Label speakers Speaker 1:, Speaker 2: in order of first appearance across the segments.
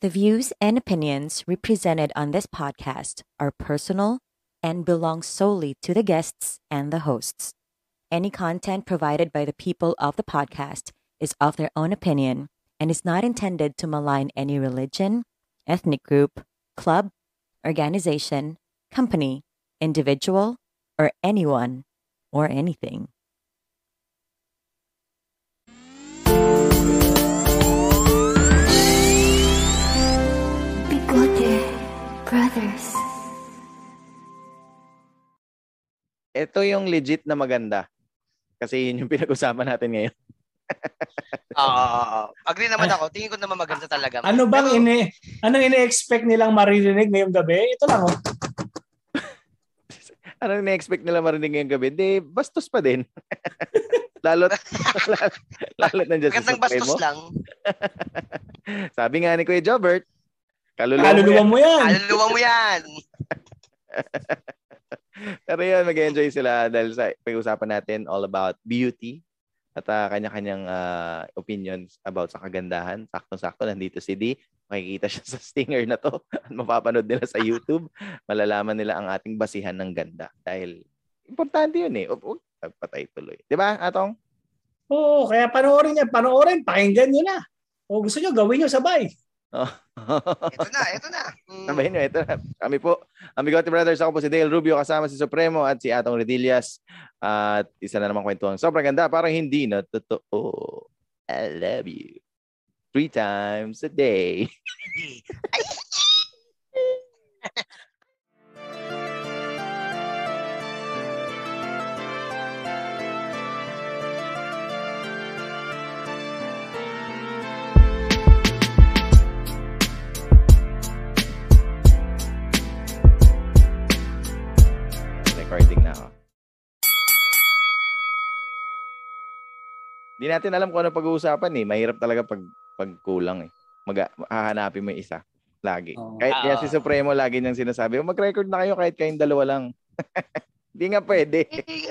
Speaker 1: The views and opinions represented on this podcast are personal and belong solely to the guests and the hosts. Any content provided by the people of the podcast is of their own opinion and is not intended to malign any religion, ethnic group, club, organization, company, individual, or anyone or anything.
Speaker 2: Bigote Brothers.
Speaker 3: ito yung legit na maganda. Kasi yun yung pinag-usapan natin ngayon.
Speaker 4: Ah, agree naman ako. Tingin ko naman maganda talaga.
Speaker 5: Diba? Ano bang
Speaker 4: Pero,
Speaker 5: ini anong ini-expect nilang maririnig ngayong gabi? Ito lang oh.
Speaker 3: Ano yung na-expect nila marinig ngayong gabi? Di, bastos pa din. lalo, lalo, lalo nandiyan sa
Speaker 4: Magandang
Speaker 3: supply
Speaker 4: bastos
Speaker 3: mo.
Speaker 4: lang.
Speaker 3: Sabi nga ni Kuya Jobert, kaluluwa mo
Speaker 5: Kaluluwa
Speaker 3: yan.
Speaker 5: mo yan.
Speaker 4: Kaluluwa mo yan.
Speaker 3: Pero yun, mag-enjoy sila dahil sa pag-usapan natin all about beauty at ah, kanya-kanyang ah, opinions about sa kagandahan. Sakto-sakto, nandito si D. Makikita siya sa stinger na to at mapapanood nila sa YouTube. Malalaman nila ang ating basihan ng ganda dahil importante yun eh. Up, up, patay tuloy. Di ba, Atong?
Speaker 5: Oo, kaya panoorin niya, panoorin, pakinggan niyo na. O gusto niyo gawin niyo sabay.
Speaker 4: Ito na, ito na. Mm.
Speaker 3: Sabihin nyo, Ano ito na. Kami po, ang Bigote Brothers. Ako po si Dale Rubio, kasama si Supremo at si Atong Redillas. At isa na namang kwentuhan. Sobrang ganda, parang hindi na totoo. I love you. Three times a day.
Speaker 4: Mm.
Speaker 3: Recording na oh. ako. Hindi natin alam kung ano pag-uusapan eh. Mahirap talaga pag pagkulang eh. Mag hahanapin mo yung isa. Lagi.
Speaker 5: Oo.
Speaker 3: Kahit kaya si
Speaker 4: Oo.
Speaker 3: Supremo lagi niyang sinasabi, "Oh, mag-record na kayo kahit kayong dalawa lang. Hindi nga pwede.
Speaker 4: Eh,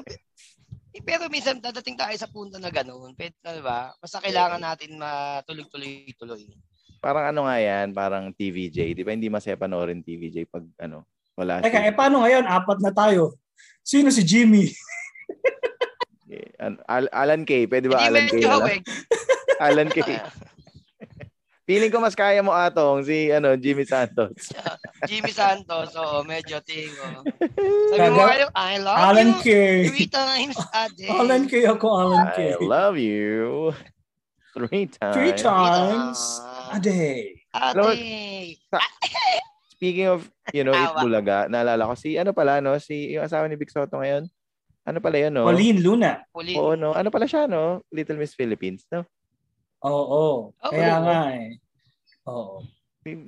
Speaker 4: eh, pero minsan dadating tayo sa punto na gano'n. Pwede na, di ba? Basta kailangan natin matuloy-tuloy-tuloy.
Speaker 3: Parang ano nga yan, parang
Speaker 4: Hmm.
Speaker 3: TVJ. Di ba hindi masaya panoorin TVJ pag ano, wala
Speaker 5: Teka,
Speaker 3: si-
Speaker 5: eh paano ngayon? Apat na tayo. Sino si Jimmy?
Speaker 3: eh, an- Al- Alan Kay. Pwede ba
Speaker 4: Hindi
Speaker 3: Alan Kay?
Speaker 4: Eh, medyo
Speaker 3: na lang?
Speaker 4: hawig.
Speaker 3: Alan Kay. Feeling ko mas kaya mo atong si ano Jimmy Santos.
Speaker 4: Jimmy Santos, oo, medyo ting. oo. Sabi mo
Speaker 5: Taga-
Speaker 4: kayo, I love
Speaker 5: Alan
Speaker 4: you
Speaker 5: K.
Speaker 4: three times a day.
Speaker 5: Alan K ako, Alan
Speaker 3: I
Speaker 5: K.
Speaker 3: love you. Three times.
Speaker 5: Three times a
Speaker 4: Ah,
Speaker 5: day.
Speaker 3: Lord.
Speaker 4: Ate.
Speaker 3: Speaking of, you know, Eat
Speaker 4: Awa.
Speaker 3: Bulaga, naalala ko si, ano pala, no? Si, yung asawa ni Big Soto ngayon. Ano pala yun, no?
Speaker 5: Pauline Luna.
Speaker 4: Uli.
Speaker 3: Oo, no? Ano pala siya, no? Little Miss Philippines, no?
Speaker 5: Oo.
Speaker 4: Oo.
Speaker 5: Kaya nga eh. Oo.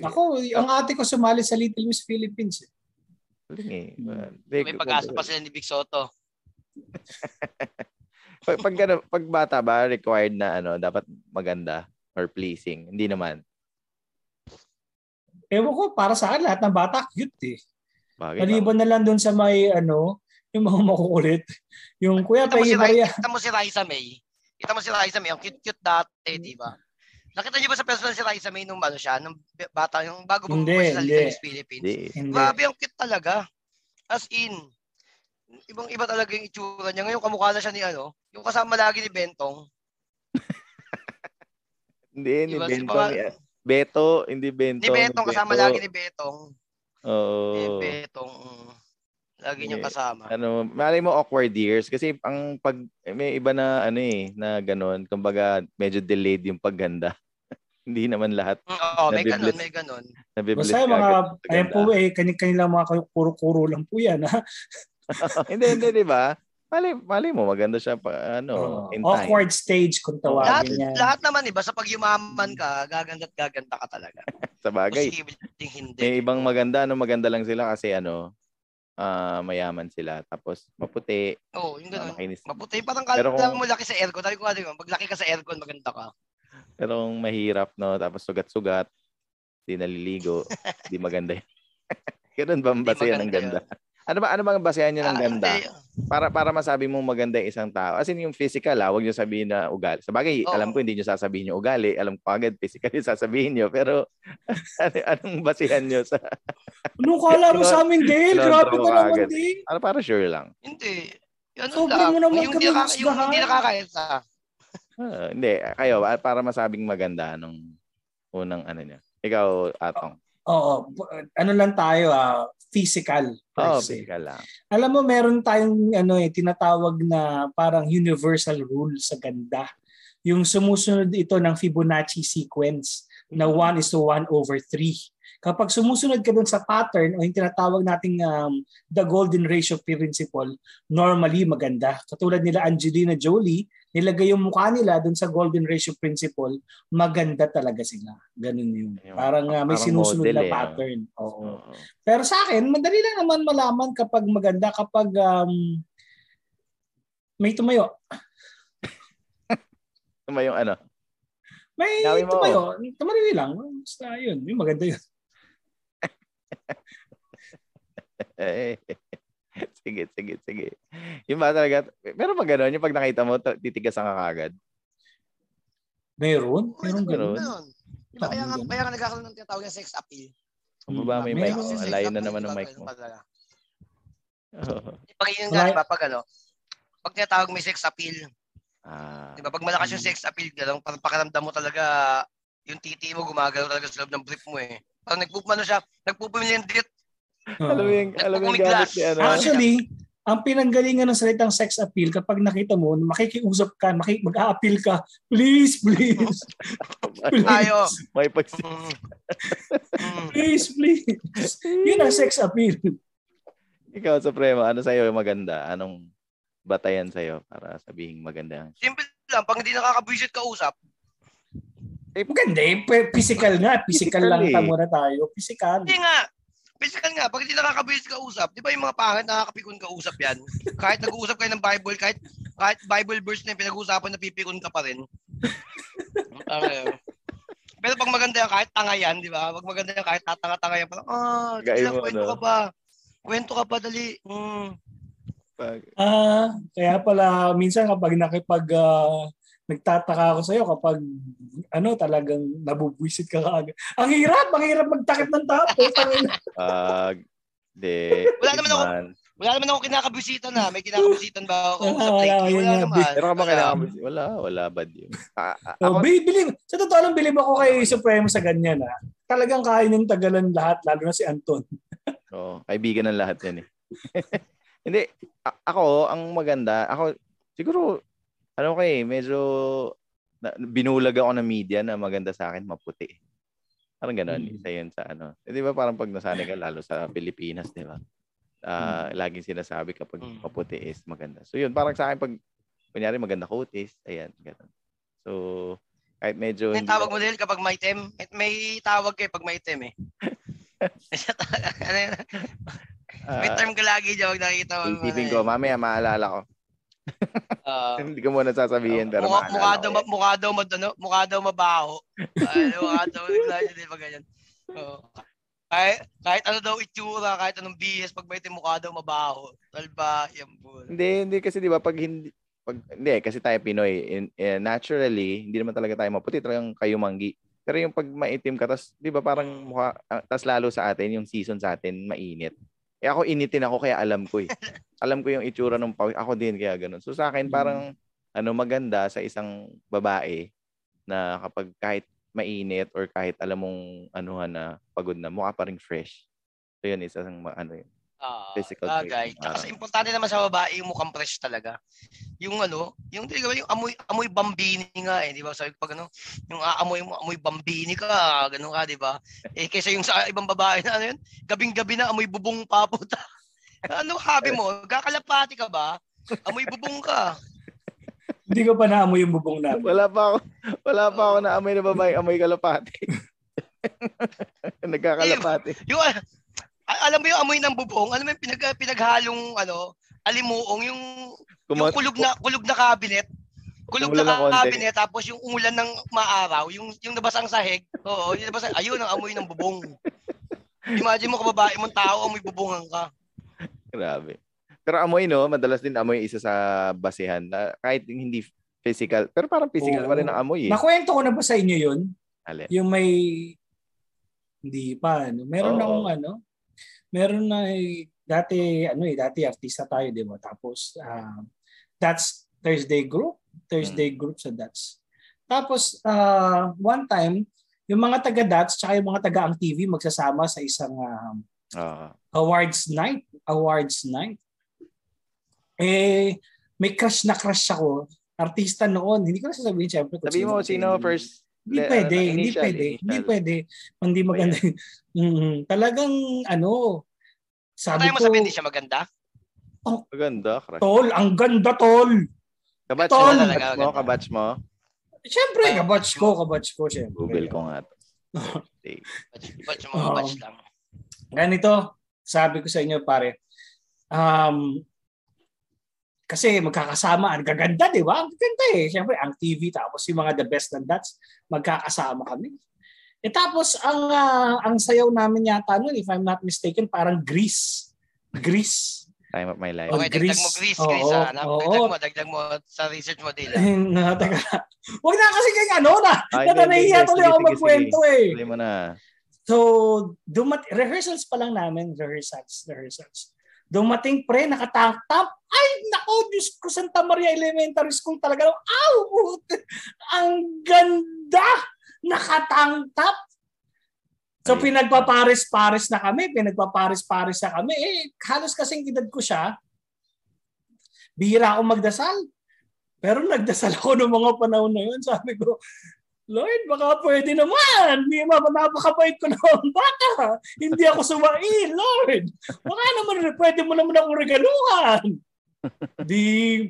Speaker 5: Ako, ang ate ko sumali sa Little Miss Philippines. eh.
Speaker 3: Galing eh.
Speaker 5: Hmm.
Speaker 4: May pag-asa pa sila ni Big Soto.
Speaker 3: Pag, pag, ano, pag bata ba, required na, ano, dapat maganda or pleasing. Hindi naman.
Speaker 5: Ewan ko, para sa akin, lahat ng bata cute eh.
Speaker 3: Bagay ba?
Speaker 5: Maliban na lang doon sa may ano, yung mga makukulit. Yung Kuya
Speaker 4: Kita mo si
Speaker 5: Peggy
Speaker 4: Rai,
Speaker 5: Maria.
Speaker 4: kita mo si Raisa May. Kita mo si Raisa May, ang cute-cute dati,
Speaker 5: Hmm.
Speaker 4: di ba? Nakita niyo ba sa personal si Raisa May nung ano siya, nung b- bata, yung bago
Speaker 5: Hindi,
Speaker 4: bumuwi sa
Speaker 5: hindi.
Speaker 4: Little Miss Philippines?
Speaker 3: Hindi.
Speaker 5: Hindi.
Speaker 4: Grabe, ang cute talaga. As in, ibang-iba talaga yung itsura niya. Ngayon, kamukha na siya ni ano, yung kasama lagi ni Bentong.
Speaker 3: Hindi, ni
Speaker 4: Iba,
Speaker 3: Bentong.
Speaker 4: iba-
Speaker 3: yan. Beto, hindi Bentong. Oh.
Speaker 4: Ni Bentong, kasama lagi ni Bentong. Eh,
Speaker 3: Oo.
Speaker 4: Bentong, mm, lagi niyang
Speaker 3: Yeah.
Speaker 4: kasama.
Speaker 3: ano, malay mo awkward years kasi ang pag may iba na ano eh na ganun, kumbaga medyo delayed yung pagganda. Hindi naman lahat
Speaker 4: Mm, Oo, may ganun,
Speaker 3: Nabiblis.
Speaker 4: may ganun.
Speaker 3: nabibilis
Speaker 5: Basta yung mga,
Speaker 3: agad sa
Speaker 5: ayan
Speaker 3: ganda.
Speaker 5: po eh, kanilang mga kuro-kuro lang po yan. Ha?
Speaker 3: hindi, hindi, di ba? Malay, malay mo, maganda siya pa, ano, in time.
Speaker 5: Oh, awkward stage kung
Speaker 4: Lahat,
Speaker 5: tawagin yan.
Speaker 4: lahat naman, iba, sa pag yumaman ka, gaganda't gaganda ka talaga.
Speaker 3: Sa bagay.
Speaker 4: Posible ding hindi.
Speaker 3: May ibang maganda, ano, maganda lang sila kasi ano, ah, mayaman sila. Tapos maputi, ah,
Speaker 4: Oo, yung ganun.
Speaker 3: makinis.
Speaker 4: Maputi, parang
Speaker 3: Pero
Speaker 4: kala
Speaker 3: kung-
Speaker 4: mo laki sa aircon. Sabi ko nga, di ba, pag laki ka sa aircon, maganda ka.
Speaker 3: Pero ang mahirap, no? Tapos sugat-sugat, di naliligo, di maganda yun. ganun ba ang
Speaker 4: Hindi
Speaker 3: base yan ng ganda?
Speaker 4: maganda yun.
Speaker 3: Ano ba ano bang basehan niyo ng
Speaker 4: Ah,
Speaker 3: ganda?
Speaker 4: hindi.
Speaker 3: Para para masabi mong maganda yung isang tao. As in yung physical, ah, wag niyo sabihin na ugali. Sa bagay,
Speaker 4: Oo.
Speaker 3: alam ko hindi niyo sasabihin yung ugali, alam ko agad physical yung sasabihin niyo, pero ano, anong basehan niyo sa
Speaker 5: Ano kala mo sa amin, Dale?
Speaker 3: Kinontrol
Speaker 5: Grabe ka
Speaker 3: ka
Speaker 5: naman,
Speaker 3: agad.
Speaker 5: Dale.
Speaker 3: ano para sure lang.
Speaker 4: Hindi. Ano
Speaker 5: Sobrang
Speaker 4: lang,
Speaker 5: mo naman
Speaker 4: yung,
Speaker 5: kami
Speaker 4: hindi nakaka- yung
Speaker 5: husgahan.
Speaker 4: hindi nakakaisa.
Speaker 3: Ah, hindi, kayo ah, para masabing maganda anong unang ano niya. Ikaw, Atong.
Speaker 5: Oo. bu- Ano lang tayo, ah, physical. per
Speaker 3: Oh,
Speaker 5: se.
Speaker 3: physical lang.
Speaker 5: Alam mo, meron tayong ano eh, tinatawag na parang universal rule sa ganda. Yung sumusunod ito ng Fibonacci sequence na
Speaker 3: Mm-hmm.
Speaker 5: 1 is to 1 over 3. Kapag sumusunod ka dun sa pattern o yung tinatawag nating um, the golden ratio principle, normally maganda. Katulad nila Angelina Jolie, nilagay yung mukha nila dun sa golden ratio principle, maganda talaga sila. Ganun yun.
Speaker 3: Yung-
Speaker 5: Parang uh, may
Speaker 3: parang
Speaker 5: sinusunod
Speaker 3: model
Speaker 5: na
Speaker 3: eh, no?
Speaker 5: pattern. Oo.
Speaker 3: Oo.
Speaker 5: Pero sa akin, madali lang naman malaman kapag maganda, kapag um, may tumayo.
Speaker 3: Ano ba yung ano?
Speaker 5: May
Speaker 3: Dawi mo.
Speaker 5: tumayo. Tumarili lang. Basta yun. Yung maganda yun.
Speaker 3: Eh, sige, sige, sige. Yung ba talaga, pero pag gano'n, yung pag nakita mo, ta- titigas ang kakagad.
Speaker 5: Meron. Meron
Speaker 4: Meron
Speaker 5: ganun.
Speaker 4: Ganun. Diba, kaya nga,
Speaker 5: Ganun.
Speaker 4: kaya nga nagkakaroon ng tinatawag na sex appeal.
Speaker 3: Kung ba may mic
Speaker 4: Diba?
Speaker 5: Meron.
Speaker 3: mo,
Speaker 4: Kasi sex
Speaker 3: layo na
Speaker 4: appeal,
Speaker 3: naman
Speaker 4: diba,
Speaker 3: ng mic
Speaker 4: ganun
Speaker 3: mo.
Speaker 4: talaga.
Speaker 3: Oo.
Speaker 4: Pag yun nga,
Speaker 5: Wala-
Speaker 4: diba, pag ano, pag tinatawag may sex appeal,
Speaker 3: Ah,
Speaker 4: Di ba? Pag
Speaker 3: Mm.
Speaker 4: malakas yung sex appeal, gano'ng parang pakiramdam mo talaga yung titi mo gumagalaw talaga sa loob ng brief mo eh. Parang nagpupumano siya, nagpupumili ng dit.
Speaker 5: Oo.
Speaker 3: alam mo yung, alam mo yung gamit ni ano?
Speaker 5: Ah. Actually, ang pinanggalingan ng salitang sex appeal, kapag nakita mo, makikiusap ka, maki- mag-a-appeal ka, please, please, please,
Speaker 4: Tayo.
Speaker 3: May pag
Speaker 4: Mm. Mm.
Speaker 5: please, please. Yun ang sex appeal.
Speaker 3: ikaw, Supremo, ano sa'yo yung maganda? Anong batayan sa'yo para sabihing maganda?
Speaker 4: Simple lang, pag hindi nakakabwisit ka usap,
Speaker 5: Maganda eh. P- Physical nga. Physical lang
Speaker 3: Physical eh.
Speaker 5: tamo na tayo. Physical.
Speaker 4: hindi nga. Physical nga, pag hindi nakakabwisit ka usap, di ba yung mga pangit nakakapikon ka usap yan? Kahit nag-uusap kayo ng Bible, kahit kahit Bible verse na yung pinag-uusapan, napipikon ka pa rin. Parang ganun. Pero pag maganda yan, kahit tanga yan, di ba? Pag maganda yan, kahit tatanga-tanga yan, parang, ah,
Speaker 3: Gaya
Speaker 4: sige lang,
Speaker 3: mo, ano?
Speaker 4: kwento
Speaker 3: no?
Speaker 4: ka pa. Kwento ka pa, dali. Mm.
Speaker 3: Pag,
Speaker 5: Ah, kaya pala minsan kapag nakipag ah, nagtataka ako sa iyo kapag ano talagang nabubwisit ka kaagad. Ang hirap, ang hirap magtakip ng tapo. Tangina.
Speaker 3: pag, di,
Speaker 4: Wala naman ako-
Speaker 3: man.
Speaker 4: Wala naman ako kinakabisitan na. May kinakabisitan ba ako
Speaker 5: Wala,
Speaker 4: sa
Speaker 5: wala,
Speaker 4: plate?
Speaker 5: yun
Speaker 4: Wala
Speaker 5: nga,
Speaker 4: naman.
Speaker 3: Pero ka ba
Speaker 4: Wala.
Speaker 3: kailangan, wala, wala bad yun. Ah, ah,
Speaker 5: Oh,
Speaker 3: ako,
Speaker 5: bi- bilib, sa totoo lang bilib ako kay Supremo sa ganyan ah. Talagang kaya niyang tagalan lahat lalo na si Anton.
Speaker 3: Oo, kaibigan ng lahat yan eh. Hindi, a- ako, ang maganda, ako, siguro, ano ko eh, medyo na- binulag ako ng media na maganda sa akin, maputi. Parang ganon,
Speaker 5: Mm.
Speaker 3: isa yun sa ano. Eh, di ba parang pag nasanay ka, lalo sa Pilipinas, di ba? Ah, Laging sinasabi kapag
Speaker 4: Mm.
Speaker 3: maputi is maganda. So yun, parang sa akin, pag, kunyari maganda kutis, ayan, ganon. So, kahit medyo...
Speaker 4: May
Speaker 3: hindi
Speaker 4: tawag
Speaker 3: ako-
Speaker 4: mo dahil kapag may tem. May, may tawag kayo pag may tem eh. Ano yun? may
Speaker 3: Ah,
Speaker 4: term ka lagi dyan. Huwag nakikita mo.
Speaker 3: Isipin ko, mamaya maalala ko.
Speaker 4: Ah.
Speaker 3: Hindi ko muna sasabihin, pero
Speaker 4: mukha, mukha
Speaker 3: maalala
Speaker 4: daw,
Speaker 3: ko.
Speaker 4: ma- mukha daw, mad, ano, mukha daw mabaho. Ay, mukha daw, bigla yun, di ba ganyan? Oo. kahit, kahit ano daw itsura, kahit anong bihis, pag may tim, mukha daw mabaho. Talba, yan po.
Speaker 3: Hindi, hindi kasi 'di ba pag hindi pag hindi kasi tayo Pinoy, in, eh, naturally hindi naman talaga tayo maputi, talagang kayo manggi. Pero yung pag maitim ka, tas 'di ba parang mukha ah, tas lalo sa atin yung season sa atin mainit. Eh ako initin ako kaya alam ko eh. alam ko yung itsura ng pawis. Ako din kaya ganun. So sa akin parang ano maganda sa isang babae na kapag kahit mainit or kahit alam mong anuhan na pagod na mukha pa rin fresh. So yun isa sang ma- ano yun.
Speaker 4: Ah,
Speaker 3: Physical trait.
Speaker 4: bagay. Tsaka
Speaker 3: Ah.
Speaker 4: sa importante naman sa babae, yung mukhang fresh talaga. Yung ano, yung di ba, yung amoy, amoy bambini nga eh, di ba? Sabi ko pag ano, yung aamoy mo, amoy bambini ka, ganun ka, di ba? Eh, kaysa yung sa ibang babae na ano yun, gabing-gabi na amoy bubong paputa. ano habi mo? Kakalapati ka ba? Amoy bubong ka.
Speaker 5: Hindi ko pa naamoy yung bubong namin.
Speaker 3: Wala pa ako, wala pa ako na amoy na babae, amoy kalapati. Nagkakalapati.
Speaker 4: Yung, ah, a- alam mo yung amoy ng bubong, alam mo yung pinag, pinaghalong, ano, alimuong, yung,
Speaker 3: Kumo-
Speaker 4: yung kulog na, kulog na cabinet, kulog
Speaker 3: Umulan ng konti.
Speaker 4: na cabinet, tapos yung umulan ng maaraw, yung, yung nabasang sahig, oo, yung nabasang, ayun ang amoy ng bubong. Imagine mo kababae mong tao, amoy bubongan ka.
Speaker 3: Grabe. Pero amoy, no? Madalas din amoy isa sa basehan na kahit yung hindi physical. Pero parang physical
Speaker 5: Oo.
Speaker 3: pa rin ang amoy, eh.
Speaker 5: Nakwento ko na ba sa inyo yun?
Speaker 3: Alin.
Speaker 5: Yung may hindi pa ano. Meron
Speaker 3: Oo.
Speaker 5: akong ano. Meron na eh, dati ano eh dati artista tayo, 'di ba? Tapos um that's Thursday group,
Speaker 3: Mm.
Speaker 5: Thursday group sa Dats. Tapos uh, one time, yung mga taga Dats tsaka yung mga taga ang TV magsasama sa isang um,
Speaker 3: Oo.
Speaker 5: awards night, awards night. Eh may crush na crush ako. Artista noon. Hindi ko na sasabihin siyempre. kung
Speaker 3: Sabihin mo
Speaker 5: sino.
Speaker 3: sino first.
Speaker 5: Hindi
Speaker 3: Le-
Speaker 5: pwede,
Speaker 3: ano,
Speaker 5: hindi
Speaker 3: initial,
Speaker 5: pwede,
Speaker 3: initial. Ano
Speaker 5: hindi pwede. Hindi maganda. mm Talagang ano, sabi
Speaker 4: Tayo
Speaker 5: ko,
Speaker 4: masabi hindi siya maganda.
Speaker 3: Maganda, crush.
Speaker 5: tol, ang ganda tol.
Speaker 3: Kabatch
Speaker 5: Tol!
Speaker 3: mo, kabatch
Speaker 4: Talaga,
Speaker 3: mo,
Speaker 4: ganda.
Speaker 3: kabatch mo.
Speaker 5: Siyempre, kabatch ko, kabatch ko, siyempre.
Speaker 3: Google ko nga. to. Okay.
Speaker 4: Batch, batch, mga
Speaker 5: Oo. Oh,
Speaker 4: batch lang.
Speaker 5: Ganito, sabi ko sa inyo pare, um, kasi magkakasama, ang gaganda, di ba? Ang ganda eh. Siyempre, ang TV, tapos yung mga the best and that's, magkakasama kami. E tapos, ang, ah, ang sayaw namin yata nun, if I'm not mistaken, parang Greece. Greece.
Speaker 3: Time of my life.
Speaker 5: Oh,
Speaker 4: Okay, dagdag mo
Speaker 5: Grease.
Speaker 4: Grease,
Speaker 5: Oo,
Speaker 4: Grease. ah. Anak,
Speaker 5: oo.
Speaker 4: Dagdag mo, dagdag mo sa research mo, Dila.
Speaker 5: na, teka. Huwag na kasi kay ano na.
Speaker 3: Ay,
Speaker 5: Teka,
Speaker 3: hindi, hindi,
Speaker 5: nahihiya
Speaker 3: sige,
Speaker 5: tuloy ako
Speaker 3: sige,
Speaker 5: magkwento eh.
Speaker 3: Tuloy mo na.
Speaker 5: So, dumat rehearsals pa lang namin, rehearsals, rehearsals. Dumating pre, nakatap-tap. Ay, nako, Diyos ko, Santa Maria Elementary School talaga. Aw, puti. ang ganda! Nakatangtap. So,
Speaker 3: Ay.
Speaker 5: pinagpapares-pares na kami. Pinagpapares-pares na kami. Eh, halos kasing edad ko siya. Bihira akong magdasal. Pero nagdasal ako noong mga panahon na yun. Sabi ko, Lord, baka pwede naman. Hindi ma, napakabait ko noong bata. Hindi ako sumain, Lord. Baka naman, pwede mo naman akong regaluhan. Di,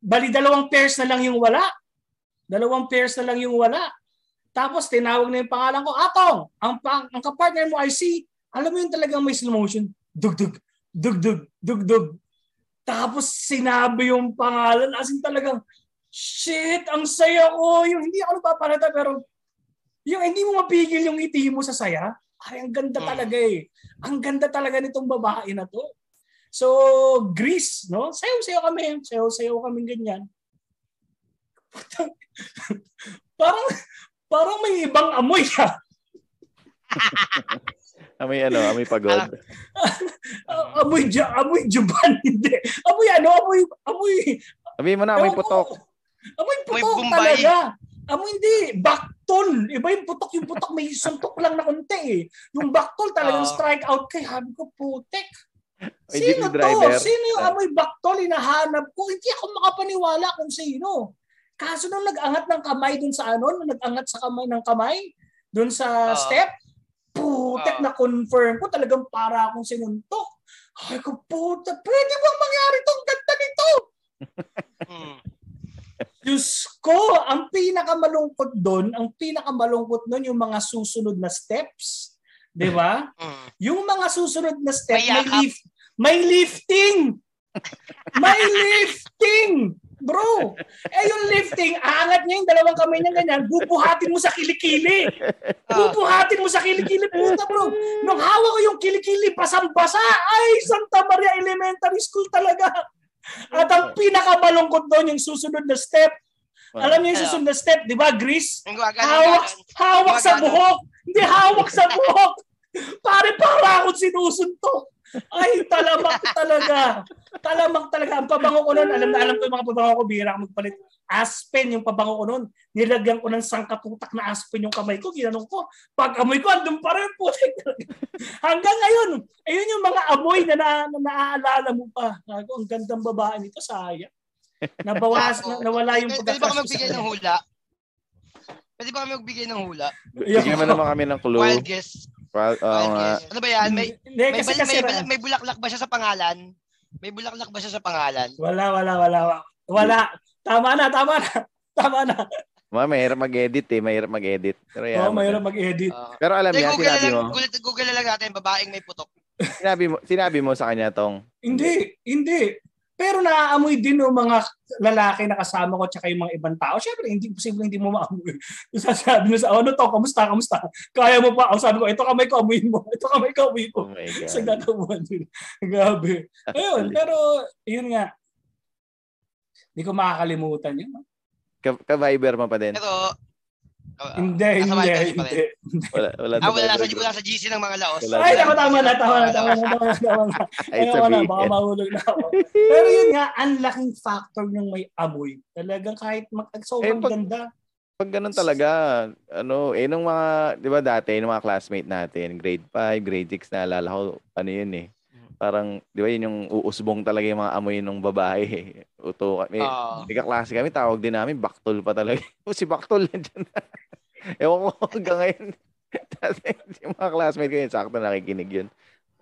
Speaker 5: bali dalawang pairs na lang yung wala. Dalawang pairs na lang yung wala. Tapos tinawag na yung pangalan ko, Atong, ang, pang, ang kapartner mo ay si, alam mo yun talagang may slow motion, dugdug, dugdug, dugdug. Tapos sinabi yung pangalan, as in talagang, shit, ang saya ko. Yung hindi ako napapanata, pero yung hindi mo mapigil yung ngiti mo sa saya, ay, ang ganda
Speaker 4: Mm.
Speaker 5: talaga eh. Ang ganda talaga nitong babae na to. So, Greece, no? Sayaw-sayaw kami. Sayaw-sayaw kami ganyan. parang, parang may ibang amoy ah.
Speaker 3: Amoy ano, amoy pagod.
Speaker 5: Ah, Amoy, ja- amoy juban, hindi. Amoy ano, amoy, amoy.
Speaker 3: Sabihin mo na, amoy
Speaker 5: Ewan ko.
Speaker 3: putok.
Speaker 5: Amoy
Speaker 4: Amoy
Speaker 5: putok
Speaker 4: Bombay.
Speaker 5: talaga. Amoy hindi, baktol. Iba yung putok, yung putok may suntok lang na konti eh. Yung baktol talagang
Speaker 4: Oo.
Speaker 5: strike out kay Habi ko, putek.
Speaker 3: Ay, jeepney
Speaker 5: Sino to?
Speaker 3: driver.
Speaker 5: Sino yung
Speaker 3: Ah.
Speaker 5: amoy baktol hinahanap ko? Hindi ako makapaniwala kung sino. Kaso nung nag-angat ng kamay dun sa ano, nung nag-angat sa kamay ng kamay, dun sa
Speaker 4: Oo.
Speaker 5: step,
Speaker 4: Oo.
Speaker 5: putek na confirm ko talagang para akong sinuntok. Ay ko puta, pwede bang mangyari tong ganda nito?
Speaker 4: Hmm.
Speaker 5: Diyos ko, ang pinakamalungkot doon, ang pinakamalungkot doon yung mga susunod na steps. Di ba?
Speaker 4: Hmm.
Speaker 5: Yung mga susunod na step,
Speaker 4: May
Speaker 5: may,
Speaker 4: yakap.
Speaker 5: lift, may lifting! may lifting! Bro! Eh yung lifting, aangat niya yung dalawang kamay niya ganyan, bubuhatin mo sa kilikili.
Speaker 4: Ah,
Speaker 5: Bubuhatin mo sa kilikili. Puta bro, nung hawak ko yung kilikili, basang-basa. Ay, Santa Maria Elementary School talaga. At ang pinakamalungkot doon, yung susunod na step, alam niyo yung
Speaker 4: Ano?
Speaker 5: susunod na step, di ba, Gris?
Speaker 4: yung gagano,
Speaker 5: Hawak,
Speaker 4: gagano.
Speaker 5: hawak sa
Speaker 4: Gumagano.
Speaker 5: buhok! Hindi, hawak sa buhok! Pare, para akong sinusuntok! Ay, talamak talaga! Talamak talaga. Ang pabango ko nun, alam na alam ko yung mga pabango ko, bihira ako magpalit. Aspen yung pabango ko nun. Nilagyan ko ng sangkatutak na aspen yung kamay ko. Ginanong ko, pag amoy ko, andun pa rin po. Hanggang ngayon, ayun yung mga amoy na, na, na naaalala mo pa. Sabi ko, Ang gandang babae nito, sayang. Nabawas, na, nawala yung
Speaker 4: Pwede ba kami
Speaker 5: pagkakasya
Speaker 4: magbigay
Speaker 5: sa
Speaker 4: ng hula? Pwede ba kami magbigay ng hula?
Speaker 3: Bigyan mo naman kami ng clue.
Speaker 4: Wild guess.
Speaker 3: Wild, ah, oo
Speaker 4: Wild
Speaker 3: nga.
Speaker 4: guess. Ano ba yan? May,
Speaker 5: Hindi,
Speaker 4: may,
Speaker 5: kasi,
Speaker 4: bal-
Speaker 5: kasi,
Speaker 4: may, bal- may bulaklak ba siya sa pangalan? May bulaklak ba siya sa pangalan?
Speaker 5: wala, wala, wala, wala. Wala. Tama na, tama na. Tama na.
Speaker 3: Ma, mahirap mag-edit eh. Mahirap mag-edit. Pero,
Speaker 5: Oo,
Speaker 3: yeah,
Speaker 5: oh, mayroon mag-edit.
Speaker 4: Ah.
Speaker 3: Pero alam
Speaker 4: Hindi,
Speaker 3: niya,
Speaker 4: Google na
Speaker 3: sinabi oh.
Speaker 4: lang,
Speaker 3: mo,
Speaker 4: Google, Google na lang natin, babaeng may putok.
Speaker 3: sinabi mo, sinabi mo sa kanya tong,
Speaker 5: Hindi, hindi. Pero naaamoy din ng mga lalaki na kasama ko tsaka yung mga ibang tao. Siyempre, hindi posible hindi mo maamoy. Sasabi mo sa, ano to, kamusta, kamusta? Kaya mo pa? O sabi ko, ito kamay ko, amuin mo. Ito kamay ko, amuin
Speaker 3: Oh
Speaker 5: mo.
Speaker 3: my
Speaker 5: Sa
Speaker 3: God.
Speaker 5: gagawan nila. Grabe. Ayun, pero yun nga. Hindi ko makakalimutan yun.
Speaker 3: Ka- Ka-Viber mo pa din.
Speaker 4: Pero, ah, nasa
Speaker 5: hindi, hindi,
Speaker 4: Viber pa rin.
Speaker 5: hindi.
Speaker 3: Wala, wala
Speaker 4: Ah, wala sa,
Speaker 3: Viber group.
Speaker 4: wala sa GC ng mga laos.
Speaker 3: Wala
Speaker 5: Ay, naku, tama na, tama na, tama na, tama na, tama na.
Speaker 3: Ay,
Speaker 5: Ayoko na,
Speaker 3: sabihin.
Speaker 5: baka mahulog na ako. Pero yun nga, ang laking factor ng may amoy. Talagang kahit mag
Speaker 3: Eh,
Speaker 5: sobrang
Speaker 3: pag-
Speaker 5: ganda.
Speaker 3: Pag ganun talaga, ano, eh, nung mga, di ba dati, nung mga classmate natin, grade 5, grade 6, naalala ko, ano yun eh. Parang, di ba yun yung uusbong talaga yung mga amoy ng babae eh. Uto kami.
Speaker 4: Oo.
Speaker 3: Ika klase kami, tawag din namin, baktol pa talaga. O si baktol, nandiyan na. Ewan ko hanggang ngayon. Tapos yung mga classmate ko yun, sakto nakikinig yun.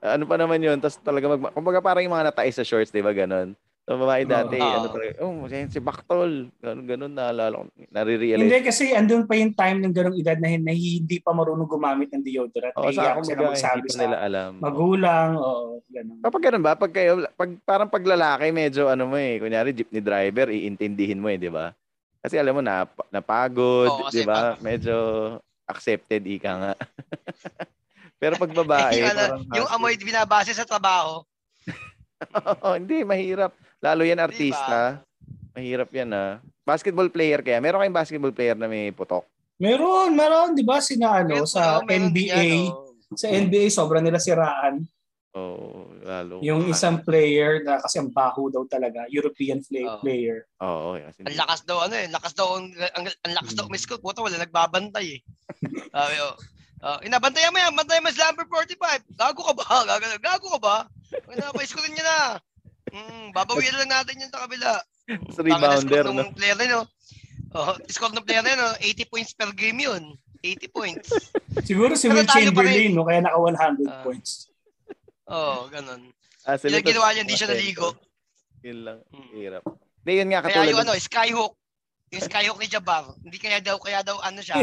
Speaker 3: Ah, ano pa naman yun, tapos talaga mag... Kumbaga parang yung mga natais sa shorts, di ba ganun? So babae dati,
Speaker 4: Oo.
Speaker 3: ano talaga, oh, si baktol. Ganun, ganun, naalala ko. Nare-realize.
Speaker 5: Hindi kasi andun pa yung time ng ganong edad na hin- na hindi pa marunong gumamit ng deodorant.
Speaker 3: Oo,
Speaker 5: Oh,
Speaker 3: sa
Speaker 5: Nahiya
Speaker 3: ako
Speaker 5: sila magsabi
Speaker 3: hindi pa
Speaker 5: sa
Speaker 3: nila alam.
Speaker 5: magulang. Oo, ganun.
Speaker 3: Kapag ganun ba, pag kayo, pag, parang pag lalaki, medyo ano mo eh, kunyari jeepney driver, iintindihin mo eh, di ba? Kasi alam mo, na,
Speaker 4: Oo,
Speaker 3: napagod, di
Speaker 4: kasi
Speaker 3: ba? Medyo accepted, ika nga. Pero pag babae,
Speaker 4: Yung ano,
Speaker 3: parang...
Speaker 4: yung amoy binabase sa trabaho.
Speaker 3: Oo, hindi, mahirap. Lalo yan artista. Mahirap yan ah. Basketball player kaya. Meron kayong basketball player na may putok.
Speaker 5: Meron, meron. Di ba sina ano,
Speaker 4: Meron-
Speaker 5: sa
Speaker 4: oo, meron
Speaker 5: NBA,
Speaker 4: yan, oh. oo.
Speaker 5: sa NBA sobrang nila siraan.
Speaker 3: Oo, lalo.
Speaker 5: Yung isang player na kasi ang baho daw talaga, European play-
Speaker 4: Oo.
Speaker 5: player.
Speaker 3: Oo, kasi
Speaker 4: Ang lakas daw ano eh, lakas daw ang, ang, ang lakas daw miss ko, puta wala nagbabantay eh. Sabi ko, ah, inabantayan mo yan, bantayan mo slumber 45. Gago ka ba? Gago, gago ka ba? Inabayos ko rin niya na. Mm, babawian lang natin yun sa kabila.
Speaker 3: Sa rebounder,
Speaker 4: Tangin na score
Speaker 3: no?
Speaker 4: ng player na yun, oh. Oh, score ng player na yun, oh. 80 points per game yun. 80 points.
Speaker 5: Siguro si
Speaker 4: Pero
Speaker 5: Will
Speaker 4: tayo pa rin.
Speaker 5: Chamberlain, no? kaya naka 100
Speaker 4: Ah.
Speaker 5: points.
Speaker 4: Oh, ganun.
Speaker 3: Ah, sila tas-
Speaker 4: Yung ginawa niya, hindi siya naligo.
Speaker 3: Yun lang.
Speaker 4: Mm.
Speaker 3: Hirap. Hindi, yun nga
Speaker 4: Kaya
Speaker 3: katulad.
Speaker 4: yung ano, Skyhook. Yung Skyhook ni Jabbar. Hindi kaya daw, kaya daw ano siya.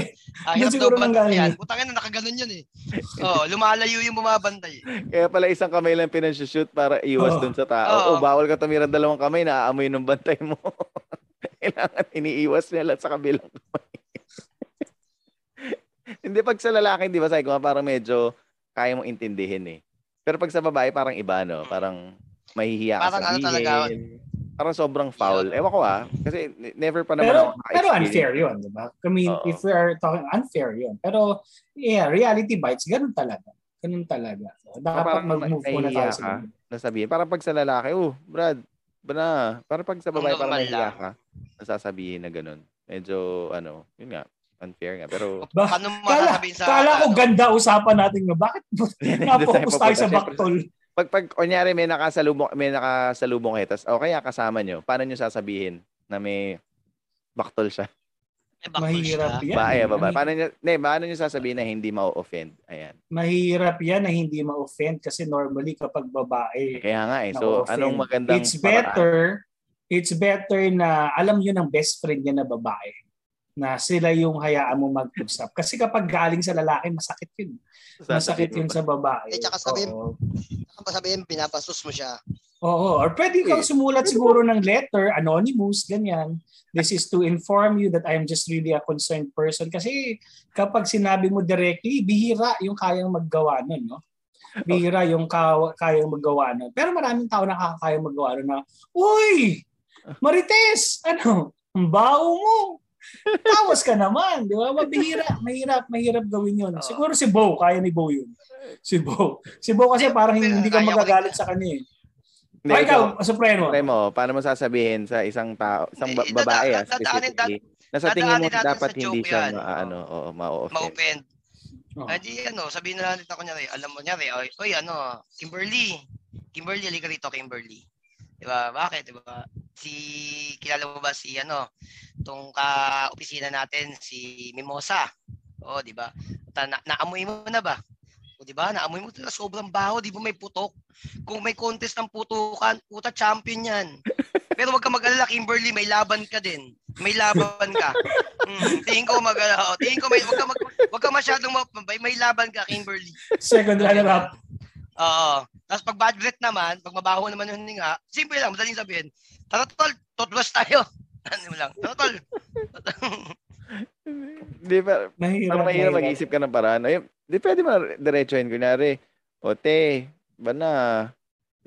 Speaker 4: Ah, hirap
Speaker 5: Doon
Speaker 4: daw
Speaker 5: siguro
Speaker 4: bantayan.
Speaker 5: nanggaling.
Speaker 4: Putangin na, nakaganon yun eh. Oh, lumalayo yung bumabantay. eh.
Speaker 3: Kaya pala isang kamay lang pinanshoot para iwas
Speaker 5: Oo.
Speaker 3: dun sa tao. O
Speaker 4: Oo.
Speaker 3: bawal ka tumira dalawang kamay, naaamoy ng bantay mo. Kailangan iniiwas nila sa kabilang kamay. Hindi, pag sa lalaki, di ba, sabi ko, nga, parang medyo kaya mong intindihin eh. Pero pag sa babae, parang iba, no? Parang mahihiya ka
Speaker 4: Mm. Parang ano
Speaker 3: sabihin.
Speaker 4: talaga.
Speaker 3: Parang sobrang foul. Ewan ko ah. Kasi n- never pa naman
Speaker 5: Pero,
Speaker 3: ako
Speaker 5: pero
Speaker 3: naka-experience.
Speaker 5: unfair yun, di ba? I mean,
Speaker 3: Oo.
Speaker 5: if we are talking unfair yun. Pero, yeah, reality bites, ganun talaga. Ganun talaga. So, dapat
Speaker 3: parang
Speaker 5: mag-move
Speaker 3: may-
Speaker 5: muna tayo
Speaker 3: nahihiya
Speaker 5: sa
Speaker 3: ka?
Speaker 5: ganun.
Speaker 3: nasabihin. Parang pag sa lalaki, oh, Brad, ba na? Parang pag sa babae,
Speaker 4: Normal
Speaker 3: parang nahiya
Speaker 4: lang.
Speaker 3: ka, nasasabihin na ganun. Medyo, ano, yun nga, unfair nga. Pero,
Speaker 5: Ba-
Speaker 4: Paano mo
Speaker 5: Kala,
Speaker 4: sasabihin sa...
Speaker 5: kala ko
Speaker 4: ano?
Speaker 5: ganda usapan natin nga. Bakit napokus
Speaker 3: Doon
Speaker 5: tayo sa
Speaker 3: papunta.
Speaker 5: baktol?
Speaker 3: Pag, pag, kunyari, may nakasalubong, may nakasalubong kayo, tas, o kaya kasama nyo, paano nyo sasabihin na may baktol siya?
Speaker 4: Eh, bakit
Speaker 5: Mahirap
Speaker 4: siya?
Speaker 5: yan. eh.
Speaker 3: Bae, babae.
Speaker 5: Mahi-
Speaker 3: eh, Paano nyo, ne, paano nyo sasabihin na hindi ma-offend? Ayan.
Speaker 5: Mahirap yan na hindi ma-offend kasi normally kapag babae,
Speaker 3: Kaya nga eh. So,
Speaker 5: Na-offend.
Speaker 3: anong magandang
Speaker 5: it's
Speaker 3: paraan?
Speaker 5: better it's better na alam yun ang best friend niya na babae na sila yung hayaan mo mag-usap. Kasi kapag galing sa lalaki, masakit yun. eh. Masakit
Speaker 3: Sasabihin mo
Speaker 5: yun
Speaker 3: ba?
Speaker 5: sa babae.
Speaker 4: Eh, tsaka sabihin-
Speaker 5: Oo.
Speaker 4: Baka sabihin, pinapastos mo siya.
Speaker 5: Oo, or pwede kang sumulat siguro ng letter, anonymous, ganyan. This is to inform you that I am just really a concerned person. Kasi kapag sinabi mo directly, bihira yung kayang maggawa nun, no? Bihira yung ka- kayang maggawa nun. Pero maraming tao nakakayang maggawa nun na, Uy! Marites! Ano? Ang baho mo! Tawas ka naman, di ba? Mabihira, mahirap, mahirap gawin yun.
Speaker 4: Oo.
Speaker 5: Siguro si Bo, kaya ni Bo yun. Si Bo. Si Bo kasi parang hindi
Speaker 4: Kaya ko
Speaker 5: ka
Speaker 4: rin
Speaker 5: magagalit
Speaker 4: yan.
Speaker 5: sa kanya eh.
Speaker 3: Hindi,
Speaker 5: Ay,
Speaker 3: ikaw,
Speaker 5: ikaw, Supremo.
Speaker 3: Try mo, paano mo sasabihin sa isang tao, isang ba-
Speaker 4: Hindi,
Speaker 3: babae ah,
Speaker 4: dada- Eh, dadaanin-
Speaker 3: specifically, na sa tingin mo
Speaker 4: dadaanin natin
Speaker 3: dapat
Speaker 4: sa
Speaker 3: hindi
Speaker 4: joke
Speaker 3: siya
Speaker 4: yan.
Speaker 3: maano, oo, ma-offend.
Speaker 4: Ma-offend.
Speaker 5: Oh.
Speaker 4: Ah, di ano, sabihin na lang nito kunyari, alam mo niya, oy, oy, ano, Kimberly. Kimberly, halika rito, Kimberly. Di ba? Bakit? Di ba? Si, kilala mo ba si, ano, tong ka-opisina natin, si Mimosa. O, di ba? Ta, na, naamoy mo na ba? O, di ba? Naamoy mo na sobrang baho, di ba may putok? Kung may contest ng putukan, puta champion yan. Pero wag ka mag-alala, Kimberly, may laban ka din. May laban ka. Mm, tingin ko mag oh, tingin ko may wag ka mag wag ka masyadong ma- may, may laban ka, Kimberly.
Speaker 5: Second runner-up.
Speaker 4: Oo. Tapos pag bad breath naman, pag mabaho naman yung hininga, simple lang, madaling sabihin, tara tol, toothbrush tayo. ano mo lang, tara tol.
Speaker 3: Di ba?
Speaker 5: Mahirap.
Speaker 3: Parang mahirap
Speaker 5: mahirap.
Speaker 3: mag-isip ka ng paraan. Ayun, di pwede ba diretsuhin? Kunyari, o te, ba na?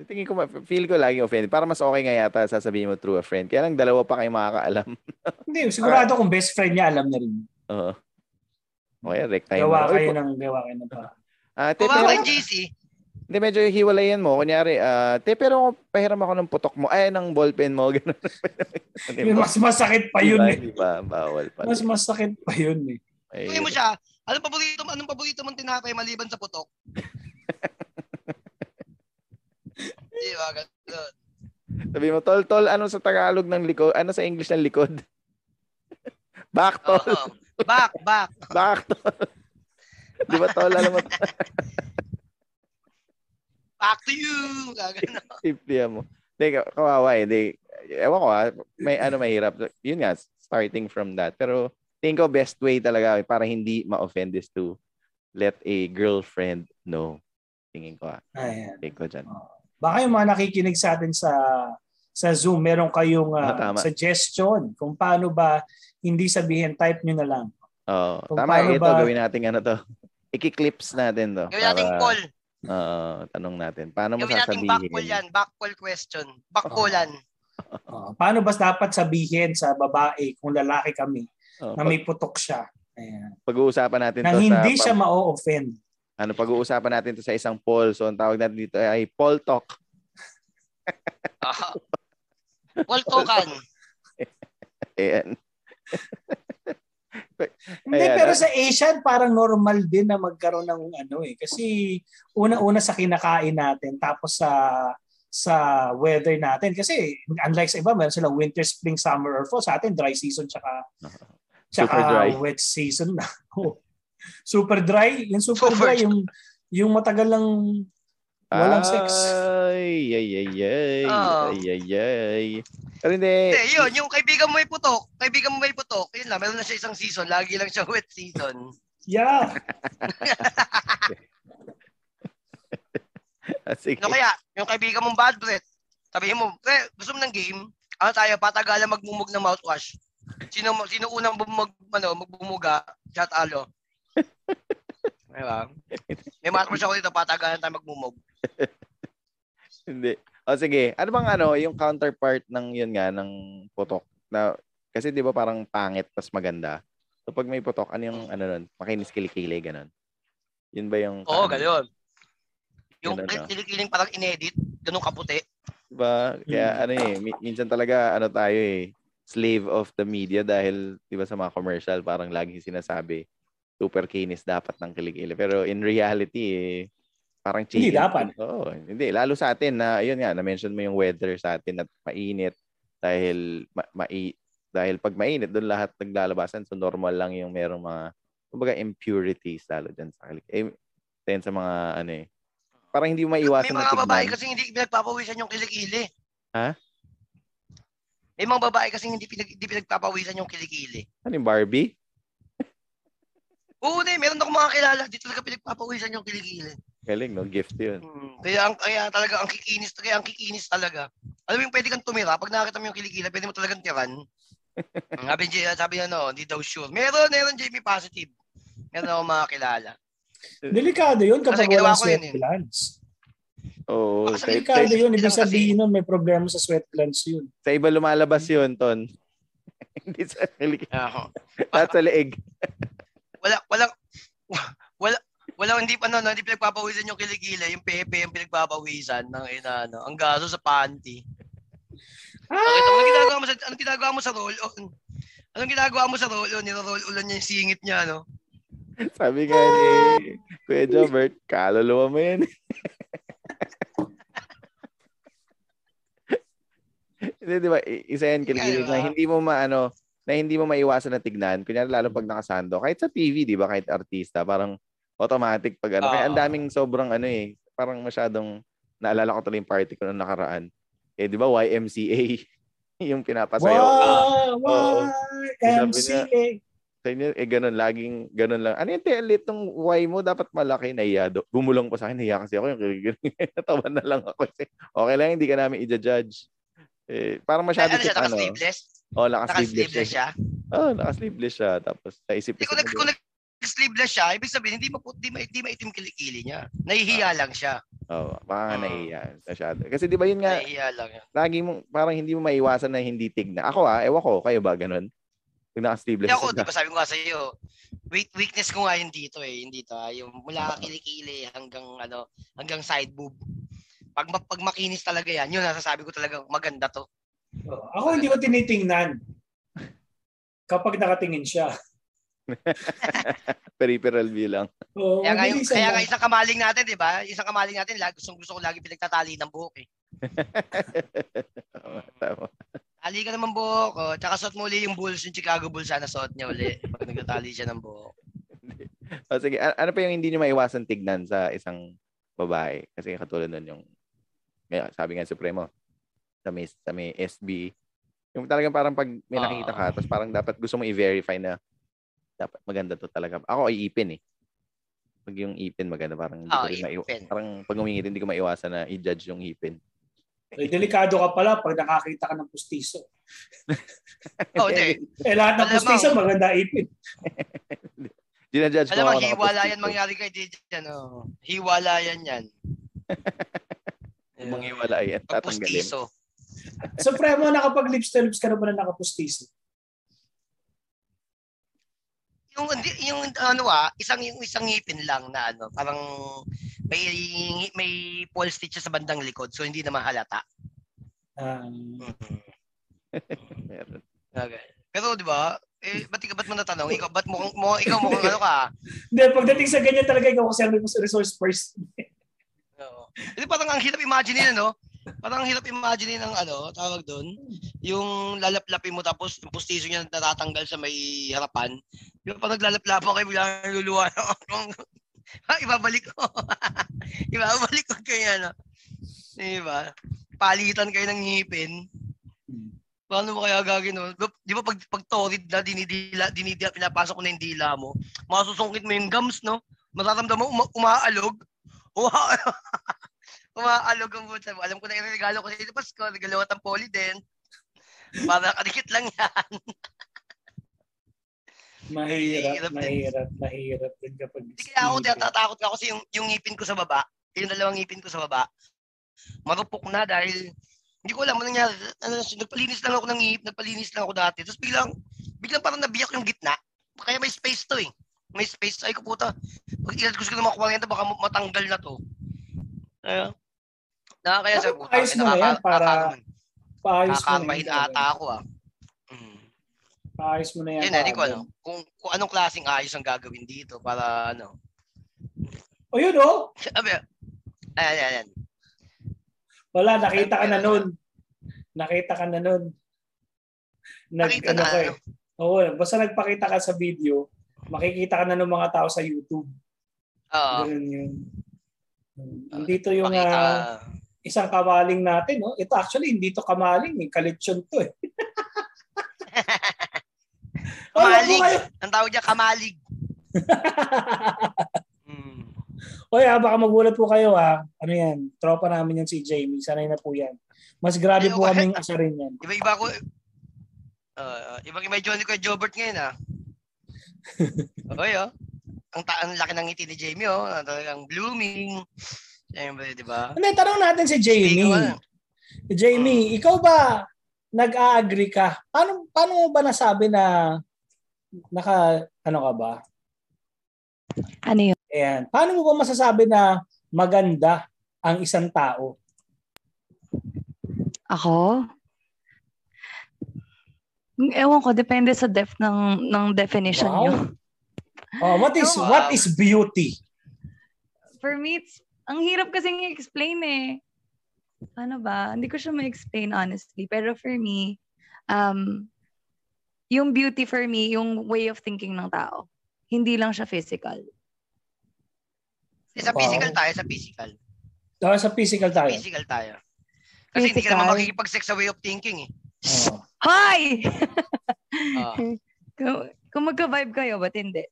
Speaker 3: Tingin ko, ma- feel ko laging offended. Para mas okay nga yata sasabihin mo through a friend. Kaya lang dalawa pa kayo makakaalam.
Speaker 5: Hindi,
Speaker 3: Ah.
Speaker 5: sigurado kung best friend niya alam na rin.
Speaker 3: Oo. Okay, rek tayo. Uy,
Speaker 5: Gawa kayo
Speaker 3: po-
Speaker 5: ng gawa kayo ng paraan.
Speaker 3: Ah, te,
Speaker 4: Bumaba
Speaker 3: pero,
Speaker 4: yung GC,
Speaker 3: hindi, medyo hiwalayan mo. Kunyari, ah, te, pero pahiram ako ng putok mo. Ay, ng ballpen mo. Ganun. Di
Speaker 5: Yung
Speaker 3: ba?
Speaker 5: Mas masakit pa yun
Speaker 3: Diba?
Speaker 5: eh.
Speaker 3: Di ba? Bawal pa.
Speaker 5: Mas masakit pa yun eh.
Speaker 4: tuloy mo siya, anong paborito, anong paborito mong tinapay maliban sa putok? Di ba, ganun.
Speaker 3: Sabi mo, tol, tol, ano sa Tagalog ng likod? Ano sa English ng likod? Back, tol.
Speaker 4: Oo. Back, back.
Speaker 3: Back, tol. Di ba, tol? Alam mo,
Speaker 4: Back to you. Gagano.
Speaker 3: tipya mo. Hindi, ka- kawawa eh. Di, ewan ko ah, may ano mahirap. Yun nga, starting from that. Pero tingin ko best way talaga para hindi ma-offend is to let a girlfriend know. Tingin ko ah.
Speaker 5: Ayan.
Speaker 3: Tingin ko dyan.
Speaker 5: Baka yung mga nakikinig sa atin sa sa Zoom, meron kayong
Speaker 3: Ah,
Speaker 5: ah,
Speaker 3: tama.
Speaker 5: suggestion kung paano ba hindi sabihin, type nyo na lang.
Speaker 3: Oo.
Speaker 5: Kung
Speaker 3: tama
Speaker 5: paano
Speaker 3: eh. Ito,
Speaker 5: ba-
Speaker 3: gawin natin ano to. Iki-clips natin to.
Speaker 4: Gawin nating
Speaker 3: para-
Speaker 4: poll.
Speaker 3: Oo, tanong natin. Paano mo
Speaker 4: Gawin nating
Speaker 3: sasabihin?
Speaker 4: back poll yan. Back poll question. Back
Speaker 5: Oo.
Speaker 4: pollan.
Speaker 5: Ah, paano ba dapat sabihin sa babae kung lalaki kami
Speaker 3: Oo,
Speaker 5: na
Speaker 3: pag-
Speaker 5: may putok siya? Ayan.
Speaker 3: pag-uusapan natin
Speaker 5: Na
Speaker 3: to
Speaker 5: hindi
Speaker 3: sa
Speaker 5: siya ma-offend.
Speaker 3: ano pag-uusapan natin to sa isang poll. So ang tawag natin dito ay poll talk.
Speaker 4: Ah. Poll token.
Speaker 3: Ayan.
Speaker 5: Hindi,
Speaker 3: Ayan,
Speaker 5: pero
Speaker 3: ah.
Speaker 5: sa Asian, parang normal din na magkaroon ng ano eh. Kasi una-una sa kinakain natin, tapos sa sa weather natin. Kasi unlike sa iba, meron silang winter, spring, summer, or fall. Sa atin, dry season, tsaka, tsaka
Speaker 3: Super dry.
Speaker 5: wet season na. Oo. super dry. Yung super,
Speaker 4: Super
Speaker 5: dry, yung, yung matagal lang walang sex.
Speaker 3: Ah. Ay, ay, ay, ay.
Speaker 4: Oo.
Speaker 3: Ay, ay, ay. Pero hindi.
Speaker 4: Hindi, yun. Yung kaibigan mo may putok. Kaibigan mo may putok. Yun lang. Meron na siya isang season. Lagi lang siya wet season.
Speaker 5: Yeah.
Speaker 3: Ah, Sige.
Speaker 4: Ano kaya? Yung kaibigan mong bad breath. Sabihin mo, pre, gusto mo ng game? Ano tayo? Patagalan magmumug ng mouthwash. Sino, mo- sino unang bumug, ano, magbumuga? Chat alo. Diba? May mouthwash ako dito. Patagalan tayo magmumug.
Speaker 3: Hindi. O sige, ano bang ano, yung counterpart ng yun nga, ng putok? Na, kasi di ba parang pangit tas maganda? So pag may putok, ano yung ano nun? Makinis kilikili, ganun. Yun ba yung...
Speaker 4: Oo, ganun. Yung
Speaker 3: Ganun,
Speaker 4: ganun,
Speaker 3: ah.
Speaker 4: kilikiling parang inedit, ganun kaputi.
Speaker 3: Diba?
Speaker 5: Hmm.
Speaker 3: Kaya ano eh, mi- minsan talaga ano tayo eh, slave of the media dahil 'di ba sa mga commercial parang laging sinasabi super kinis dapat ng kilig-ili. Pero in reality eh, parang
Speaker 5: Hindi
Speaker 3: cheating.
Speaker 5: dapat.
Speaker 3: Oo, hindi lalo sa atin na yun nga na mention mo yung weather sa atin at mainit dahil ma- mai dahil pag mainit doon lahat naglalabasan so normal lang yung merong mga kumbaga impurities lalo dyan sa kilig. Eh, dyan sa mga ano eh. Parang hindi mo
Speaker 4: May
Speaker 3: maiwasan na
Speaker 4: mga babae
Speaker 3: tignan.
Speaker 4: kasi hindi pinagpapawisan yung kilikili.
Speaker 3: Ha?
Speaker 4: May mga babae kasi hindi, pinag, hindi pinagpapawisan yung kilikili.
Speaker 3: Ano yung Barbie?
Speaker 4: Oo, na, meron akong mga kilala, di talaga pinagpapawisan yung kilikili.
Speaker 3: Galing, no? Gift yun.
Speaker 4: Hmm. Kaya, ang, kaya talaga, ang kikinis, kaya ang kikinis talaga. Alam mo yung pwede kang tumira, pag nakakita mo yung kilikili, pwede mo talagang tiran. sabi, ni- sabi niya, no, hindi daw sure. Meron, meron, Jamie, positive. Meron akong mga kilala.
Speaker 5: Delikado yun kapag
Speaker 4: Kasi ginawa
Speaker 5: walang
Speaker 4: ko yun
Speaker 5: sweat
Speaker 4: eh.
Speaker 5: glands.
Speaker 3: Oo. Sa,
Speaker 4: Baka sa
Speaker 3: sa,
Speaker 5: Delikado yun. Ibig
Speaker 4: Kasi-
Speaker 5: sabihin nun, may problema sa sweat glands yun.
Speaker 3: sa iba lumalabas yun, Ton. Hindi sa kilig.
Speaker 4: Ako.
Speaker 3: Lahat sa leeg.
Speaker 4: wala wala wala wala hindi pa ano, hindi pinagpapawisan yung kiligili, yung pepe yung pinagpapawisan ng ina ano, ang gaso sa panty. Bakit mo anong ginagawa mo sa anong ginagawa mo sa roll on? Anong ginagawa mo sa roll on? Niro-roll on niya yung singit niya ano.
Speaker 3: Sabi nga ni Kuya Jobert, kaluluwa mo yan. Hindi, di ba? I- Isa yan, kinikilig na hindi mo maano, na hindi mo maiwasan na tignan. Kunyari, lalo pag nakasando. Kahit sa TV, di ba? Kahit artista, parang automatic pag ano. Kaya ang
Speaker 4: Oo.
Speaker 3: daming sobrang ano eh. Parang masyadong, naalala ko tuloy yung party ko noong nakaraan. Eh, di ba? YMCA. yung pinapasayaw.
Speaker 5: Wow!
Speaker 3: Oo.
Speaker 5: Wow! MCA!
Speaker 3: Sa inyo, eh, ganun, laging, ganun lang. Ano yung telit ng why mo? Dapat malaki, nahiya. do- Gumulong pa sa akin, nahiya kasi ako. Yung kirigiling, natawan na lang ako. Kasi, okay lang, hindi ka namin i-judge. Eh, parang masyado
Speaker 4: Ay, ano siya,
Speaker 3: siyang,
Speaker 4: naka-sleeveless?
Speaker 3: Oh, naka-sleeveless
Speaker 4: Naka-sleeveless
Speaker 3: siya.
Speaker 4: siya?
Speaker 3: Oh, naka-sleeveless siya. Tapos, naisip
Speaker 4: Hindi ko nag kung nag-sleeveless siya, ibig sabihin, hindi, mapu- hindi, ma- hindi maitim kilikili niya. Nahihiya lang siya.
Speaker 3: Oh, baka
Speaker 4: Mm.
Speaker 3: nahiya masyado. Kasi di ba yun nga,
Speaker 4: Nahihiya lang. Yan.
Speaker 3: lagi mo, parang hindi mo maiwasan na hindi tigna. Ako ah, ewan ko, kayo ba ganun? Pag naka-sleeveless
Speaker 4: Hindi ako, di
Speaker 3: ka.
Speaker 4: ba sabi ko nga sa'yo, weak, weakness ko nga yun dito eh, hindi to. ah, Yung mula kilikili hanggang ano, hanggang side boob. Pag, ma- pag makinis talaga yan, yun nasasabi ko talaga maganda to.
Speaker 5: Oo. Oh, Ako hindi ko tinitingnan kapag nakatingin siya.
Speaker 3: Peripheral view lang.
Speaker 5: Oo,
Speaker 4: Kaya nga, yung,
Speaker 5: mabilis ah. ang-
Speaker 4: kaya nga isang kamaling natin, di ba? Isang kamaling natin, lagi, gusto, gusto ko lagi pinagtatali ng buhok eh.
Speaker 3: Tama, tama.
Speaker 4: Tali ka naman buhok, oh. tsaka suot mo uli yung Bulls, yung Chicago Bulls, sana suot niya uli pag nagtatali siya ng buhok.
Speaker 3: O, sige, a- ano pa yung hindi nyo maiwasan tignan sa isang babae? Kasi katulad nun yung, may- sabi nga Supremo, sa may, sa may SB, yung talagang parang pag may
Speaker 4: Ah.
Speaker 3: nakita ka, tapos parang dapat gusto mo i-verify na dapat maganda to talaga. Ako ay ipin eh. Pag yung ipin maganda, parang hindi ko
Speaker 4: Ah,
Speaker 3: rin maiwa-
Speaker 4: ipin.
Speaker 3: Parang pag umingit, hindi ko maiwasan na i-judge yung ipin.
Speaker 5: Eh, delikado ka pala pag nakakita ka ng pustiso.
Speaker 4: Oh, hindi.
Speaker 5: Eh, lahat ng
Speaker 4: Alam mo-
Speaker 5: pustiso maganda ipin.
Speaker 3: Dinajudge ko
Speaker 4: Alam mo,
Speaker 3: ako ng
Speaker 4: hiwala
Speaker 3: kapatid
Speaker 4: yan
Speaker 3: ko.
Speaker 4: mangyari kay DJ, ano. Hiwala yan yan.
Speaker 3: Yung manghiwala eh. yan. Tatanggalin.
Speaker 4: Pagpustiso.
Speaker 5: So, Premo, nakapag-lips to lips ka na ba na nakapustiso?
Speaker 4: Yung, hindi- yung ano ah, isang yung isang ngipin lang na ano, parang may may pole stitch siya sa bandang likod so hindi na mahalata.
Speaker 5: Um,
Speaker 3: Meron.
Speaker 4: Okay. Pero di ba, eh, ba't, ikaw- ba't mo natanong? Ikaw, ba't mukhang, mukhang, ikaw mukhang ano ka?
Speaker 5: Hindi, pagdating sa ganyan talaga, ikaw kasi ang resource person.
Speaker 4: Oo. Hindi parang ang hirap imagine no? Parang ang hirap imagine ng ano, tawag doon, yung lalaplapin mo tapos yung pustiso niya natatanggal sa may harapan. Yung pag naglalaplapan kayo, bigla kang luluwa na Ha, ibabalik ko. ibabalik ko kayo, ano. Di ba? Palitan kayo ng ngipin.
Speaker 5: Hmm.
Speaker 4: Paano mo kaya gagawin no? Di ba pag, pag torrid na, dinidila, dinidila, pinapasok ko na yung dila mo, masusungkit mo yung gums, no? Matatamdaman mo, uma- umaalog. Wow! Umaalog ang bulsa mo. Alam ko na iregalo ko sa ito Pasko. Regalo at ang polydent. Para kadikit lang yan.
Speaker 5: Mahirap,
Speaker 4: Hirap din.
Speaker 5: mahirap, mahirap din kapag
Speaker 4: Hindi kaya ako natatakot ako kasi yung, yung ngipin ko sa baba, yung dalawang ngipin ko sa baba, marupok na dahil hindi ko alam ano nangyari. Ano, nagpalinis lang ako ng ngip, nagpalinis lang ako dati. Tapos biglang, biglang parang nabiyak yung gitna. Kaya may space to eh. May space. Ay ko puta. Pag ilad ko siguro mga 40, baka matanggal na to. Ayun. Nakakaya sa
Speaker 5: Dapat
Speaker 4: puta.
Speaker 5: ayos mo na yan
Speaker 4: nakaka-
Speaker 5: para-
Speaker 4: nakakaroon.
Speaker 5: Paayos mo na
Speaker 4: Kakapahin
Speaker 5: yun.
Speaker 4: ata ako ah. Mm.
Speaker 5: Paayos mo na yan.
Speaker 4: Yun ano? na, hindi ko
Speaker 5: Paolo.
Speaker 4: alam. Kung, kung anong klaseng ayos ang gagawin dito para ano.
Speaker 5: O yun oh,
Speaker 4: Sabi, ayan, ayan, ayan.
Speaker 5: wala, nakita ka na nun. Nakita ka na nun. Nag,
Speaker 4: Nakita
Speaker 5: ano
Speaker 4: na,
Speaker 5: ka eh.
Speaker 4: ano.
Speaker 5: Oo, basta nagpakita ka sa video, makikita ka na ng mga tao sa YouTube.
Speaker 4: Oo.
Speaker 5: Ganun yun. Dito yung
Speaker 4: Makita Ah. ka.
Speaker 5: ah, isang kamaling natin, no? Ito actually, hindi to kamaling, eh. collection to eh. Alam mo
Speaker 4: Kamalig.
Speaker 5: kayo-
Speaker 4: Ang tawag niya, kamalig. Mm.
Speaker 5: Oy, ah, baka magulat po kayo ha. Ano yan? Tropa namin yan si Jamie. Sanay na po yan. Mas grabe
Speaker 4: Ay,
Speaker 5: po
Speaker 4: okay.
Speaker 5: kaming asarin yan.
Speaker 4: Iba-iba ko. Uh, ibang iba yung Johnny ko yung Jobert ngayon ah. Okay oh. Ang, ta- ang laki ng ngiti ni Jamie oh. Talagang blooming. Siyempre, di ba?
Speaker 5: Hindi, tanong natin si Jamie.
Speaker 4: Speaking of-
Speaker 5: Jamie, ikaw ba nag-a-agree ka? Paano, paano mo ba nasabi na naka, ano ka ba?
Speaker 1: Ano yun?
Speaker 5: Ayan. Paano mo ba masasabi na maganda ang isang tao?
Speaker 6: Ako? Ewan ko, depende sa depth ng, ng definition
Speaker 5: Wow.
Speaker 6: nyo.
Speaker 5: Oh, what is
Speaker 4: Wow.
Speaker 5: what is beauty?
Speaker 6: For me, it's, ang hirap kasing i-explain eh. Ano ba? Hindi ko siya ma-explain honestly. Pero for me, um, yung beauty for me, yung way of thinking ng tao. Hindi lang siya physical.
Speaker 4: Sa physical tayo, sa physical.
Speaker 5: Oh, sa physical tayo.
Speaker 4: Physical tayo. Kasi hindi ka naman makikipag-sex sa way of thinking eh.
Speaker 5: Oh.
Speaker 6: Hoy!
Speaker 4: Ah.
Speaker 6: Go- Kung magka-vibe kayo, ba't hindi?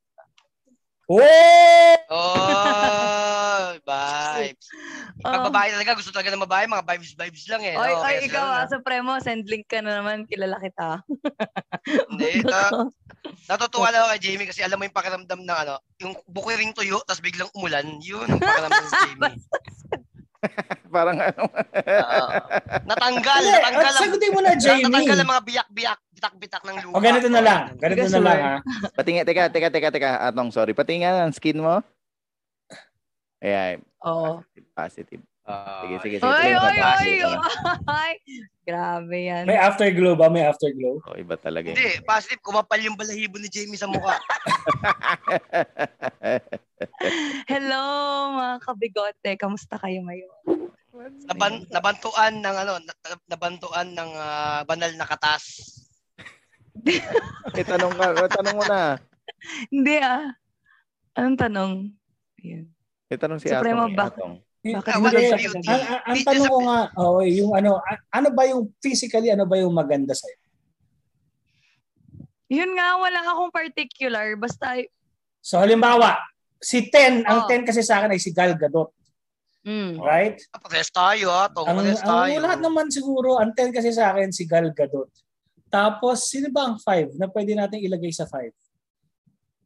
Speaker 5: Oh!
Speaker 4: Oh, vibes. Pag
Speaker 6: Oh.
Speaker 4: babae talaga, gusto talaga ng babae, mga vibes-vibes lang eh.
Speaker 6: Oy,
Speaker 4: Oo,
Speaker 6: oy,
Speaker 4: kaya
Speaker 6: ikaw
Speaker 4: sila-
Speaker 6: ah, Supremo, send link ka na naman, kilala kita.
Speaker 4: Hindi,
Speaker 6: Bundo
Speaker 4: ta-
Speaker 6: ko.
Speaker 4: Natutuwa lang ako kay Jamie kasi alam mo yung pakiramdam ng ano, yung buko ring tuyo, tapos biglang umulan, yun ang pakiramdam ni Jamie.
Speaker 3: Parang ano.
Speaker 4: Oo. natanggal,
Speaker 5: Hindi,
Speaker 4: natanggal ang,
Speaker 5: sagutin mo na, Jamie.
Speaker 4: natanggal ang mga biyak-biyak, bitak-bitak ng lupa.
Speaker 5: O Oh, ganito na lang. Ganito na
Speaker 6: Gasol.
Speaker 5: lang ha.
Speaker 3: Patingin, teka, teka, teka, teka. Atong, sorry. Patingin ang skin mo. Ayan,
Speaker 6: Oo.
Speaker 3: positive.
Speaker 4: Ah,
Speaker 3: Sige, sige, sige.
Speaker 6: Oy,
Speaker 3: Tuloy
Speaker 6: oy,
Speaker 3: na tayo.
Speaker 6: oy, oy. Grabe yan.
Speaker 5: eh. May afterglow ba? May afterglow?
Speaker 3: Oh, iba talaga. yun.
Speaker 4: Hindi, positive, kumapal yung balahibo ni Jamie sa mukha.
Speaker 6: Hello, mga kabigote. Kamusta kayo ngayon?
Speaker 4: Naban, nabantuan ng ano, na- nabantuan ng ah, banal na katas.
Speaker 3: Eh, tanong ka, eh, tanong mo na.
Speaker 6: Hindi ah. Anong tanong? Ayan.
Speaker 3: Eh, tanong si
Speaker 6: Supremo
Speaker 3: Atong. eh,
Speaker 6: ba?
Speaker 3: Atong.
Speaker 6: Bakit
Speaker 4: Ah, what
Speaker 5: Hindi.
Speaker 4: is beauty?
Speaker 5: Ang, ang, ang
Speaker 4: Be-
Speaker 5: tanong
Speaker 4: just-
Speaker 5: ko nga, oh, yung ano, a- ano ba yung physically, ano ba yung maganda sa'yo?
Speaker 6: Yun nga, wala akong particular. Basta,
Speaker 5: So halimbawa, si Ten, ang
Speaker 6: Oh.
Speaker 5: Ten kasi sa akin ay si Gal Gadot,
Speaker 6: mm.
Speaker 5: right?
Speaker 4: Ah, Pares tayo ha, tong
Speaker 5: Ang,
Speaker 4: pares tayo.
Speaker 5: ang lahat naman siguro, ang 10 kasi sa akin, si Gal Gadot. Tapos, sino ba ang 5 na pwede natin ilagay sa 5?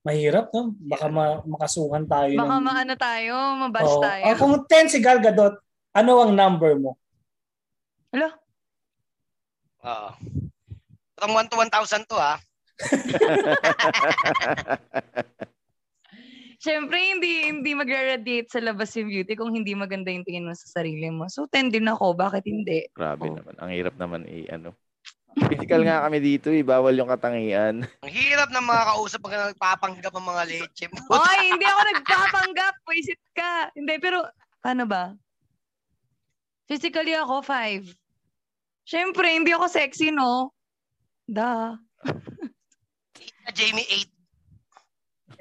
Speaker 5: Mahirap, no? Baka ma- makasuhan tayo.
Speaker 6: baka
Speaker 5: ng-
Speaker 6: maano tayo, mabash
Speaker 5: Oo.
Speaker 6: tayo.
Speaker 5: Ah, kung 10 si Gal Gadot, ano ang number mo?
Speaker 6: Hello?
Speaker 4: Oo. Parang 1 Ah. to 1,000 to ah. ha.
Speaker 6: Siyempre, hindi, hindi magre-radiate sa labas yung beauty kung hindi maganda yung tingin mo sa sarili mo. So, 10 din ako. Bakit hindi?
Speaker 3: Grabe
Speaker 6: Oh.
Speaker 3: naman. Ang hirap naman i ano. Physical nga kami dito, eh. Bawal yung katangian.
Speaker 4: Ang hirap na makakausap pag nagpapanggap ang mga leche.
Speaker 6: Oy, hindi ako nagpapanggap. Pwisit ka. Hindi, pero ano ba? Physically ako, five. Siyempre, hindi ako sexy, no? Da.
Speaker 4: Jamie 8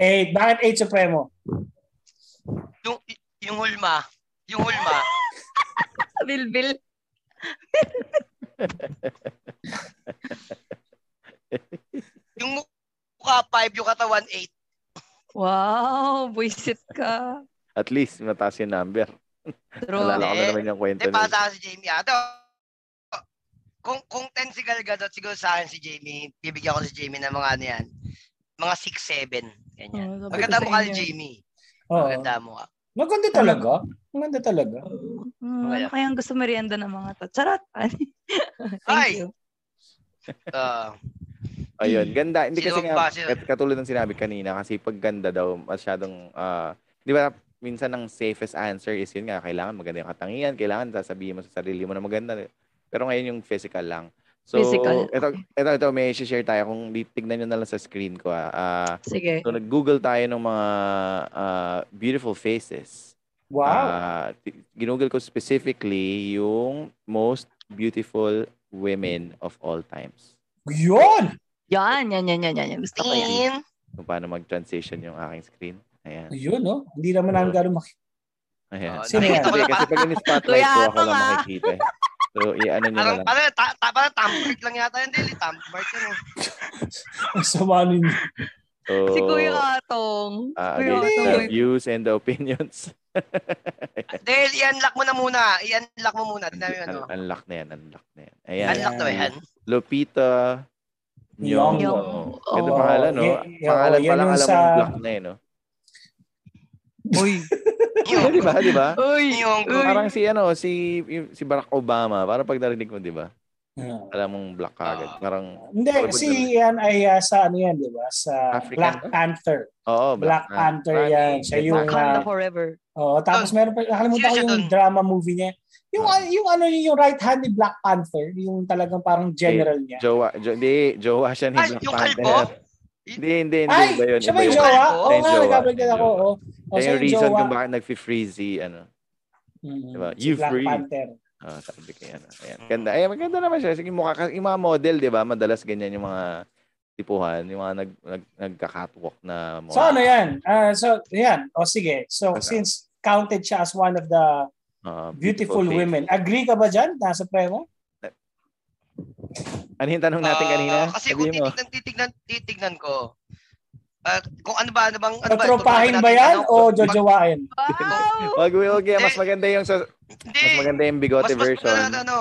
Speaker 5: 8. Bakit 8 Supremo?
Speaker 4: Yung, yung hulma. Yung hulma.
Speaker 6: Bilbil.
Speaker 4: yung mukha 5, yung katawan 8.
Speaker 6: Wow, buisit ka.
Speaker 3: At least, mataas yung number.
Speaker 6: True.
Speaker 3: Nalala ko na
Speaker 4: Eh,
Speaker 3: naman yung kwento.
Speaker 4: Hindi,
Speaker 3: nun.
Speaker 4: para sa si Jamie. Ato, kung, kung 10 si Gal Gadot, siguro sa akin si Jamie, bibigyan ko si Jamie ng mga ano yan, mga 6-7. Ganyan.
Speaker 6: Oh, sabi
Speaker 4: Maganda
Speaker 6: ko sa
Speaker 4: mukha ni
Speaker 6: inyo.
Speaker 4: Jamie.
Speaker 5: Oo.
Speaker 4: Maganda mukha.
Speaker 5: Maganda talaga. Maganda talaga.
Speaker 6: Mm,
Speaker 4: Wala.
Speaker 6: ano kaya ang gusto merienda ng mga to? Charot.
Speaker 4: Ay!
Speaker 6: Thank you.
Speaker 4: Ah,
Speaker 3: Ayun,
Speaker 6: Hmm.
Speaker 3: ganda. Hindi kasi
Speaker 4: Sino ang
Speaker 3: nga,
Speaker 4: base?
Speaker 3: kat- katulad ng sinabi kanina, kasi pag ganda daw, masyadong, ah, di ba, minsan ang safest answer is yun nga, kailangan maganda yung katangian, kailangan sasabihin mo sa sarili mo na maganda. Pero ngayon yung physical lang. So,
Speaker 6: Physical,
Speaker 3: Ito,
Speaker 6: okay.
Speaker 3: ito, ito, may share tayo. Kung di- tignan nyo na lang sa screen ko, ah. Ah,
Speaker 6: Sige.
Speaker 3: so, nag-google tayo ng mga ah, beautiful faces.
Speaker 5: Wow.
Speaker 3: Ah, t- ginugol ko specifically yung most beautiful women of all times.
Speaker 5: Yun!
Speaker 6: Yan, yan, yan, yan, yan. yan. Gusto ko yan.
Speaker 4: tingin.
Speaker 3: kung paano mag-transition yung aking screen. Ayan.
Speaker 5: Yun, no? Hindi naman namin gano'ng mak-
Speaker 3: Ayan.
Speaker 4: Oo,
Speaker 5: Sino yan?
Speaker 3: Hindi, kasi pag in-spotlight ko,
Speaker 6: Kuya
Speaker 3: ako lang
Speaker 6: Atong, ah.
Speaker 3: makikita. eh. So, i-ano nyo na
Speaker 4: Parang,
Speaker 3: lang.
Speaker 4: parang, ta, ta, parang tamperk lang yata yun, Dili. Tamperk yun. eh.
Speaker 5: ang sama nun.
Speaker 3: So,
Speaker 6: Si Kuya Atong.
Speaker 3: ah,
Speaker 6: Kuya
Speaker 3: against
Speaker 6: Atong.
Speaker 3: the
Speaker 6: Kuya-
Speaker 3: views and the opinions.
Speaker 4: Dili, i-unlock mo na muna. I-unlock mo muna. Tignan mo yung ano.
Speaker 3: Un- unlock na yan, unlock na yan. Ayan.
Speaker 4: Unlock eh, na ba yan?
Speaker 3: Lupita
Speaker 5: Nyong'o.
Speaker 3: Nyong'o.
Speaker 6: Nyong'o.
Speaker 3: Ganda pangalan, no?
Speaker 5: Yeah, yeah,
Speaker 3: pangalan
Speaker 5: oh,
Speaker 3: pa
Speaker 5: yan
Speaker 3: lang
Speaker 5: yung
Speaker 3: alam
Speaker 5: sa-
Speaker 3: mo, block na yun, no?
Speaker 6: Uy.
Speaker 3: Yeah, di ba? Di ba?
Speaker 6: Uy.
Speaker 4: Yung-
Speaker 6: Uy.
Speaker 3: Parang si ano, si yung- si Barack Obama, parang pag narinig mo, di ba?
Speaker 5: Ah.
Speaker 3: Alam mong black agad. Parang,
Speaker 5: Hindi,
Speaker 3: Wala
Speaker 5: kasi
Speaker 3: naman.
Speaker 5: yan ay ah, sa ano yan, di ba? Sa
Speaker 3: African
Speaker 5: Black
Speaker 3: ba?
Speaker 5: Panther.
Speaker 3: oo,
Speaker 5: Black
Speaker 3: na.
Speaker 5: Panther yan. Siya
Speaker 3: Black
Speaker 5: yung,
Speaker 6: Wakanda
Speaker 5: ah,
Speaker 6: forever.
Speaker 5: oh, tapos
Speaker 4: Dun.
Speaker 5: meron pa, nakalimutan
Speaker 4: Sino
Speaker 5: ko
Speaker 4: siya
Speaker 5: yung
Speaker 4: Ah, dun?
Speaker 5: drama movie niya. Yung,
Speaker 3: Ah.
Speaker 5: ah, yung ano yun, yung right hand ni Black Panther, yung talagang parang general niya.
Speaker 3: Jowa, jo, hindi, jowa siya ni
Speaker 4: Ay,
Speaker 3: Black
Speaker 4: yung
Speaker 3: Panther.
Speaker 4: kalbo?
Speaker 3: Hindi, hindi, hindi.
Speaker 5: Ay!
Speaker 3: Iba yun,
Speaker 5: Siya
Speaker 3: iba
Speaker 5: ba yung
Speaker 3: yun.
Speaker 5: jowa?
Speaker 4: Iba
Speaker 5: Oo
Speaker 3: yun,
Speaker 5: nga,
Speaker 3: jowa.
Speaker 5: nagkabalikan
Speaker 3: Yung
Speaker 5: ako.
Speaker 3: jowa.
Speaker 5: oo. Oh,
Speaker 3: Yan
Speaker 5: siya
Speaker 3: yung
Speaker 5: yung
Speaker 3: reason
Speaker 5: jowa.
Speaker 3: kung bakit nag-freeze si, ano,
Speaker 5: Mm,
Speaker 3: Diba?
Speaker 5: si
Speaker 3: You
Speaker 5: Black
Speaker 3: free.
Speaker 5: Panther.
Speaker 3: ah, sabi ko yan. Ayan, ganda. Ayan, maganda naman siya. Sige, mukha ka, yung mga model, di ba? Madalas ganyan yung mga tipuhan, yung mga nag, nag, nagka-catwalk na model.
Speaker 5: So ano yan? Ah, so yan. O sige. So
Speaker 3: Okay.
Speaker 5: since counted siya as one of the
Speaker 3: Ah,
Speaker 5: beautiful,
Speaker 3: face.
Speaker 5: women, agree ka ba dyan? Nasa premo?
Speaker 3: Ano yung tanong natin
Speaker 4: Ah,
Speaker 3: kanina?
Speaker 4: kasi
Speaker 3: Sabihin
Speaker 4: kung
Speaker 3: mo.
Speaker 4: titignan, titignan, titignan ko, ah, kung ano ba, ano bang, ano ba,
Speaker 5: Patropahin
Speaker 4: tutulungan
Speaker 5: ba
Speaker 4: natin,
Speaker 5: yan
Speaker 4: ano?
Speaker 5: o jojowain?
Speaker 6: Wow!
Speaker 3: Wag, wag yan. Mas maganda yung sa,
Speaker 4: Hindi,
Speaker 3: mas maganda yung bigote
Speaker 4: Eh, mas, mas
Speaker 3: version.
Speaker 4: maganda na, ano,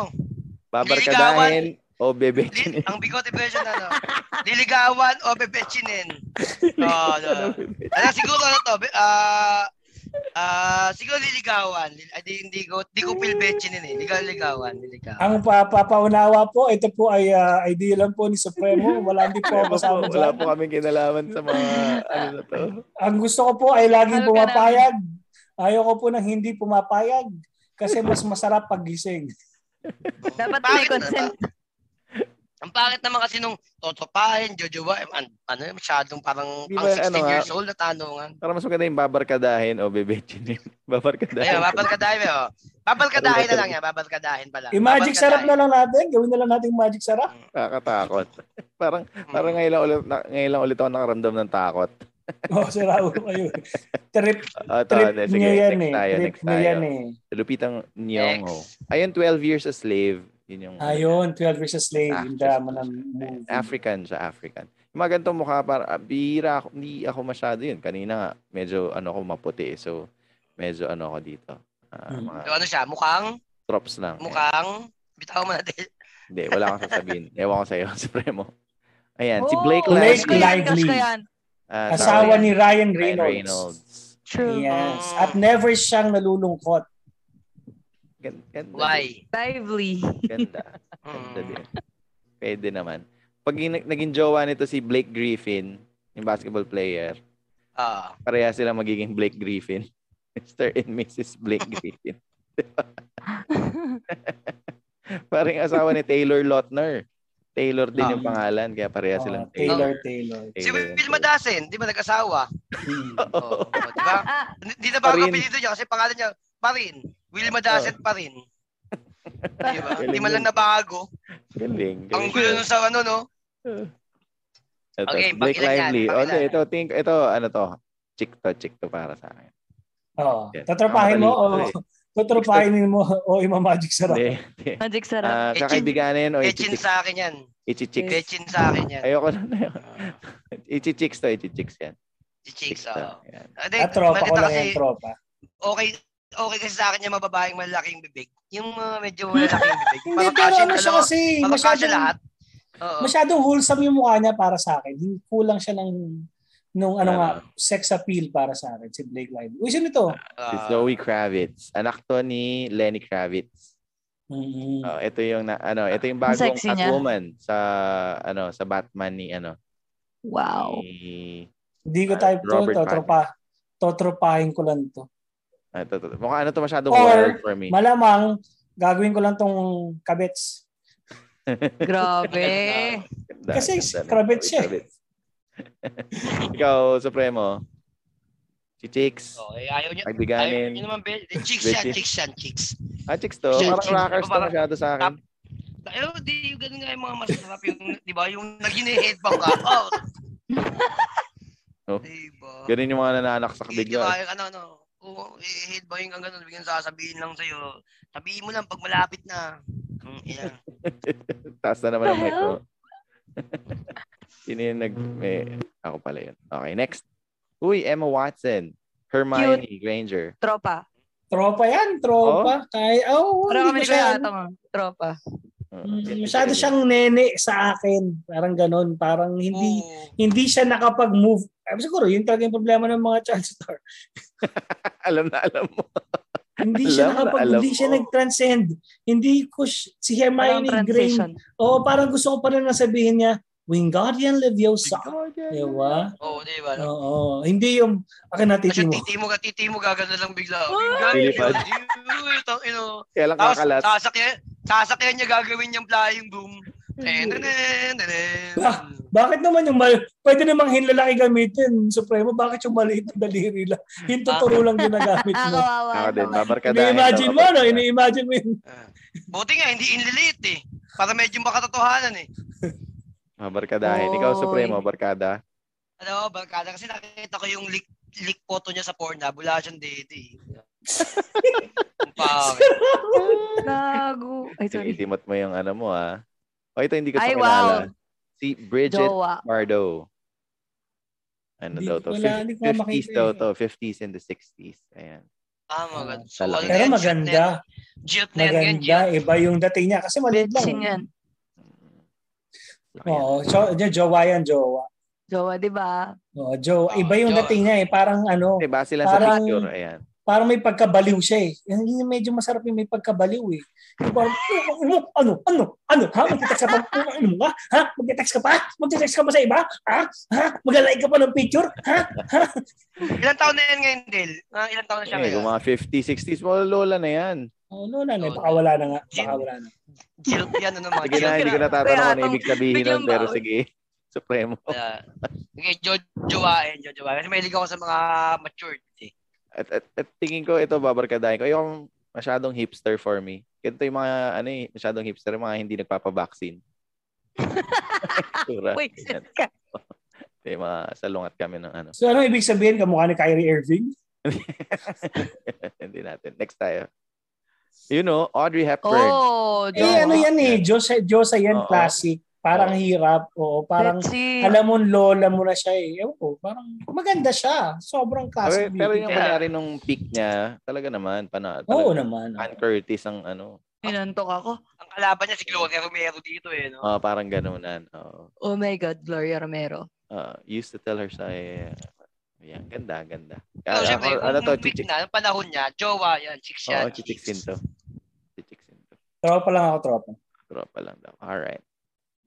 Speaker 3: Babarkadahin o
Speaker 4: li,
Speaker 3: bebechinin.
Speaker 4: ang bigote version, ano, liligawan o bebechinin. Oh, no. Ano, siguro, ano to, be- ah, ah, siguro liligawan. Lil- ah, Di, hindi ko, di ko pilbechinin eh. Ligaw, ligawan, liligawan.
Speaker 5: Ang papapaunawa po, ito po ay ah, idea lang po ni Supremo. Wala din po
Speaker 3: Wala
Speaker 5: ako
Speaker 3: po,
Speaker 5: kasama
Speaker 3: wala
Speaker 5: dyan.
Speaker 3: po kami kinalaman sa mga ano na to.
Speaker 5: Ang gusto ko po ay laging
Speaker 6: Ano ka na?
Speaker 5: pumapayag. Ayoko po ng hindi pumapayag kasi mas masarap pagising.
Speaker 6: Dapat may
Speaker 4: Pangit na-
Speaker 6: consent.
Speaker 4: Ang pangit naman kasi nung totopahin, jojowa, an, ano yun, masyadong parang
Speaker 3: Di ba,
Speaker 4: pang 16
Speaker 3: ano nga?
Speaker 4: years old na tanungan.
Speaker 3: Para mas maganda yung babarkadahin o bebechinin. Babarkadahin.
Speaker 4: Ayun, babalkadahin mo. Babalkadahin na lang yan, babalkadahin pala.
Speaker 5: Yung Eh, magic sarap na lang natin. Gawin na lang natin magic sarap.
Speaker 4: Mm.
Speaker 3: Nakakatakot. Parang parang ngayon lang ulit na- ngayon lang ulit ako nakaramdam ng takot.
Speaker 5: Oh, si Raul, ayun. Trip,
Speaker 3: Ah, ito,
Speaker 5: trip
Speaker 3: hindi, sige,
Speaker 5: niya yan
Speaker 3: next
Speaker 5: eh.
Speaker 3: tayo,
Speaker 5: Trip
Speaker 3: next
Speaker 5: niya
Speaker 3: tayo.
Speaker 5: yan eh.
Speaker 3: Lupitang Nyong'o. Ayun, 12 years a slave. Yun yung
Speaker 5: Ayun, 12 years a slave.
Speaker 3: Ah,
Speaker 5: Yung
Speaker 3: just-
Speaker 5: drama ng movie.
Speaker 3: African siya, African. Yung mga ganitong mukha, para, ah, bihira ako, hindi ako masyado yun. Kanina nga, medyo ano ako maputi. So, medyo ano ako dito. Ah,
Speaker 5: Hmm.
Speaker 3: mga
Speaker 4: So, ano siya, mukhang,
Speaker 3: drops lang.
Speaker 4: mukhang, bitaw mo na din.
Speaker 3: Hindi, wala akong sasabihin. Ewan ko sa'yo, Supremo. Ayan, si
Speaker 6: Oh,
Speaker 3: Blake
Speaker 5: Blake
Speaker 6: crush ko
Speaker 3: Lively.
Speaker 6: yan, crush
Speaker 5: Lively.
Speaker 6: ko yan.
Speaker 3: ah,
Speaker 5: Asawa
Speaker 3: tawag-
Speaker 5: ni
Speaker 3: Ryan
Speaker 5: Ryan Reynolds.
Speaker 3: Reynolds.
Speaker 6: True.
Speaker 5: Yes.
Speaker 6: Oh.
Speaker 4: Mm.
Speaker 5: At never siyang nalulungkot.
Speaker 3: Gan- Ganda. din.
Speaker 4: Why?
Speaker 6: Lively.
Speaker 3: Ganda. Ganda
Speaker 4: Hmm.
Speaker 3: din. Pwede naman. Pag gin- naging jowa nito si Blake Griffin, yung basketball player,
Speaker 4: Ah.
Speaker 3: pareha sila magiging Blake Griffin. Mr. and Mrs. Blake Griffin. Parang asawa ni Taylor Lautner. Taylor din yung
Speaker 5: Ah.
Speaker 3: pangalan, kaya pareha
Speaker 5: Oh,
Speaker 3: silang Taylor.
Speaker 5: Taylor, Taylor.
Speaker 4: Si
Speaker 3: Taylor.
Speaker 4: Will Madasin, di ba nag-asawa?
Speaker 5: Hmm.
Speaker 4: Oo, di ba? Hindi na bago
Speaker 3: Parin.
Speaker 4: apelido niya kasi pangalan niya, Parin. Will Madasin, Parin. Di ba? Hindi man lang nabago.
Speaker 3: Galing.
Speaker 4: Ang
Speaker 3: galing.
Speaker 4: gulo nun sa ano, no?
Speaker 3: Ito,
Speaker 4: Okay,
Speaker 3: si Blake
Speaker 4: pakilan yan,
Speaker 3: Lively.
Speaker 4: pakilan.
Speaker 3: Okay, ito, think, ito, ano to? Chick to, chick to para sa akin.
Speaker 5: Oh,
Speaker 3: Yes.
Speaker 5: tatrapahin mo o
Speaker 3: Nakatalino to
Speaker 5: tatrapahin mo o imamagic sarap.
Speaker 3: Hindi, hindi.
Speaker 6: Magic sarap.
Speaker 3: Ah,
Speaker 4: Etchin-
Speaker 3: kakaibiganin o
Speaker 4: Etchin
Speaker 3: ichichicks?
Speaker 4: sa akin yan.
Speaker 3: Ichichicks.
Speaker 4: Etchin sa akin yan. Ah,
Speaker 3: Ayoko na na yun. Ichichicks to, ichichicks yan.
Speaker 4: Si Chicks, oh.
Speaker 3: to.
Speaker 4: oo.
Speaker 3: Ayan.
Speaker 4: At
Speaker 5: At Ah, tropa ko lang yung tropa.
Speaker 4: okay, okay kasi sa akin yung mababaeng malalaking bibig. Yung mga medyo malalaking bibig.
Speaker 5: Hindi,
Speaker 4: Parang
Speaker 5: pero
Speaker 4: kasi,
Speaker 5: ano siya
Speaker 4: alam mo,
Speaker 5: kasi,
Speaker 4: parang kasi
Speaker 5: masyadong,
Speaker 4: lahat.
Speaker 6: oh.
Speaker 4: Oo.
Speaker 5: masyadong wholesome yung mukha niya para sa akin. Hindi- Kulang siya ng, nung ano nga,
Speaker 3: Ah.
Speaker 5: sex appeal para sa akin, si Blake Lively. Uy, sino ito?
Speaker 4: Ah,
Speaker 3: Si Zoe Kravitz. Anak to ni Lenny Kravitz.
Speaker 5: Mm-mm.
Speaker 3: Oh, ito yung na, ano, ito yung bagong
Speaker 6: sexy niya.
Speaker 3: Catwoman sa ano, sa Batman ni ano.
Speaker 6: Wow.
Speaker 3: Ni,
Speaker 5: Hindi ko type to,
Speaker 3: Robert
Speaker 5: totropa, totropahin ko lang to.
Speaker 3: ah, ito, ito. Mukha ano to masyadong
Speaker 5: Or-
Speaker 3: wild for me.
Speaker 5: Malamang, gagawin ko lang tong kabets.
Speaker 6: Grabe.
Speaker 3: Ganda,
Speaker 5: Kasi
Speaker 3: ganda ni
Speaker 5: Kravitz
Speaker 3: Zoe
Speaker 5: siya.
Speaker 3: Kravitz. Ikaw, Supremo. Si Chicks.
Speaker 4: Okay, ayaw niya. Ayaw niya
Speaker 3: Kaibiganin.
Speaker 4: Oh. naman, be. Chicks
Speaker 3: Bitches.
Speaker 4: yan, chicks yan, chicks.
Speaker 3: Ah, Chicks to.
Speaker 4: Chicks,
Speaker 3: Parang
Speaker 4: chicks.
Speaker 3: rockers to
Speaker 4: Parang-
Speaker 3: masyado sa akin.
Speaker 4: Ayaw, di, yung ganun nga yung mga masarap yung, di ba, yung nagine-headbang ka. Oh.
Speaker 3: Oh.
Speaker 4: Di ba?
Speaker 3: Ganun yung mga nananaksak
Speaker 4: Hindi
Speaker 3: bigla.
Speaker 4: ba, yung ano, ano, kung i-hit ba yung ganun, bigyan sasabihin lang sa'yo, sabihin mo lang pag malapit na. Mm, yeah.
Speaker 3: Taas na naman ang
Speaker 6: The
Speaker 3: mic
Speaker 6: hell?
Speaker 3: ko. Sino yung nag... May, ako pala yun. Okay, next. Uy, Emma Watson. Hermione Granger.
Speaker 6: Tropa.
Speaker 5: Tropa yan, tropa. Kaya, oh,
Speaker 6: Pero kami
Speaker 5: hindi ko
Speaker 6: ni
Speaker 5: siya,
Speaker 6: Kuya Atong. Tropa.
Speaker 3: Uh,
Speaker 5: Mm, masyado siyang nene sa akin. Parang ganun. Parang hindi
Speaker 4: Oo.
Speaker 5: hindi siya nakapag-move. Ah, siguro, yun talaga yung problema ng mga transistor.
Speaker 3: alam na alam mo.
Speaker 5: Hindi
Speaker 3: Alam
Speaker 5: siya
Speaker 3: na
Speaker 5: nakapag,
Speaker 3: alam
Speaker 5: hindi siya
Speaker 3: mo.
Speaker 5: nag-transcend. Hindi ko, si- si
Speaker 6: Walang
Speaker 5: Hermione Granger.
Speaker 6: transition.
Speaker 5: Oo, parang gusto ko pa rin na sabihin niya, Wingardium Leviosa. Ewa.
Speaker 4: Oo, di ba? No?
Speaker 5: Diba? Oo. Hindi yung, akin na
Speaker 4: Kasi
Speaker 5: titi mo.
Speaker 4: titi mo, ka- titi mo, gagano lang bigla.
Speaker 6: Oh.
Speaker 3: Lilipad.
Speaker 4: You know,
Speaker 3: Kaya lang
Speaker 4: tapos
Speaker 3: kakalat.
Speaker 4: sasakyan, sasakyan niya gagawin yung flying boom. Tenen, tenen.
Speaker 5: Ah. Bakit naman yung mal... Pwede namang hinlalaki gamitin, Supremo. Bakit yung maliit na daliri lang? Yung totoo lang ginagamit
Speaker 6: Ah,
Speaker 5: mo.
Speaker 6: kawawa.
Speaker 3: Ako din,
Speaker 6: naman.
Speaker 3: babarkadahin.
Speaker 5: Ini-imagine
Speaker 3: daw
Speaker 5: mo,
Speaker 3: kapag-
Speaker 5: no? Ini-imagine mo yun.
Speaker 4: Ah. Buti nga, hindi inlilit eh. Para medyo makatotohanan eh.
Speaker 3: Babarkadahin. Ikaw,
Speaker 6: Oy.
Speaker 3: Supremo, barkada.
Speaker 4: Ano, barkada, kasi nakita ko yung leak, leak photo niya sa Pornhub. Wala siyang dede. eh. Ang pangit.
Speaker 6: Gago. Ay, sorry.
Speaker 3: Itimot mo yung ano mo, ah. O, ito hindi ko
Speaker 6: Ay,
Speaker 3: siya
Speaker 6: wow.
Speaker 3: kilala. Si Bridget
Speaker 6: Jowa.
Speaker 3: Bardo. Ano
Speaker 5: Hindi
Speaker 3: daw
Speaker 5: ko-
Speaker 3: to?
Speaker 5: wala,
Speaker 3: Fif-
Speaker 5: hindi ko
Speaker 3: 50s
Speaker 5: makita
Speaker 3: daw
Speaker 5: eh.
Speaker 3: to. 50s and the 60s. Ayan.
Speaker 4: Ah, maganda. So,
Speaker 3: Talaga.
Speaker 4: ano
Speaker 5: Pero
Speaker 4: yan,
Speaker 5: maganda.
Speaker 4: Jet na yan, Jet na yan,
Speaker 5: Maganda.
Speaker 4: Jet.
Speaker 5: Iba yung dating niya. Kasi maliit
Speaker 6: Bitchin
Speaker 5: lang.
Speaker 6: yan.
Speaker 3: Laki yan.
Speaker 5: Oo. So, jo- jowa yan, jowa.
Speaker 6: Jowa, di ba?
Speaker 5: Oo, jowa.
Speaker 4: Oo,
Speaker 5: Iba yung
Speaker 4: jowa.
Speaker 5: dating niya eh. Parang ano,
Speaker 3: Eh, base lang sa
Speaker 5: Parang-
Speaker 3: picture. Ayan.
Speaker 5: parang may pagkabaliw siya eh. Yan, yun yung medyo masarap yung may pagkabaliw eh. Yung Parang, ano, ano, ano, ano, ha? Magte-text ka pa? Ano mo ka? Ha? Magte-text ka pa? Magte-text ka pa sa iba? Ha? Ha? Mag-like ka pa ng picture? Ha? Ha?
Speaker 4: Ilan taon na yan ngayon, Del? Ah, ilan taon na siya
Speaker 3: Eh,
Speaker 4: ngayon?
Speaker 3: kung mga 50s, 60s, mga lola na yan.
Speaker 5: Oh, no, na, baka wala na nga. Baka wala na.
Speaker 4: Jilt yan, ano mga
Speaker 3: Sige na,
Speaker 4: jilt.
Speaker 3: hindi ko natatanong kung ano
Speaker 6: Kuya,
Speaker 3: ibig sabihin nun,
Speaker 6: biglang
Speaker 3: pero
Speaker 6: baon.
Speaker 3: sige. Supremo.
Speaker 4: Yeah. Ah. Okay, jojowain, jojowain. Kasi mahilig ako sa mga matured. Eh.
Speaker 3: At, at, at tingin ko, ito babarkadahin ko. Ayokong masyadong hipster for me. Ganito yung mga, ano eh, masyadong hipster, yung mga hindi nagpapabaksin. Tura.
Speaker 6: Wait,
Speaker 3: Yan.
Speaker 6: ka.
Speaker 3: May mga salungat kami ng ano.
Speaker 5: So, ano ibig sabihin? Kamukha ni Kyrie Irving?
Speaker 3: hindi natin. Next tayo. You know, Audrey Hepburn.
Speaker 6: Oh,
Speaker 5: Eh,
Speaker 3: Jowa.
Speaker 5: ano yan eh. Josa, Josa yan,
Speaker 3: Oo.
Speaker 5: classic. Parang
Speaker 3: Oo.
Speaker 5: hirap. Oo, parang,
Speaker 6: Bitchin.
Speaker 5: alam mo, lola mo na siya eh. Ewan ko, parang maganda siya. Sobrang
Speaker 3: pero,
Speaker 5: classic.
Speaker 3: pero yung
Speaker 5: beauty.
Speaker 3: kunyari nung peak niya, talaga naman, pana, talaga,
Speaker 5: Oo naman.
Speaker 3: Ann Curtis ang ano,
Speaker 6: Inantok ako.
Speaker 4: Ang kalaban niya si Gloria Romero dito eh. No?
Speaker 3: ah, parang ganunan. Oo.
Speaker 6: Oh my God, Gloria Romero.
Speaker 3: Ah, used to tell her sa, eh, yan, ganda, ganda.
Speaker 4: Pero
Speaker 3: Ah,
Speaker 4: syempre,
Speaker 3: ako-
Speaker 4: kung
Speaker 3: ano to,
Speaker 4: nung peak
Speaker 3: chichik,
Speaker 4: na, nung panahon niya, jowa yan, chicks
Speaker 3: oo,
Speaker 4: yan.
Speaker 3: chichiksin to. Chichiksin to.
Speaker 5: Tropa lang ako, tropa.
Speaker 3: Tropa lang daw. Alright.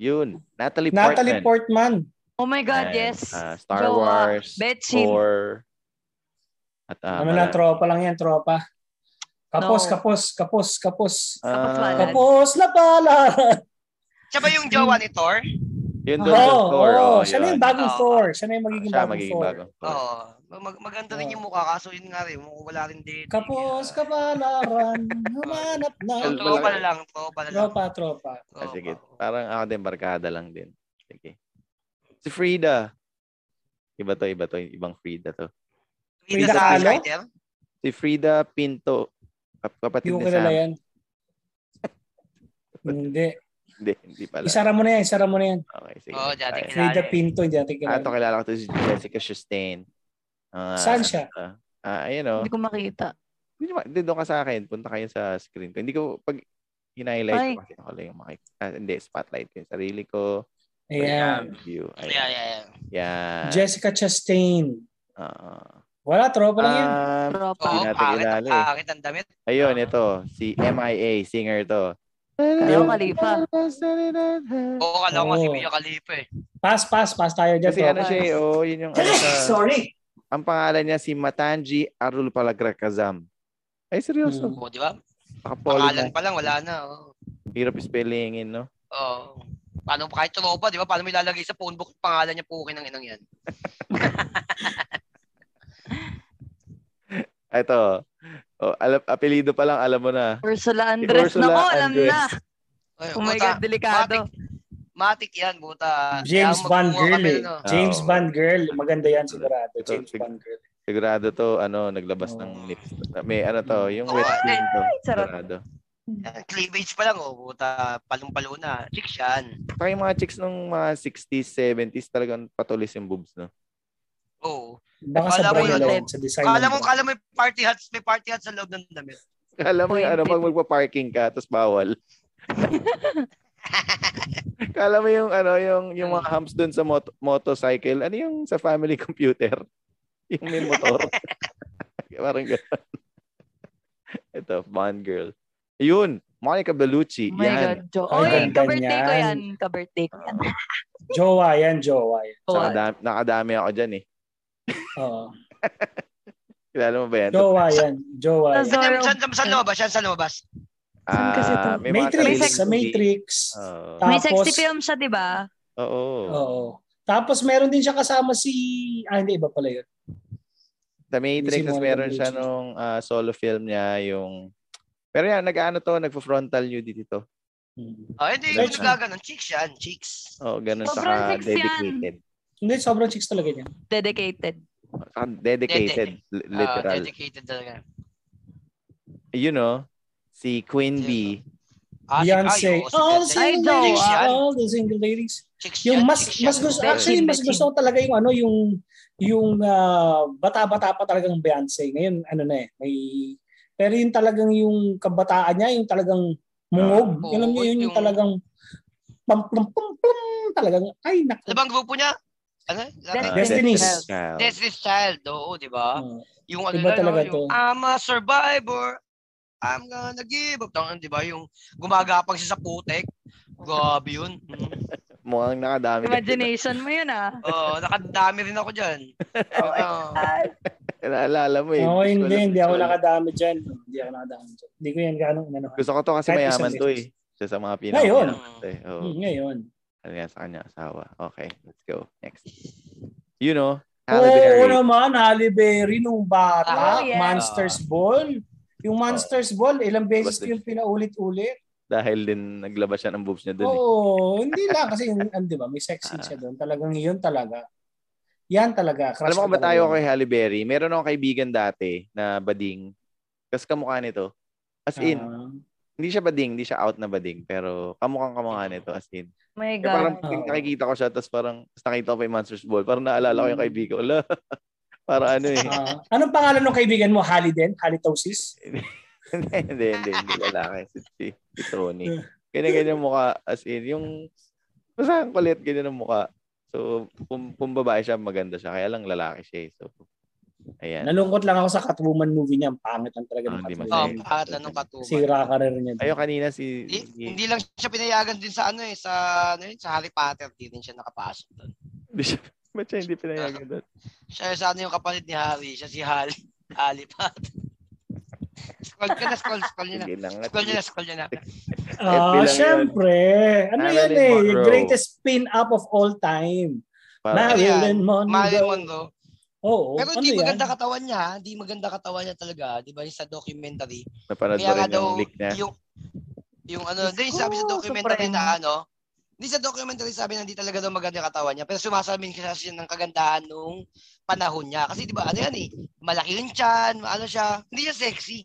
Speaker 3: Yun, Natalie Portman.
Speaker 5: Natalie Portman.
Speaker 6: Oh my God,
Speaker 3: And,
Speaker 6: yes.
Speaker 3: ah, Star
Speaker 6: Jowa.
Speaker 3: Wars.
Speaker 6: Betchin.
Speaker 3: Thor. At, ah,
Speaker 5: ano na,
Speaker 3: mala-
Speaker 5: tropa lang yan, tropa. Kapos,
Speaker 6: No.
Speaker 5: kapos, kapos, kapos.
Speaker 6: Sa
Speaker 3: Ah,
Speaker 6: Katwalan.
Speaker 5: Kapos na pala!
Speaker 4: Siya ba yung jowa ni Thor?
Speaker 3: Yun
Speaker 5: Oo,
Speaker 3: doon sa
Speaker 5: oh,
Speaker 3: Thor.
Speaker 5: oh,
Speaker 3: Oh,
Speaker 5: siya na
Speaker 3: yun.
Speaker 5: yung bagong
Speaker 4: Oo.
Speaker 5: Thor. Siya na yung magiging
Speaker 3: Siya
Speaker 5: bagong
Speaker 3: magiging
Speaker 5: Thor.
Speaker 3: bagong Thor.
Speaker 4: Oo. Mag maganda rin yung mukha, kaso yun nga rin, mukhang wala rin din.
Speaker 5: Kapos, kapalaran, humanap na.
Speaker 4: So,
Speaker 3: Wala-
Speaker 4: tropa na lang, tropa na lang.
Speaker 5: Tropa, tropa.
Speaker 3: Ah, sige.
Speaker 4: Tropa.
Speaker 3: Parang ako din, barkada lang din. Sige. Si Frida. Iba to, iba to. Ibang Frida to.
Speaker 4: Frida
Speaker 5: Frida
Speaker 4: sa
Speaker 5: Kahlo?
Speaker 4: Insider?
Speaker 3: Si Frida Pinto. Kap-
Speaker 5: Hindi
Speaker 3: Kapatid
Speaker 5: ko
Speaker 3: ni
Speaker 5: kilala
Speaker 3: Sam.
Speaker 5: yan. Hindi.
Speaker 3: Hindi, hindi pala.
Speaker 5: Isara mo na yan, isara mo na yan.
Speaker 3: Okay, sige.
Speaker 4: Oo, dati
Speaker 3: Ayan.
Speaker 4: kilala.
Speaker 5: Frida
Speaker 4: eh.
Speaker 5: Pinto, hindi
Speaker 3: Ah,
Speaker 5: natin
Speaker 3: ito
Speaker 5: kilala.
Speaker 3: kilala ko to si Jessica Chastain. Ah,
Speaker 5: Saan siya?
Speaker 3: Ah, ah, ayan o.
Speaker 6: Hindi ko makita.
Speaker 3: Hindi ba- Hindi doon ka sa akin. Punta kayo sa screen ko. Hindi ko pag
Speaker 6: Ay.
Speaker 3: hinighlight ko kasi ako lang yung makik... Ah, hindi, spotlight ko yung sarili ko.
Speaker 5: Ayan.
Speaker 3: View. Ayan.
Speaker 4: Yeah, yeah, yeah.
Speaker 3: Yan.
Speaker 5: Jessica Chastain.
Speaker 3: Ah,
Speaker 5: Wala, tropa lang yan.
Speaker 3: ah. Um,
Speaker 6: Tropa.
Speaker 4: Oo,
Speaker 3: Hindi natin
Speaker 4: pangit,
Speaker 3: kilala eh.
Speaker 4: pangit ang damit.
Speaker 3: ayun,
Speaker 4: Ah.
Speaker 3: ito. Si MIA, singer to.
Speaker 6: Ayaw kalipa.
Speaker 4: Oo, kala ko nga si
Speaker 5: Oo.
Speaker 4: Mia Khalifa eh.
Speaker 5: Pass, pass, pass tayo dyan.
Speaker 3: Kasi ano
Speaker 5: tropa.
Speaker 3: siya, eh, oh, yun yung ano sa-
Speaker 5: Sorry.
Speaker 3: Ang pangalan niya si Matanji Arul Palagrakazam. Ay, seryoso.
Speaker 5: Hmm.
Speaker 4: Oo, di ba?
Speaker 3: Nakapoly
Speaker 4: Pangalan
Speaker 3: na.
Speaker 4: pa lang, wala na. Oo.
Speaker 3: Hirap spellingin, no?
Speaker 4: Oo. Paano kahit tropa, di ba? Paano mo ilalagay sa phone book yung pangalan niya pukin ng inang yan?
Speaker 3: Ah, Ito. Oh, alam, apelido pa lang, alam mo na.
Speaker 6: Ursula
Speaker 3: Si
Speaker 6: Andres.
Speaker 3: Oh. Ursula
Speaker 6: Nako, alam na.
Speaker 3: Andres.
Speaker 4: Ay,
Speaker 6: Oh my
Speaker 4: buta,
Speaker 6: God, delikado.
Speaker 4: Matik, matik yan, buta.
Speaker 5: James
Speaker 4: Kaya
Speaker 5: Bond
Speaker 4: magkukuha
Speaker 5: Girl
Speaker 4: kami,
Speaker 5: eh.
Speaker 4: ano.
Speaker 5: James
Speaker 3: Oo.
Speaker 5: Bond Girl. Maganda yan sigurado.
Speaker 3: Ito,
Speaker 5: James
Speaker 3: sig-
Speaker 5: Bond Girl.
Speaker 3: Sigurado to, ano, naglabas
Speaker 5: Oo.
Speaker 3: ng lips. May ano to, yung
Speaker 4: Oo,
Speaker 3: wet
Speaker 4: eh,
Speaker 3: cream to.
Speaker 6: sarap.
Speaker 3: Sigurado.
Speaker 4: Yan, Cleavage pa lang, oh, buta. Palong-palo na. Chicks yan.
Speaker 3: Saka yung mga chicks nung mga 60s, 70s, talagang patulis yung boobs, no?
Speaker 4: Oo.
Speaker 5: Baka
Speaker 4: Kala mo
Speaker 5: sa brand
Speaker 4: yun,
Speaker 5: na
Speaker 4: eh.
Speaker 5: yan, sa design
Speaker 4: Kala
Speaker 5: ng
Speaker 4: mo,
Speaker 5: brand.
Speaker 4: kala mo may party hats, may party hats sa loob ng damit.
Speaker 3: Kala mo yung ano, pag
Speaker 6: Twenty.
Speaker 3: magpa-parking ka, tapos bawal. Kala mo yung ano, yung, yung mga humps dun sa mot- motorcycle, ano yung sa family computer? Yung may motor. Parang gano'n. Ito, Bond Girl. Yun, Monica Bellucci.
Speaker 6: Oh my God,
Speaker 3: yan.
Speaker 6: Jo.
Speaker 5: Ay,
Speaker 6: Oy,
Speaker 5: ganda
Speaker 6: ka-birthday ko
Speaker 5: niyan.
Speaker 6: yan. Ka-birthday ko yan.
Speaker 5: Jowa yan, jowa yan.
Speaker 3: Sa
Speaker 6: Jowa.
Speaker 3: kadami, nakadami ako dyan eh.
Speaker 5: Oo.
Speaker 3: Kilala mo ba yan?
Speaker 5: Jowa yan, jowa yan.
Speaker 6: Sa-
Speaker 4: Saan,
Speaker 6: Zorro.
Speaker 4: saan, saan, saan lumabas? Saan, saan lumabas?
Speaker 6: Saan kasi to?
Speaker 3: Ah, may mga
Speaker 5: Matrix,
Speaker 3: kariling
Speaker 5: sa
Speaker 3: movie.
Speaker 5: Matrix.
Speaker 3: Oo.
Speaker 5: Tapos-
Speaker 6: May sexy film siya, di ba?
Speaker 3: Oo.
Speaker 5: Oo. Tapos meron din siya kasama si... Ah, hindi, iba pala yun.
Speaker 3: Sa Matrix,
Speaker 5: Hindi si
Speaker 3: tas
Speaker 5: Monica
Speaker 3: meron siya
Speaker 5: Bellucci.
Speaker 3: nung ah, solo film niya, yung... Pero yan, nag-ano to, nagpo-frontal nudity to.
Speaker 5: Hmm.
Speaker 4: Oh, hindi
Speaker 5: Right.
Speaker 4: yung nagaganon. Chicks yan, chicks. Ah,
Speaker 3: Oo, ganun.
Speaker 6: Sobrang
Speaker 3: saka
Speaker 6: sexy yan.
Speaker 3: dedicated.
Speaker 5: Hindi, sobrang chicks talaga niya.
Speaker 6: Dedicated.
Speaker 3: Saka Ah, dedicated, li-
Speaker 4: Ah,
Speaker 6: Oh,
Speaker 3: literal.
Speaker 4: dedicated talaga.
Speaker 3: you know, si Queen B,
Speaker 4: Ah,
Speaker 5: Beyonce.
Speaker 4: si Kayo, si
Speaker 5: all
Speaker 4: Beyonce.
Speaker 5: single
Speaker 6: Ay,
Speaker 5: ladies.
Speaker 4: Jowa.
Speaker 5: All the single ladies.
Speaker 4: Chicks yan,
Speaker 5: Yung mas
Speaker 4: chicks yan,
Speaker 5: mas gusto ah,
Speaker 4: diba?
Speaker 5: actually mas
Speaker 6: Betching,
Speaker 5: gusto ko talaga yung ano yung yung ah, bata-bata pa talagang Beyonce. Ngayon ano na eh may pero yung talagang yung kabataan niya yung talagang Ah, mungog.
Speaker 4: Oo,
Speaker 5: yun alam niyo yun yung
Speaker 4: yung-
Speaker 5: talagang pam pam pam pam talagang ay
Speaker 4: Ano
Speaker 5: nako.
Speaker 4: bang grupo niya? Ano?
Speaker 6: Destiny.
Speaker 5: Destiny's
Speaker 3: ah, Child.
Speaker 4: Destiny's Child, oo, di ba?
Speaker 5: Oo.
Speaker 4: Yung ano
Speaker 5: Iba
Speaker 4: na,
Speaker 5: talaga
Speaker 4: no, yung
Speaker 5: to.
Speaker 4: I'm a survivor. I'm gonna give up. Tangan, di ba? Yung gumagapang siya sa putek. Grabe yun. Mm.
Speaker 3: Mukhang nakadami.
Speaker 6: Imagination mo yun ah.
Speaker 4: Oo, nakadami rin ako dyan.
Speaker 6: Oh,
Speaker 4: Oo.
Speaker 6: Ah,
Speaker 3: Naalala mo eh.
Speaker 5: Oo,
Speaker 3: Hindi ko
Speaker 5: hindi,
Speaker 3: alam-
Speaker 5: hindi ako
Speaker 3: ko alam.
Speaker 5: nakadami dyan. Hindi ako nakadami dyan. Hindi ko yan ganong ano.
Speaker 3: Gusto ko to kasi
Speaker 5: Kahit
Speaker 3: mayaman
Speaker 5: isang
Speaker 3: to eh.
Speaker 5: beses.
Speaker 3: Siya sa mga pinaka
Speaker 5: Ngayon.
Speaker 3: to eh. Oo.
Speaker 5: Hmm, ngayon.
Speaker 3: Ano yan sa kanya asawa. Okay, let's go. Next. You know, Halle
Speaker 5: Oo
Speaker 3: Berry.
Speaker 5: naman, Halle Berry nung bata,
Speaker 6: Oh, yes.
Speaker 5: Monsters
Speaker 3: Ah.
Speaker 5: Ball. Yung Monsters Ball, ilang
Speaker 3: Diba
Speaker 5: beses ko yung pinaulit-ulit.
Speaker 3: Dahil din naglabas siya ng boobs niya dun eh.
Speaker 5: Oo, hindi lang kasi yung, ano, di ba, may sex
Speaker 3: Ah.
Speaker 5: scene siya doon. Talagang yun talaga. Yan talaga. crush
Speaker 3: Alam mo
Speaker 5: ko
Speaker 3: kung ba
Speaker 5: talaga
Speaker 3: tayo
Speaker 5: yun.
Speaker 3: kay Halle Berry? Meron akong kaibigan dati na bading. Tapos kamukha nito. As in,
Speaker 5: Ah,
Speaker 3: hindi siya bading, hindi siya out na bading. Pero kamukhang kamukha nito. As in.
Speaker 6: my
Speaker 3: Kaya parang
Speaker 6: God.
Speaker 5: Oo.
Speaker 3: nakikita ko siya, tapos parang tapos nakita ko pa yung Monsters Ball. Parang naalala ko yung kaibigan. Wala. parang ano eh.
Speaker 5: Mm. ah. anong pangalan ng kaibigan mo? Halle din? Halitosis?
Speaker 3: hindi, hindi, hindi, hindi lalaki. Si, si, si Tony. Ganyan-ganyan mukha, as in, yung, basta ang kulit, ganyan ang mukha. So, kung, kung babae siya, maganda siya. Kaya lang lalaki siya eh. So, ayan.
Speaker 5: Nalungkot lang ako sa Catwoman movie niya. Ang pangit lang talaga
Speaker 3: Ah,
Speaker 5: ng
Speaker 3: hindi
Speaker 4: Oo,
Speaker 5: Catwoman.
Speaker 3: masaya.
Speaker 4: pangat lang Um, ng katuman.
Speaker 5: Sira career niya.
Speaker 3: Ayo kanina si...
Speaker 4: Hindi,
Speaker 3: si-
Speaker 4: hindi lang siya pinayagan din sa ano eh, sa ano yun, sa Harry Potter din, din siya nakapasok doon.
Speaker 3: Hindi siya, ba't siya hindi
Speaker 4: Ah,
Speaker 3: pinayagan doon?
Speaker 4: Siya sa ano yung kapalit ni Harry, siya si Harry, Harry Potter. scroll ka na, scroll, scroll nyo na.
Speaker 3: Sige lang.
Speaker 4: Scroll nyo na, scroll nyo na.
Speaker 5: Ah,
Speaker 3: Bilang yun.
Speaker 5: syempre. Ano yan
Speaker 3: Marilyn
Speaker 5: eh?
Speaker 3: Monroe.
Speaker 5: Greatest spin-up of all time.
Speaker 3: Parang,
Speaker 4: Mali.
Speaker 5: Marilyn
Speaker 4: Marilyn
Speaker 5: Monroe.
Speaker 4: Monroe.
Speaker 5: Oo,
Speaker 4: Pero
Speaker 5: ano
Speaker 4: hindi
Speaker 5: yan?
Speaker 4: maganda katawan niya, ha? hindi maganda katawan niya talaga, di ba yung sa documentary.
Speaker 3: napanood
Speaker 4: Kaya
Speaker 3: mo
Speaker 4: nga
Speaker 3: rin
Speaker 4: daw,
Speaker 3: yung leak niya.
Speaker 4: yung, yung ano,
Speaker 6: Diyos
Speaker 4: din sabi sa
Speaker 6: ko,
Speaker 4: documentary
Speaker 6: supremo.
Speaker 4: na ano, hindi sa documentary sabi na hindi talaga daw maganda yung katawan niya, pero sumasamin kasi siya ng kagandahan nung panahon niya. Kasi di ba, ano yan eh, malaki yung chan, ano siya, hindi siya sexy.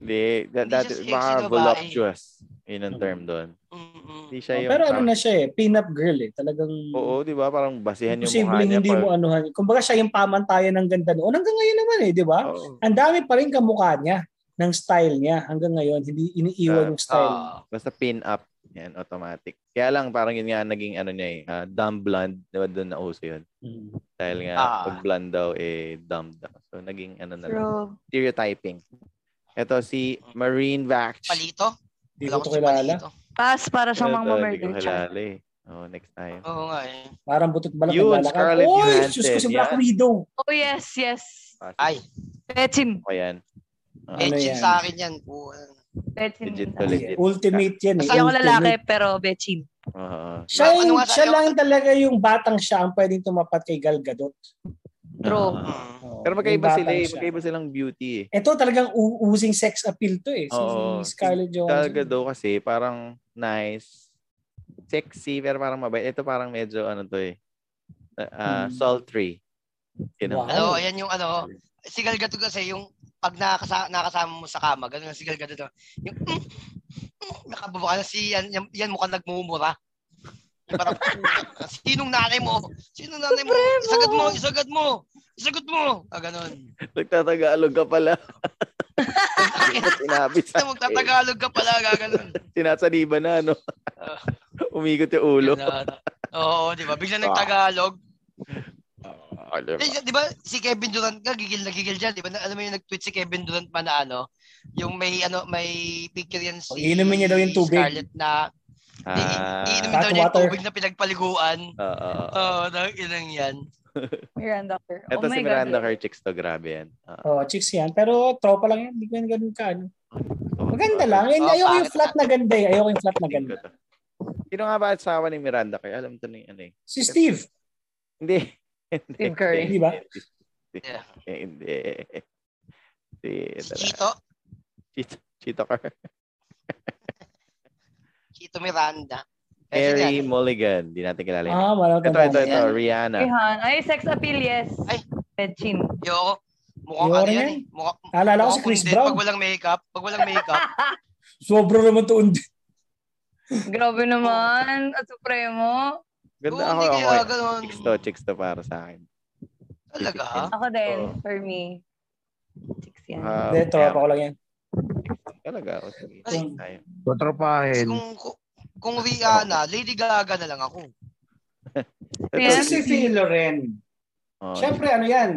Speaker 3: Hindi, da-
Speaker 4: Hindi
Speaker 3: dati,
Speaker 4: siya sexy
Speaker 3: baka
Speaker 4: babae.
Speaker 3: voluptuous. Yun ang term doon. Hindi
Speaker 4: Mm-mm.
Speaker 3: siya yung...
Speaker 5: pero ano
Speaker 3: parang-
Speaker 5: na siya eh, pin-up girl eh. Talagang
Speaker 3: Oo, di ba? Parang basihan yung mukha
Speaker 5: posibleng
Speaker 3: niya.
Speaker 5: hindi
Speaker 3: pag-
Speaker 5: mo anuhan. Kumbaga siya yung pamantayan ng ganda noon. Hanggang ngayon naman eh, di ba?
Speaker 3: Oo.
Speaker 5: Ang dami pa rin kamukha niya ng style niya hanggang ngayon. Hindi iniiwan yung style. niya.
Speaker 4: Ah,
Speaker 3: Basta pin up. Yan, automatic. Kaya lang, parang yun nga naging ano niya eh. ah, dumb blonde. Diba doon na uso yun?
Speaker 5: Mm.
Speaker 3: Dahil nga,
Speaker 4: Ah.
Speaker 3: pag blonde daw, eh, dumb daw. So, naging ano na lang.
Speaker 6: True.
Speaker 3: Stereotyping. Ito si Marine Vax.
Speaker 4: palito?
Speaker 5: Hindi
Speaker 4: Wala
Speaker 5: ko to
Speaker 4: si
Speaker 5: kilala.
Speaker 4: Palito.
Speaker 6: Pass para siyang
Speaker 3: Ito,
Speaker 6: mga
Speaker 3: Hindi ko
Speaker 6: murder child.
Speaker 3: halali. Oh, next time.
Speaker 4: Oo nga eh.
Speaker 5: Parang butot balak
Speaker 3: Yun,
Speaker 5: naglalakad.
Speaker 3: Scarlett
Speaker 5: Oy,
Speaker 3: Johansson,
Speaker 5: Diyos ko si Black
Speaker 3: yan.
Speaker 5: Widow.
Speaker 6: Oh, yes, yes.
Speaker 4: Ay,
Speaker 6: Betchin.
Speaker 3: Ako yan. Ah,
Speaker 5: Ano
Speaker 4: Etchin
Speaker 5: yan?
Speaker 4: sa akin yan. po.
Speaker 6: Betchin.
Speaker 3: Legit
Speaker 6: Ah,
Speaker 3: to legit.
Speaker 5: Ultimate yan eh.
Speaker 6: Kasi ako lalaki,
Speaker 5: ultimate.
Speaker 6: pero Betchin.
Speaker 3: Oo.
Speaker 5: Siya,
Speaker 4: Ano
Speaker 5: yung,
Speaker 4: nga sa-
Speaker 5: siya lang talaga yung batang siya ang pwedeng tumapat kay Gal Gadot.
Speaker 6: True.
Speaker 3: Ah.
Speaker 4: Mm.
Speaker 5: Oo,
Speaker 3: Pero
Speaker 5: yung
Speaker 3: magkaiba
Speaker 5: batang
Speaker 3: sila eh.
Speaker 5: siya.
Speaker 3: Magkaiba silang beauty eh.
Speaker 5: Ito talagang u- using sex appeal to eh. Si
Speaker 3: Oo.
Speaker 5: Scarlett Johansson.
Speaker 3: Talaga daw kasi parang nice, sexy, pero parang mabait. Ito parang medyo ano to eh. ah, ah,
Speaker 5: Mm.
Speaker 3: Sultry. Yun ang-
Speaker 5: Wow.
Speaker 4: Ano, ayan yung ano, si Gal Gadot kasi yung pag nakasa, nakasama mo sa kama, ganun lang si Gal Gadot. Yung, mm, mm, nakababa ka na si, yan, yan, yan mukhang nagmumura. Yung Parang, sinong nanay mo? Sinong nanay mo? Isagad mo, isagad mo, isagad mo. Ah, ganun.
Speaker 3: Nagtatagalog ka pala. Sinabi sa
Speaker 4: Ito, magtatagalog ka pala, gaganon.
Speaker 3: Sinasaliba na, ano? Umigot yung ulo.
Speaker 4: Ganun. ah, Oo, di ba? Bigla nagtagalog.
Speaker 3: Ah, di ba?
Speaker 5: Diba?
Speaker 4: Eh, di ba si Kevin Durant nga gigil na gigil dyan, di ba? Na- Alam mo yung nag-tweet si Kevin Durant pa na ano, yung may ano may picture yan si
Speaker 5: Oh, iinumin niya daw yung tubig.
Speaker 4: Scarlett na
Speaker 3: Ah,
Speaker 4: i- iinumin daw
Speaker 5: Hot
Speaker 4: niya yung
Speaker 5: water.
Speaker 4: tubig na pinagpaliguan.
Speaker 3: oo, oo, oo.
Speaker 4: Oo, oh, inang yan.
Speaker 6: Miranda Kerr.
Speaker 3: Ito
Speaker 6: oh my
Speaker 3: si Miranda
Speaker 6: God.
Speaker 3: Kerr chicks to, grabe yan. Ah,
Speaker 5: Oh, chicks yan. Pero tropa lang yan. Hindi ko yan ganun ka. Ano.
Speaker 3: oo.
Speaker 5: Maganda lang. Ay,
Speaker 4: Oh,
Speaker 5: ayoko yung
Speaker 4: pangit
Speaker 5: flat na ganda eh. Ayoko yung flat na
Speaker 3: Tingin ko
Speaker 5: ganda.
Speaker 3: to. Sino nga ba asawa ni Miranda Kerr? Alam to ni ano eh.
Speaker 5: Si Steve.
Speaker 3: Hindi.
Speaker 6: Steve Curry.
Speaker 5: Di ba?
Speaker 4: Yeah.
Speaker 3: Hindi. Si,
Speaker 4: Si
Speaker 3: ito na.
Speaker 4: Chito,
Speaker 3: Chito. Chito
Speaker 4: Eh,
Speaker 3: Kerr.
Speaker 4: Chito Miranda. Eh, sino
Speaker 3: Mary
Speaker 4: yan?
Speaker 3: Mulligan. Di natin kilala yun.
Speaker 5: Ah, walang
Speaker 3: Ito, ito, ito.
Speaker 4: Ayan.
Speaker 3: Rihanna.
Speaker 6: Rihan. Ay, sex appeal, yes.
Speaker 4: Ay.
Speaker 6: Betchin.
Speaker 4: Yo, mukhang
Speaker 5: Yore
Speaker 4: ano yan
Speaker 5: yan.
Speaker 4: eh. Mukhang,
Speaker 5: Naalala ko si
Speaker 4: mukhang
Speaker 5: Chris
Speaker 4: kundi
Speaker 5: Brown.
Speaker 4: Pag walang makeup, pag walang makeup,
Speaker 5: Sobrang naman to undi.
Speaker 6: Grabe naman. At supremo.
Speaker 3: Ganda
Speaker 4: Oo,
Speaker 3: ako.
Speaker 4: hindi
Speaker 3: ako
Speaker 4: kaya
Speaker 3: eh.
Speaker 4: ganun.
Speaker 3: Chicks to, chicks to para sa akin.
Speaker 4: Talaga?
Speaker 6: Ako din,
Speaker 3: Oo.
Speaker 6: for me. Six yan.
Speaker 3: Oh. Ah,
Speaker 5: Hindi,
Speaker 3: kaya-
Speaker 5: tropa ko lang yan.
Speaker 3: Talaga ako. Sige,
Speaker 4: Ay.
Speaker 3: tayo.
Speaker 4: Kasi
Speaker 7: Patropahin.
Speaker 4: Kung, kung, kung Rihanna, Lady Gaga na lang ako.
Speaker 5: Kasi
Speaker 6: Yeah.
Speaker 5: si Phil Loren.
Speaker 3: Oh,
Speaker 5: Siyempre, ano yan?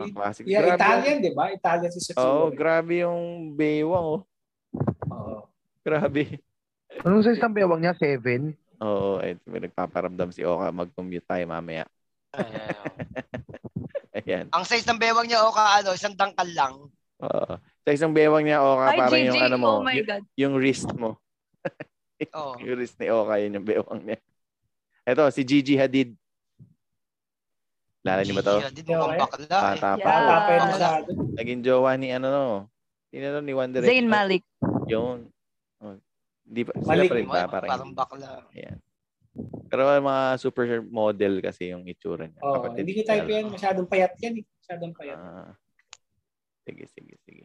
Speaker 3: ang classic.
Speaker 5: Yeah,
Speaker 3: Grabe. Oh,
Speaker 5: Italian, di ba? Italian si Phil
Speaker 3: Oo,
Speaker 5: Loren.
Speaker 3: grabe yung bewang. Oh.
Speaker 5: Oo.
Speaker 3: Grabe.
Speaker 7: Anong size ng bewang niya? Seven?
Speaker 3: Oo, oh, eh, may nagpaparamdam si Oka. Mag-commute tayo mamaya. Ayan.
Speaker 4: Ang size ng bewang niya o ka ano, isang dangkal lang.
Speaker 3: Oo. Sa isang bewang niya, Oka,
Speaker 6: Ay,
Speaker 3: parang
Speaker 6: JJ,
Speaker 3: yung ano mo,
Speaker 6: oh my
Speaker 3: y-
Speaker 6: God.
Speaker 3: yung wrist mo.
Speaker 4: Oo.
Speaker 3: Yung wrist ni Oka, yun yung bewang niya. Eto, si Gigi Hadid. Lala niyo ba to?
Speaker 4: Hindi mo kang
Speaker 5: Okay.
Speaker 4: bakla eh.
Speaker 3: Bata pa.
Speaker 6: Yeah.
Speaker 5: Tapa yun
Speaker 4: Ah.
Speaker 5: masyado.
Speaker 3: Naging jowa ni ano no. Sino no, ni One Direction.
Speaker 6: Zayn Malik.
Speaker 3: Yun. Oh, Hindi pa, sila
Speaker 5: Malik.
Speaker 3: pa rin ba?
Speaker 4: Parang,
Speaker 3: Parang,
Speaker 4: parang bakla.
Speaker 3: Pero mga super model kasi yung itsura niya.
Speaker 5: Oo,
Speaker 3: Kapatid
Speaker 5: hindi ko
Speaker 3: ni
Speaker 5: type
Speaker 3: Ella.
Speaker 5: yan. Masyadong payat yan eh. Masyadong payat.
Speaker 3: Ah. sige, sige, sige.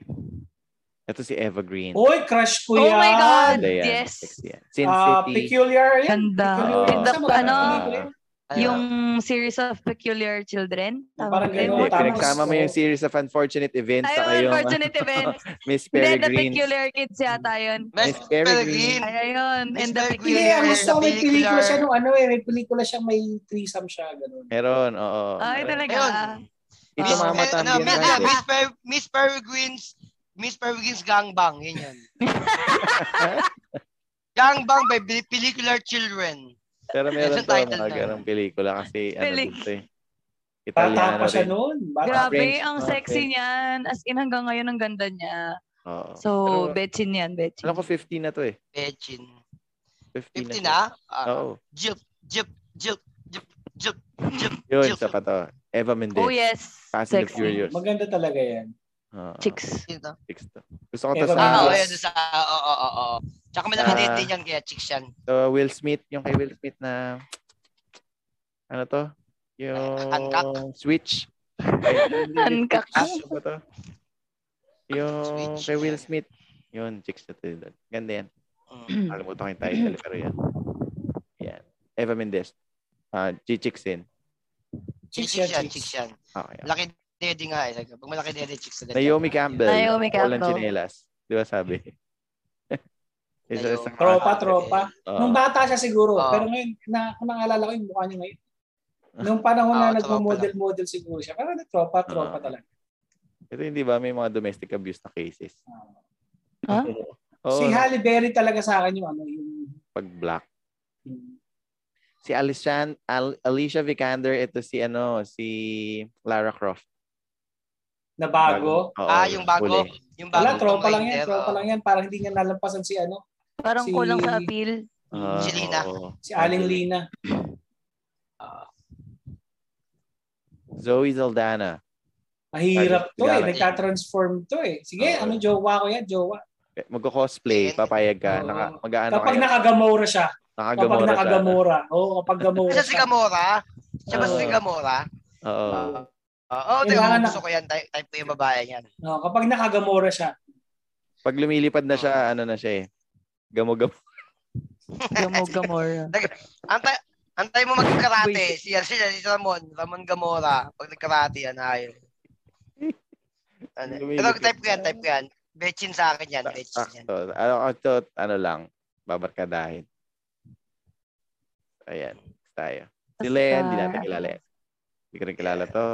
Speaker 3: Ito si Evergreen.
Speaker 5: Oy, crush ko
Speaker 6: Oh
Speaker 5: yan.
Speaker 6: my God!
Speaker 3: Ganda yan.
Speaker 6: yes.
Speaker 3: Sexy yan. Sin
Speaker 5: Ah,
Speaker 3: City.
Speaker 5: peculiar yan.
Speaker 6: Ganda.
Speaker 5: Peculiar.
Speaker 3: And the-
Speaker 5: Saan maganda
Speaker 6: ano,
Speaker 5: pelikula yan?
Speaker 4: Ano?
Speaker 6: Yung series of Peculiar Children. Tama
Speaker 5: Parang
Speaker 6: ba yun?
Speaker 5: ganun.
Speaker 3: Hindi,
Speaker 5: tama.
Speaker 3: pinagsama mo yung series of unfortunate events
Speaker 6: Ay,
Speaker 3: sa
Speaker 6: mga
Speaker 3: yung
Speaker 6: unfortunate events.
Speaker 3: Miss
Speaker 6: Hindi, the
Speaker 3: Peregrine.
Speaker 6: Peculiar Kids yata yun.
Speaker 4: Mas
Speaker 3: Miss Peregrine.
Speaker 4: Peregrine.
Speaker 6: Ay, ayun.
Speaker 4: Miss
Speaker 6: And the
Speaker 4: Mary
Speaker 5: Hindi,
Speaker 6: Peculiar.
Speaker 5: ang gusto ko may
Speaker 4: Peculiar.
Speaker 5: pelikula siya nung ano eh. May pelikula siya, may threesome siya. Ganun.
Speaker 3: Meron, oo.
Speaker 6: Ay,
Speaker 3: meron.
Speaker 6: talaga.
Speaker 4: Ayun.
Speaker 3: Ito
Speaker 4: Miss-
Speaker 3: mama
Speaker 4: eh, ano,
Speaker 3: también.
Speaker 4: Miss,
Speaker 3: tayo.
Speaker 4: Miss, Per- Miss Peregrine's Miss Peregrine's Gangbang, yun yun. Gangbang by Pe- Peculiar Children.
Speaker 3: Pero meron
Speaker 4: Yung
Speaker 3: to
Speaker 4: title
Speaker 3: mga
Speaker 4: na.
Speaker 3: ganong pelikula kasi ano
Speaker 6: Pelik-
Speaker 3: dito eh.
Speaker 5: Bata
Speaker 3: Italiano
Speaker 5: pa siya
Speaker 3: rin.
Speaker 5: noon. Bata.
Speaker 6: Grabe,
Speaker 3: Friends,
Speaker 6: ang
Speaker 3: mga
Speaker 6: sexy
Speaker 3: friends.
Speaker 6: niyan. As in, hanggang ngayon, ang ganda niya.
Speaker 3: Oo.
Speaker 6: So,
Speaker 3: Oh. Pero,
Speaker 6: betchin yan, betchin.
Speaker 3: alam ko 15 na to eh.
Speaker 4: Bechin.
Speaker 3: 15, na.
Speaker 4: 50 na?
Speaker 3: to.
Speaker 4: Ah,
Speaker 3: Oo.
Speaker 4: Jeep, jeep, jeep, jeep, jeep, jeep,
Speaker 3: Yun,
Speaker 4: jeep.
Speaker 3: isa pa to. Eva Mendes.
Speaker 6: Oh, yes.
Speaker 3: Fast and the
Speaker 6: Sexy.
Speaker 3: Furious.
Speaker 5: Maganda talaga yan.
Speaker 3: Oo.
Speaker 6: Chicks.
Speaker 4: Yun, no?
Speaker 3: Six to. Gusto ko to
Speaker 4: Ah,
Speaker 5: Eva
Speaker 3: sa,
Speaker 4: oo,
Speaker 5: Mendes.
Speaker 4: yun, sa, oo, oo, oo, oo. Tsaka
Speaker 3: Ah.
Speaker 4: may nakadate din yan kaya chicks yan.
Speaker 3: sa uh, Will Smith. Yung kay Will Smith na... Ano to? Yung...
Speaker 4: Hancock.
Speaker 3: Switch. Ay, hindi, hindi,
Speaker 6: Hancock.
Speaker 3: Switch. Ano ba to? Yung
Speaker 4: Switch.
Speaker 3: kay Will Smith. Yun, chicks na to. yun. Ganda yan.
Speaker 4: Mm.
Speaker 3: Nakalimutan ko yung title. Pero yan. Yan. Eva Mendes. Ah, G-Chicks din.
Speaker 5: Chicks
Speaker 4: Chicks yan,
Speaker 5: yan,
Speaker 4: chicks
Speaker 5: chicks.
Speaker 4: yan.
Speaker 3: Okay.
Speaker 4: Laki dede nga eh. Pag malaki dede, chicks agad.
Speaker 3: Naomi Campbell. Walang
Speaker 6: Naomi Campbell.
Speaker 3: chinelas. Di ba sabi? Isa,
Speaker 4: Naomi.
Speaker 3: isa,
Speaker 5: Tropa, tropa.
Speaker 3: Oo.
Speaker 5: Nung bata siya siguro.
Speaker 4: Oo.
Speaker 5: Pero ngayon, na, kung naalala ko yung mukha niya ngayon. Nung panahon
Speaker 4: Oo,
Speaker 5: na
Speaker 4: tropa
Speaker 5: nagmo-model-model siguro siya. Parang tropa, tropa
Speaker 3: Oo.
Speaker 5: talaga.
Speaker 3: Ito hindi ba may mga domestic abuse na cases?
Speaker 6: Huh?
Speaker 3: Oo,
Speaker 5: si Halle Berry talaga sa akin yung ano, yung,
Speaker 3: pag black.
Speaker 5: yung
Speaker 3: Si Alishan, Al- Alicia Vikander, ito si ano, si Lara Croft.
Speaker 5: na bago.
Speaker 3: Oo,
Speaker 4: Ah, yung bago.
Speaker 3: huli.
Speaker 4: Yung bago.
Speaker 5: Wala, tropa lang yan,
Speaker 4: Pero,
Speaker 5: tropa lang yan. Parang hindi niya nalampasan si ano,
Speaker 6: Parang
Speaker 5: Si-
Speaker 6: kulang sa appeal.
Speaker 3: Ah,
Speaker 4: Si Lina.
Speaker 3: oo.
Speaker 5: si Aling Lina.
Speaker 4: ah,
Speaker 3: Zoe Zaldana.
Speaker 5: Mahirap to eh,
Speaker 3: Garang-
Speaker 5: nagka-transform to eh. Sige,
Speaker 3: Oo.
Speaker 5: ano jowa ko yan, jowa.
Speaker 3: Eh, Magko-cosplay, papayag ka.
Speaker 5: Oo.
Speaker 3: Naka, mag-ano
Speaker 5: Kapag
Speaker 3: kayo?
Speaker 5: nakagamora siya, kapag
Speaker 3: Nakagamora Ano siya.
Speaker 5: nakagamora, oo, kapag
Speaker 4: Oh.
Speaker 5: gamora
Speaker 4: siya si
Speaker 5: siya.
Speaker 4: Gamora. Siya ba
Speaker 3: Oo.
Speaker 4: si Gamora?
Speaker 3: Oo.
Speaker 4: Oo, oh,
Speaker 5: Kailangan
Speaker 4: teka,
Speaker 5: na-
Speaker 4: gusto ko yan. Type, type ko yung babae yan.
Speaker 5: Oo, kapag nakagamora siya,
Speaker 3: Pag lumilipad na
Speaker 5: Ah.
Speaker 3: siya, ano na siya eh. Gamo-gamo.
Speaker 6: Gamog Gamora.
Speaker 4: Antay, antay mo magkarate. Si, si, si Ramon. Ramon Gamora. Pag nagkarate yan, ayun. Ano, pero type ko yan, type ko yan. Betchin sa akin yan, betchin yan.
Speaker 3: Sakto. Ano, ito, ano lang, babarkadahin. Ayan, tayo. Si Len, hindi natin kilala yan. Hindi ko rin kilala to.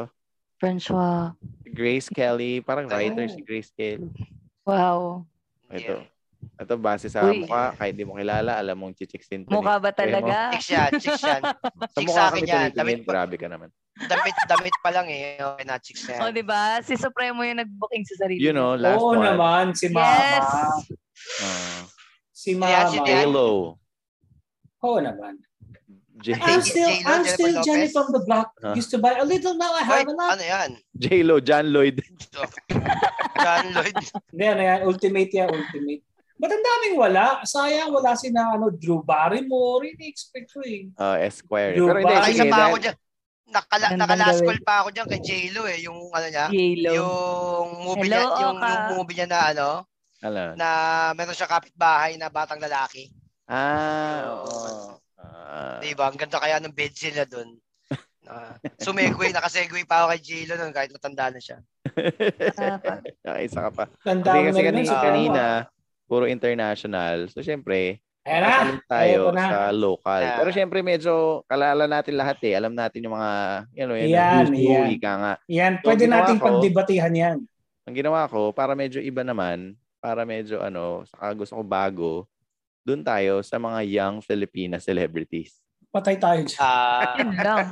Speaker 6: Francois.
Speaker 3: Si Grace Kelly, parang
Speaker 4: Oh.
Speaker 3: writer si Grace Kelly.
Speaker 6: Wow.
Speaker 3: ah, Ito.
Speaker 4: Yeah.
Speaker 3: Ito, base sa
Speaker 6: Uy.
Speaker 3: mukha, kahit di mo kilala, alam mong chichiksin to.
Speaker 6: Mukha ba
Speaker 3: Tingin mo?
Speaker 6: talaga?
Speaker 4: Chicks yan, chicks yan.
Speaker 3: Sa
Speaker 4: Chicks
Speaker 3: mukha
Speaker 4: sa
Speaker 3: kami
Speaker 4: akin yan. Damit,
Speaker 3: tumitingin, grabe ka naman.
Speaker 4: damit, damit pa lang eh. Okay na, chicks na
Speaker 6: O,
Speaker 4: yan.
Speaker 6: Oh, di ba? Si Supremo yung nag-booking sa sarili.
Speaker 3: You know, last
Speaker 5: oo
Speaker 3: one.
Speaker 5: naman, si Mama.
Speaker 6: Yes.
Speaker 3: Uh,
Speaker 4: Yan, si
Speaker 5: Si Mama.
Speaker 4: Jan.
Speaker 3: Halo.
Speaker 5: Oo naman.
Speaker 3: J-
Speaker 5: I'm still,
Speaker 4: J-Lo,
Speaker 5: I'm
Speaker 4: Jennifer
Speaker 5: still
Speaker 4: Lopez.
Speaker 5: Jenny from the block.
Speaker 3: Ah.
Speaker 5: Used to buy a little, now I
Speaker 4: Wait,
Speaker 5: have a lot.
Speaker 4: ano yan?
Speaker 3: J-Lo, John Lloyd.
Speaker 4: So, John Lloyd.
Speaker 5: Hindi, ano yan, ultimate yan, ultimate. Ba't ang daming wala? Sayang, wala si na ano, Drew Barrymore. Ini-expect ko eh.
Speaker 3: Uh, Esquire.
Speaker 5: Yo,
Speaker 3: Pero hindi,
Speaker 5: baka
Speaker 4: Ay,
Speaker 3: sige.
Speaker 4: isa pa ako
Speaker 3: dahil-
Speaker 4: dyan. Nakala,
Speaker 6: Gandang
Speaker 4: naka-last
Speaker 6: gawin.
Speaker 4: call pa ako dyan kay J-Lo eh. Yung ano niya.
Speaker 6: Yellow.
Speaker 4: Yung movie
Speaker 6: Hello,
Speaker 4: niya, yung,
Speaker 6: Oka.
Speaker 4: yung movie niya na ano,
Speaker 3: Alam.
Speaker 4: na meron siya kapitbahay na batang lalaki.
Speaker 3: Ah, oo.
Speaker 4: Uh,
Speaker 3: Ah.
Speaker 4: diba? Ang ganda kaya ng bed sila doon. Uh, sumegway, nakasegue pa ako kay Jilo noon kahit matanda na siya.
Speaker 3: Okay, Ah, isa ka pa.
Speaker 5: Tanda
Speaker 3: Kasi,
Speaker 5: mo
Speaker 3: kasi
Speaker 5: na
Speaker 3: kanina,
Speaker 4: ah.
Speaker 5: yun, si
Speaker 3: kanina, puro international. So, syempre,
Speaker 5: Ayan na.
Speaker 3: nakalim tayo
Speaker 5: Ayoko na.
Speaker 3: sa local.
Speaker 4: Ah.
Speaker 3: Pero syempre, medyo kalala natin lahat eh. Alam natin yung mga, you know, yun,
Speaker 5: Yan,
Speaker 3: news
Speaker 5: yan.
Speaker 3: movie ka nga.
Speaker 5: Yan,
Speaker 3: So,
Speaker 5: pwede
Speaker 3: ginawa
Speaker 5: nating
Speaker 3: ko-
Speaker 5: pagdebatehan yan.
Speaker 3: Ang ginawa ko, para medyo iba naman, para medyo ano, saka gusto ko bago, dun tayo sa mga young Filipina celebrities.
Speaker 5: Patay tayo dyan.
Speaker 4: Ah,
Speaker 6: Yun lang.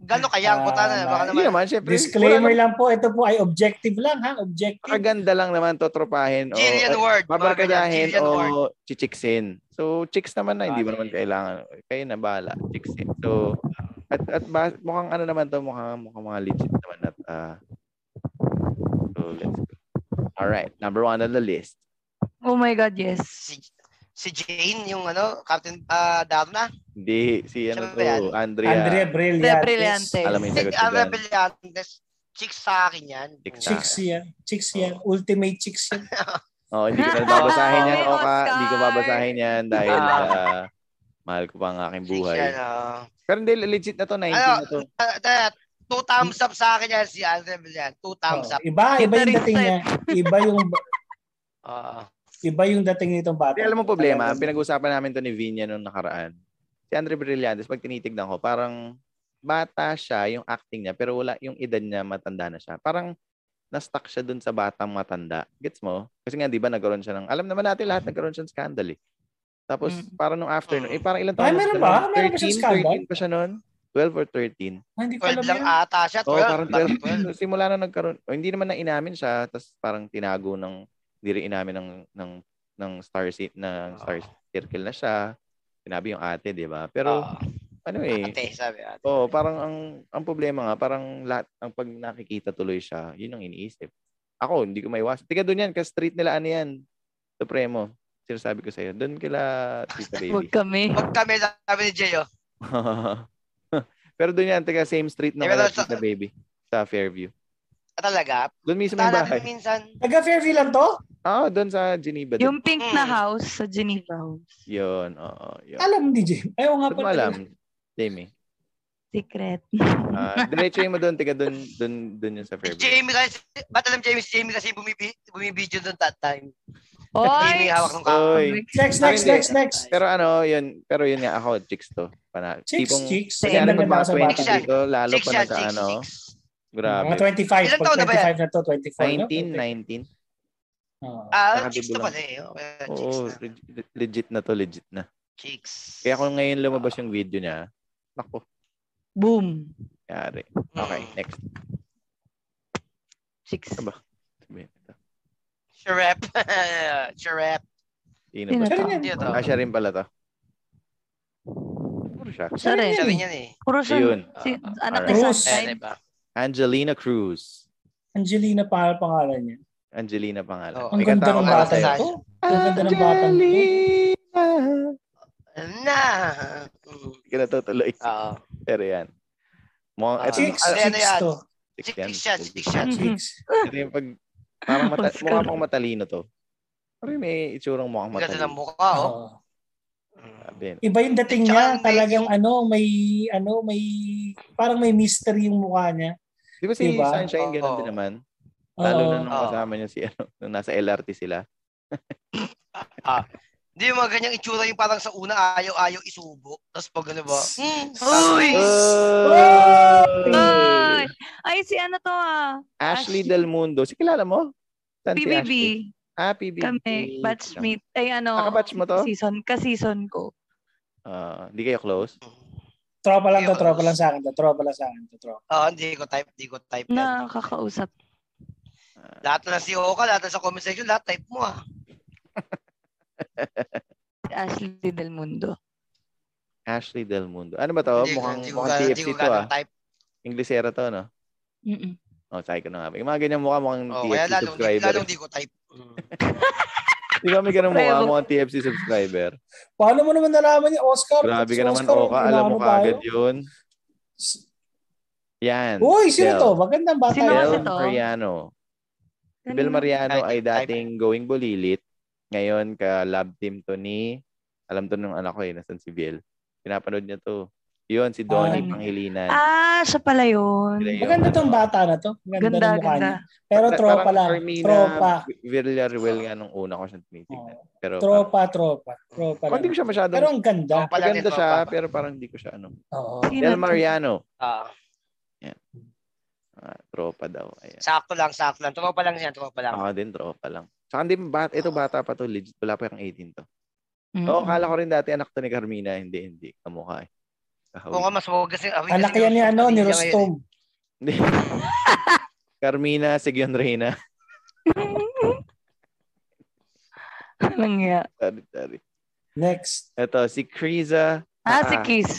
Speaker 4: gano'n kaya ang puta na. Baka
Speaker 5: Ah,
Speaker 3: Hindi
Speaker 4: Ano naman.
Speaker 3: naman, syempre.
Speaker 5: Disclaimer
Speaker 3: wala naman-
Speaker 5: lang po, ito po ay objective lang ha, objective.
Speaker 3: Pakaganda lang naman to tropahin. oh, o-
Speaker 6: Ah, Oh,
Speaker 4: Jillian Ward. mga ganyan,
Speaker 3: Babarkadahin
Speaker 4: Jillian Ward.
Speaker 3: o chichiksin. So, chicks naman na, hindi mo
Speaker 4: Okay.
Speaker 3: naman kailangan. Kayo na, bahala. Chicksin. So, at, at ba, mukhang ano naman to, mukhang, mukhang mga legit naman. At, ah, so, let's go. Alright, number one on the list.
Speaker 6: Oh my God, yes.
Speaker 4: Si, si Jane, yung ano, Captain ah, Darna.
Speaker 3: Hindi, si ano
Speaker 4: Siyempre, ano?
Speaker 3: to, Andrea.
Speaker 5: Andrea
Speaker 6: Andrea
Speaker 5: Brillantes.
Speaker 6: Brillantes.
Speaker 3: Alam mo yung
Speaker 4: Si
Speaker 3: sagot ko
Speaker 4: Ana
Speaker 3: dyan.
Speaker 4: Brillantes. ah, Chicks sa akin yan.
Speaker 3: Chicks sa-
Speaker 5: Chicks yan. Chicks yan. Ultimate chicks yan.
Speaker 3: Oh, hindi ko na babasahin yan,
Speaker 6: Wow, may
Speaker 3: Oka.
Speaker 6: Oscar.
Speaker 3: Hindi ko babasahin yan dahil
Speaker 4: Ah.
Speaker 3: ah, mahal ko pa ang aking
Speaker 4: Chicks
Speaker 3: buhay.
Speaker 4: yan, oo.
Speaker 3: Pero hindi, legit na to, 19
Speaker 4: Ano?
Speaker 3: na to.
Speaker 4: Ah, ah, Two thumbs up sa akin yan si Andre Brillantes. Two thumbs
Speaker 5: Oh,
Speaker 4: up.
Speaker 5: iba, iba
Speaker 6: Kita
Speaker 5: yung
Speaker 6: rin
Speaker 4: eh.
Speaker 5: dating niya. Iba yung
Speaker 4: Oo.
Speaker 5: iba yung dating nitong bata.
Speaker 3: Hindi, alam mo problema, ang pinag-usapan namin to ni Vinya nung nakaraan. Si Andre Brillantes, pag tinitignan ko, parang bata siya yung acting niya, pero wala yung edad niya, matanda na siya. Parang na-stuck siya dun sa batang matanda. Gets mo? Kasi nga, di ba, nagkaroon siya ng, alam naman natin lahat, nagkaroon siya ng scandal eh. Tapos,
Speaker 6: Mm.
Speaker 3: parang nung afternoon, eh, parang ilan
Speaker 5: Ay,
Speaker 3: taon na
Speaker 5: meron
Speaker 3: siya
Speaker 5: ba?
Speaker 3: nun?
Speaker 5: Meron ba
Speaker 3: 13?
Speaker 5: siyang scandal?
Speaker 3: 13 pa siya noon? 12 or 13?
Speaker 5: Ah, hindi ko
Speaker 4: 12
Speaker 5: alam
Speaker 4: lang
Speaker 5: yan.
Speaker 4: ata siya. 12.
Speaker 3: Oo, Oh, parang 12.
Speaker 4: Parang
Speaker 3: So, simula na nagkaroon, o, hindi naman na inamin siya, tapos parang tinago ng, hindi rin inamin ng, ng, ng star seat,
Speaker 4: Ah.
Speaker 3: ng star circle na siya. Sinabi yung ate, di ba? Pero,
Speaker 4: Oo.
Speaker 3: ano eh,
Speaker 4: Ah, Ate, sabi ate.
Speaker 3: oo, parang ang, ang problema nga, parang lahat, ang pag nakikita tuloy siya, yun ang iniisip. Ako, hindi ko maiwas. Tiga doon yan, ka-street nila, ano yan? Supremo. Sinasabi ko sa'yo, doon kila Tita
Speaker 6: Huwag
Speaker 3: Baby.
Speaker 6: kami.
Speaker 4: Pag kami sabi ni Jay, oh.
Speaker 3: Pero doon yan, taga same street na
Speaker 4: Eh,
Speaker 3: kala
Speaker 4: pero sa-
Speaker 3: Tita Baby sa Fairview.
Speaker 4: Ah, talaga.
Speaker 3: Doon mismo yung
Speaker 4: Tala
Speaker 3: bahay.
Speaker 4: din minsan.
Speaker 5: Taga Fairview lang to?
Speaker 3: Ah, doon sa Geneva. Yun.
Speaker 6: Yung pink na
Speaker 4: Mm.
Speaker 6: house sa Geneva House.
Speaker 3: Yun, oo, yun.
Speaker 5: Alam mo, DJ. Ayaw nga
Speaker 3: Doon
Speaker 5: pa.
Speaker 3: mo alam, Jamie.
Speaker 6: Secret.
Speaker 3: Ah, diretso yung mo doon, tiga doon, doon, doon yung sa
Speaker 4: Si
Speaker 3: Fairview.
Speaker 4: Jamie kasi, ba't alam Jamie, si Jamie kasi bumibi, bumibidyo doon that time. Jamie
Speaker 6: Oy!
Speaker 4: hawak ng kamay.
Speaker 3: Oy.
Speaker 5: Next, next,
Speaker 3: Hindi.
Speaker 5: next, next.
Speaker 3: Pero ano, yun, pero yun nga ako, chicks to. Pana,
Speaker 5: Chicks, chicks.
Speaker 6: Same.
Speaker 3: Kunyari pag
Speaker 5: Maganda
Speaker 3: mga
Speaker 5: sa bata.
Speaker 3: 20 dito, lalo pa
Speaker 4: Six
Speaker 3: na sa
Speaker 4: yan, six,
Speaker 3: ano,
Speaker 4: six.
Speaker 3: grabe.
Speaker 5: Mga 25.
Speaker 4: Ilang
Speaker 5: Pag
Speaker 4: taon na ba yan?
Speaker 5: 25 na to, 24
Speaker 3: 19,
Speaker 5: na.
Speaker 3: 19.
Speaker 5: Oo.
Speaker 4: Ah,
Speaker 3: Nakatibo
Speaker 4: chicks na
Speaker 3: lang.
Speaker 4: pala eh. Okay, chicks
Speaker 3: Oo,
Speaker 4: na.
Speaker 3: reg- legit na to, legit na.
Speaker 4: Chicks.
Speaker 3: Oh, Kaya kung ngayon lumabas yung video niya, nako,
Speaker 6: Boom.
Speaker 3: yari. Okay,
Speaker 4: Mm.
Speaker 3: next.
Speaker 6: Six.
Speaker 3: Aba. Sabihin ko.
Speaker 4: Shrep. Shrep.
Speaker 3: Sino
Speaker 6: Sino
Speaker 3: ba?
Speaker 5: Pero
Speaker 6: to?
Speaker 5: yan,
Speaker 4: Hindi ito.
Speaker 3: Ah, siya rin pala to. Siguro siya.
Speaker 6: Siya rin.
Speaker 3: Ano
Speaker 4: Siya rin yan eh.
Speaker 6: Puro siya.
Speaker 3: Ayun.
Speaker 6: Si,
Speaker 4: Ah,
Speaker 6: anak ni
Speaker 5: alright.
Speaker 4: Ayan,
Speaker 6: Sunshine.
Speaker 4: diba?
Speaker 3: Angelina Cruz.
Speaker 5: Angelina pa pangalan niya.
Speaker 3: Angelina pangalan.
Speaker 4: Oo.
Speaker 5: Ang
Speaker 3: May
Speaker 5: ganda
Speaker 3: kanta ko
Speaker 5: ng
Speaker 3: para
Speaker 5: bata
Speaker 3: sa'yo.
Speaker 5: na to. Ang ganda ng bata na to.
Speaker 3: Angelina.
Speaker 4: Na. Mm.
Speaker 3: Hindi ko natutuloy.
Speaker 4: Oo.
Speaker 3: Pero yan. Mukhang,
Speaker 4: Ah.
Speaker 3: eto,
Speaker 5: Chicks,
Speaker 4: Ano yan,
Speaker 5: chicks
Speaker 4: ano yan? Mhm.
Speaker 5: to.
Speaker 3: chicks yan.
Speaker 4: Chicks yan, chicks yan.
Speaker 5: Chicks.
Speaker 3: Ito yung pag, parang mata,
Speaker 6: Oscar.
Speaker 3: mukha pang matalino to. Pero yung may itsurang mukhang
Speaker 4: Ang Ganda
Speaker 3: matalino.
Speaker 4: ng mukha, oh.
Speaker 5: Oo.
Speaker 4: Mm.
Speaker 3: Sabi,
Speaker 5: Iba yung dating
Speaker 4: Tsaka
Speaker 5: niya,
Speaker 4: may-
Speaker 5: talagang ano, may ano, may parang may mystery yung mukha niya.
Speaker 3: Di ba si
Speaker 5: Diba?
Speaker 3: Sunshine ganun
Speaker 4: Oo.
Speaker 3: din naman? Lalo na
Speaker 5: Oo.
Speaker 3: nung
Speaker 4: Oo.
Speaker 3: kasama niya si ano, nung nasa LRT sila.
Speaker 4: Hindi yung mga ganyang itsura yung parang sa una ayaw-ayaw isubo. Tapos pag ano ba? Mm.
Speaker 6: Uy!
Speaker 3: Oh!
Speaker 6: Ay! Ay, si ano to ah.
Speaker 3: Ashley
Speaker 6: Ashley.
Speaker 3: Del Mundo. Si kilala mo? Saan si
Speaker 6: PBB.
Speaker 3: Ashley? Ah, PBB.
Speaker 6: Kami. Batchmate. Ay, ano.
Speaker 3: Nakabatch mo to?
Speaker 6: Season. Ka-season ko.
Speaker 3: Ah, Hindi kayo close?
Speaker 4: Mm.
Speaker 5: Tropa lang to,
Speaker 4: Ayos.
Speaker 5: tropa lang sa akin to, tropa lang sa akin to, tropa.
Speaker 4: Ah, hindi ko type, hindi ko type. yan.
Speaker 6: Nakakausap.
Speaker 4: Lahat na lang si Oka, lahat na sa comment section, lahat type mo ah.
Speaker 6: si Ashley Del Mundo.
Speaker 3: Ashley Del Mundo. Ano ba to?
Speaker 4: Hindi ko-
Speaker 3: Mukhang,
Speaker 4: hindi ko
Speaker 3: mukhang
Speaker 4: gano'ng-
Speaker 3: TFC
Speaker 4: hindi
Speaker 3: to
Speaker 4: ko
Speaker 3: ah.
Speaker 4: gano'ng type.
Speaker 3: Inglesera to, no?
Speaker 6: Mm-mm.
Speaker 3: Oh, sabi ko na nga. Yung mga ganyan mukha, mukhang
Speaker 4: Oh, kaya
Speaker 3: TFC
Speaker 4: lalo, hindi,
Speaker 3: subscriber.
Speaker 4: lalo hindi ko type. Mm.
Speaker 3: Di ba may ganun mukha,
Speaker 6: Pero-
Speaker 3: mukhang TFC subscriber?
Speaker 5: Paano mo naman nalaman yung Oscar?
Speaker 3: Grabe
Speaker 5: Si
Speaker 3: ka naman,
Speaker 5: Oscar,
Speaker 3: Oka. Alam mo
Speaker 5: inaano
Speaker 3: ka agad
Speaker 5: tayo?
Speaker 3: yun.
Speaker 5: S-
Speaker 3: Yan.
Speaker 5: Uy, sino
Speaker 3: Del.
Speaker 5: to? Magandang bata.
Speaker 6: Sino
Speaker 5: yun.
Speaker 6: kasi
Speaker 3: Del
Speaker 6: to?
Speaker 3: Mariano. Si Bel
Speaker 6: Kanino?
Speaker 3: Mariano
Speaker 4: Ay,
Speaker 3: ay dating going bulilit. Ngayon, ka-lab team to ni... Alam to nung anak ko eh, nasan si Bel. Pinapanood niya to. Yun, si Donnie
Speaker 5: Ah.
Speaker 3: Pangilinan.
Speaker 6: Ah, siya pala yun.
Speaker 3: Sila yun.
Speaker 5: Maganda tong bata na to. Maganda ng
Speaker 6: Ganda,
Speaker 5: mukha niya.
Speaker 6: ganda.
Speaker 5: Pero
Speaker 3: Parang
Speaker 5: tropa lang.
Speaker 3: Carmina
Speaker 5: Tropa. Oh.
Speaker 3: Villaruel nga nung una ko siya tinitignan. Pero
Speaker 5: Tropa, tropa. Tropa
Speaker 3: parang, hindi ko
Speaker 5: lang.
Speaker 3: siya masyadong...
Speaker 5: Pero ang ganda.
Speaker 4: Tropa. Pala
Speaker 3: maganda
Speaker 4: din,
Speaker 3: siya,
Speaker 4: tropa.
Speaker 3: pero parang hindi ko siya ano.
Speaker 5: Oo.
Speaker 6: Sino
Speaker 3: Del
Speaker 6: to?
Speaker 3: Mariano.
Speaker 4: Ah,
Speaker 3: Ah, tropa daw. Ayan.
Speaker 4: sakto lang, sakto lang. Tropa lang siya, tropa lang.
Speaker 3: Ako din, tropa lang. Saka hindi, bat, ito bata pa to, legit. Wala pa yung 18 to.
Speaker 6: Mm.
Speaker 3: Oo, kala ko rin dati anak to ni Carmina. Hindi, hindi. Kamukha eh.
Speaker 4: Kung
Speaker 3: Kahawi.
Speaker 4: ka mas huwag kasi... awig kasi
Speaker 5: Anak yan ni ano, ni
Speaker 4: Padilla ngayon eh.
Speaker 5: Rostom.
Speaker 3: Hindi. Carmina, Sigyon Reyna.
Speaker 6: Anong nga?
Speaker 3: Sorry, sorry.
Speaker 5: Next.
Speaker 3: Ito, si Kriza.
Speaker 6: Ah, si
Speaker 3: Ah.
Speaker 6: Kiss.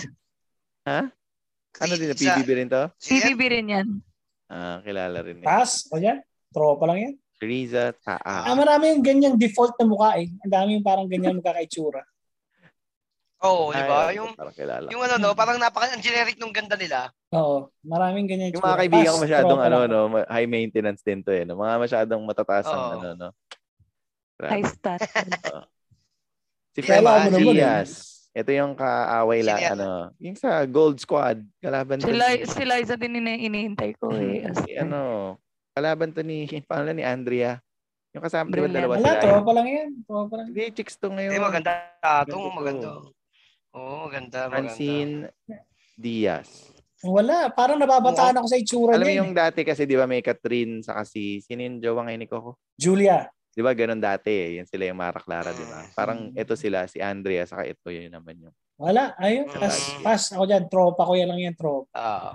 Speaker 3: Ano din,
Speaker 4: Sa-
Speaker 3: PBB rin to?
Speaker 4: Si-
Speaker 6: PBB rin yan.
Speaker 3: Ah, kilala rin eh.
Speaker 5: Pass. O yan. Tropa lang yan.
Speaker 3: Kriza
Speaker 5: Ah,
Speaker 3: Taa.
Speaker 5: marami yung ganyang default na mukha eh. Ang dami yung parang ganyan magkakaitsura.
Speaker 4: Oo, di ba?
Speaker 3: Ay,
Speaker 4: Yung,
Speaker 3: Parang kilala.
Speaker 4: yung ano, no, parang napaka ang generic nung ganda nila.
Speaker 5: Oo. Maraming ganyan
Speaker 3: Yung
Speaker 5: itsura.
Speaker 3: mga kaibigan ko
Speaker 5: Pass,
Speaker 3: masyadong
Speaker 5: tropa
Speaker 3: ano,
Speaker 5: lang.
Speaker 3: no, ma- high maintenance din to eh. No? Mga masyadong matataas ang
Speaker 4: Oo.
Speaker 3: ano, no.
Speaker 6: High
Speaker 3: Grabe.
Speaker 6: stat.
Speaker 3: Si
Speaker 5: Kaya alam
Speaker 3: Fema
Speaker 5: mo naman eh.
Speaker 3: Diaz. Ito yung kaaway la,
Speaker 4: Sino yan?
Speaker 3: ano. Yung sa Gold Squad. Kalaban
Speaker 6: si,
Speaker 3: to
Speaker 6: Li-
Speaker 3: ni,
Speaker 6: si Liza din ini inihintay ko eh. As
Speaker 3: si ano. Kalaban to ni, paano ni Andrea. Yung kasama, di ba
Speaker 6: Brilliant.
Speaker 3: dalawa
Speaker 5: Wala,
Speaker 3: sila?
Speaker 5: tropa lang yan. Tropa lang.
Speaker 3: Hindi, chicks to ngayon.
Speaker 4: Hindi, maganda. Atong,
Speaker 3: Maganda
Speaker 4: maganda. oh.
Speaker 3: to.
Speaker 4: Oo, maganda, maganda.
Speaker 3: Francine Diaz.
Speaker 5: Wala. Parang nababataan ako sa itsura
Speaker 3: Alam mo
Speaker 5: niya.
Speaker 3: yung
Speaker 5: eh.
Speaker 3: dati kasi, di ba, may Catherine, saka si, sino yung jowa ngayon ni Coco?
Speaker 5: Julia.
Speaker 3: Di ba, ganun dati eh. Yan sila yung Mara Clara, di ba?
Speaker 4: Mm.
Speaker 3: Parang ito sila, si Andrea, saka ito, yun naman yung
Speaker 5: Wala. Ayun.
Speaker 3: Mm.
Speaker 4: Wala.
Speaker 5: Pass. Pass. Ako dyan. Tropa ko yan lang yan. Tropa.
Speaker 4: Ah.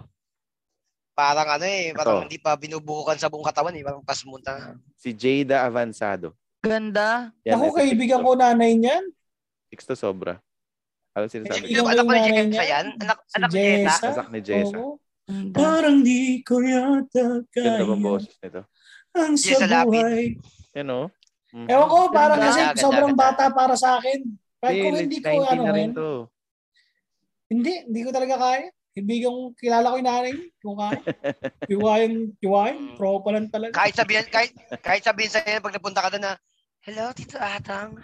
Speaker 4: parang ano eh,
Speaker 3: Ito.
Speaker 4: parang hindi pa binubuhukan sa buong katawan eh. Parang pasmunta.
Speaker 3: si Jada Avanzado.
Speaker 6: Ganda.
Speaker 3: eh,
Speaker 5: Ako, kaibigan ko
Speaker 3: na.
Speaker 5: nanay niyan.
Speaker 3: Six to sobra. Alam sinasabi
Speaker 5: Hindi
Speaker 4: Yung
Speaker 5: ko
Speaker 3: ko.
Speaker 4: anak ko ni
Speaker 5: yung nanay
Speaker 4: Jessa
Speaker 5: niya.
Speaker 4: yan? Anak,
Speaker 5: Si
Speaker 4: anak ni Jessa?
Speaker 5: Jessa.
Speaker 3: Nasak ni Jessa.
Speaker 5: Oo.
Speaker 6: Ganda.
Speaker 5: Parang di ko yata
Speaker 3: Ganda bang
Speaker 5: kaya
Speaker 3: boses nito?
Speaker 5: ang
Speaker 4: Jessa
Speaker 5: sa
Speaker 4: Lapid.
Speaker 5: buhay.
Speaker 3: Yan o. Mm.
Speaker 5: Ewan ko, parang
Speaker 6: Ganda,
Speaker 5: kasi
Speaker 4: ganda,
Speaker 5: sobrang
Speaker 4: ganda.
Speaker 5: bata para sa akin. Kahit kung
Speaker 3: Hindi,
Speaker 5: hindi ko,
Speaker 3: 19
Speaker 5: ano
Speaker 3: na rin
Speaker 5: ngayon.
Speaker 3: to.
Speaker 5: Hindi, hindi ko talaga kaya. Kaibigan ko, kilala ko yung nanay. Hindi ko kaya. Iwain, iwain.
Speaker 6: Mm.
Speaker 5: Tropa lang talaga.
Speaker 4: Kahit sabihin, kahit, kahit sabihin sa'yo pag napunta ka doon na, Hello, Tito Atang.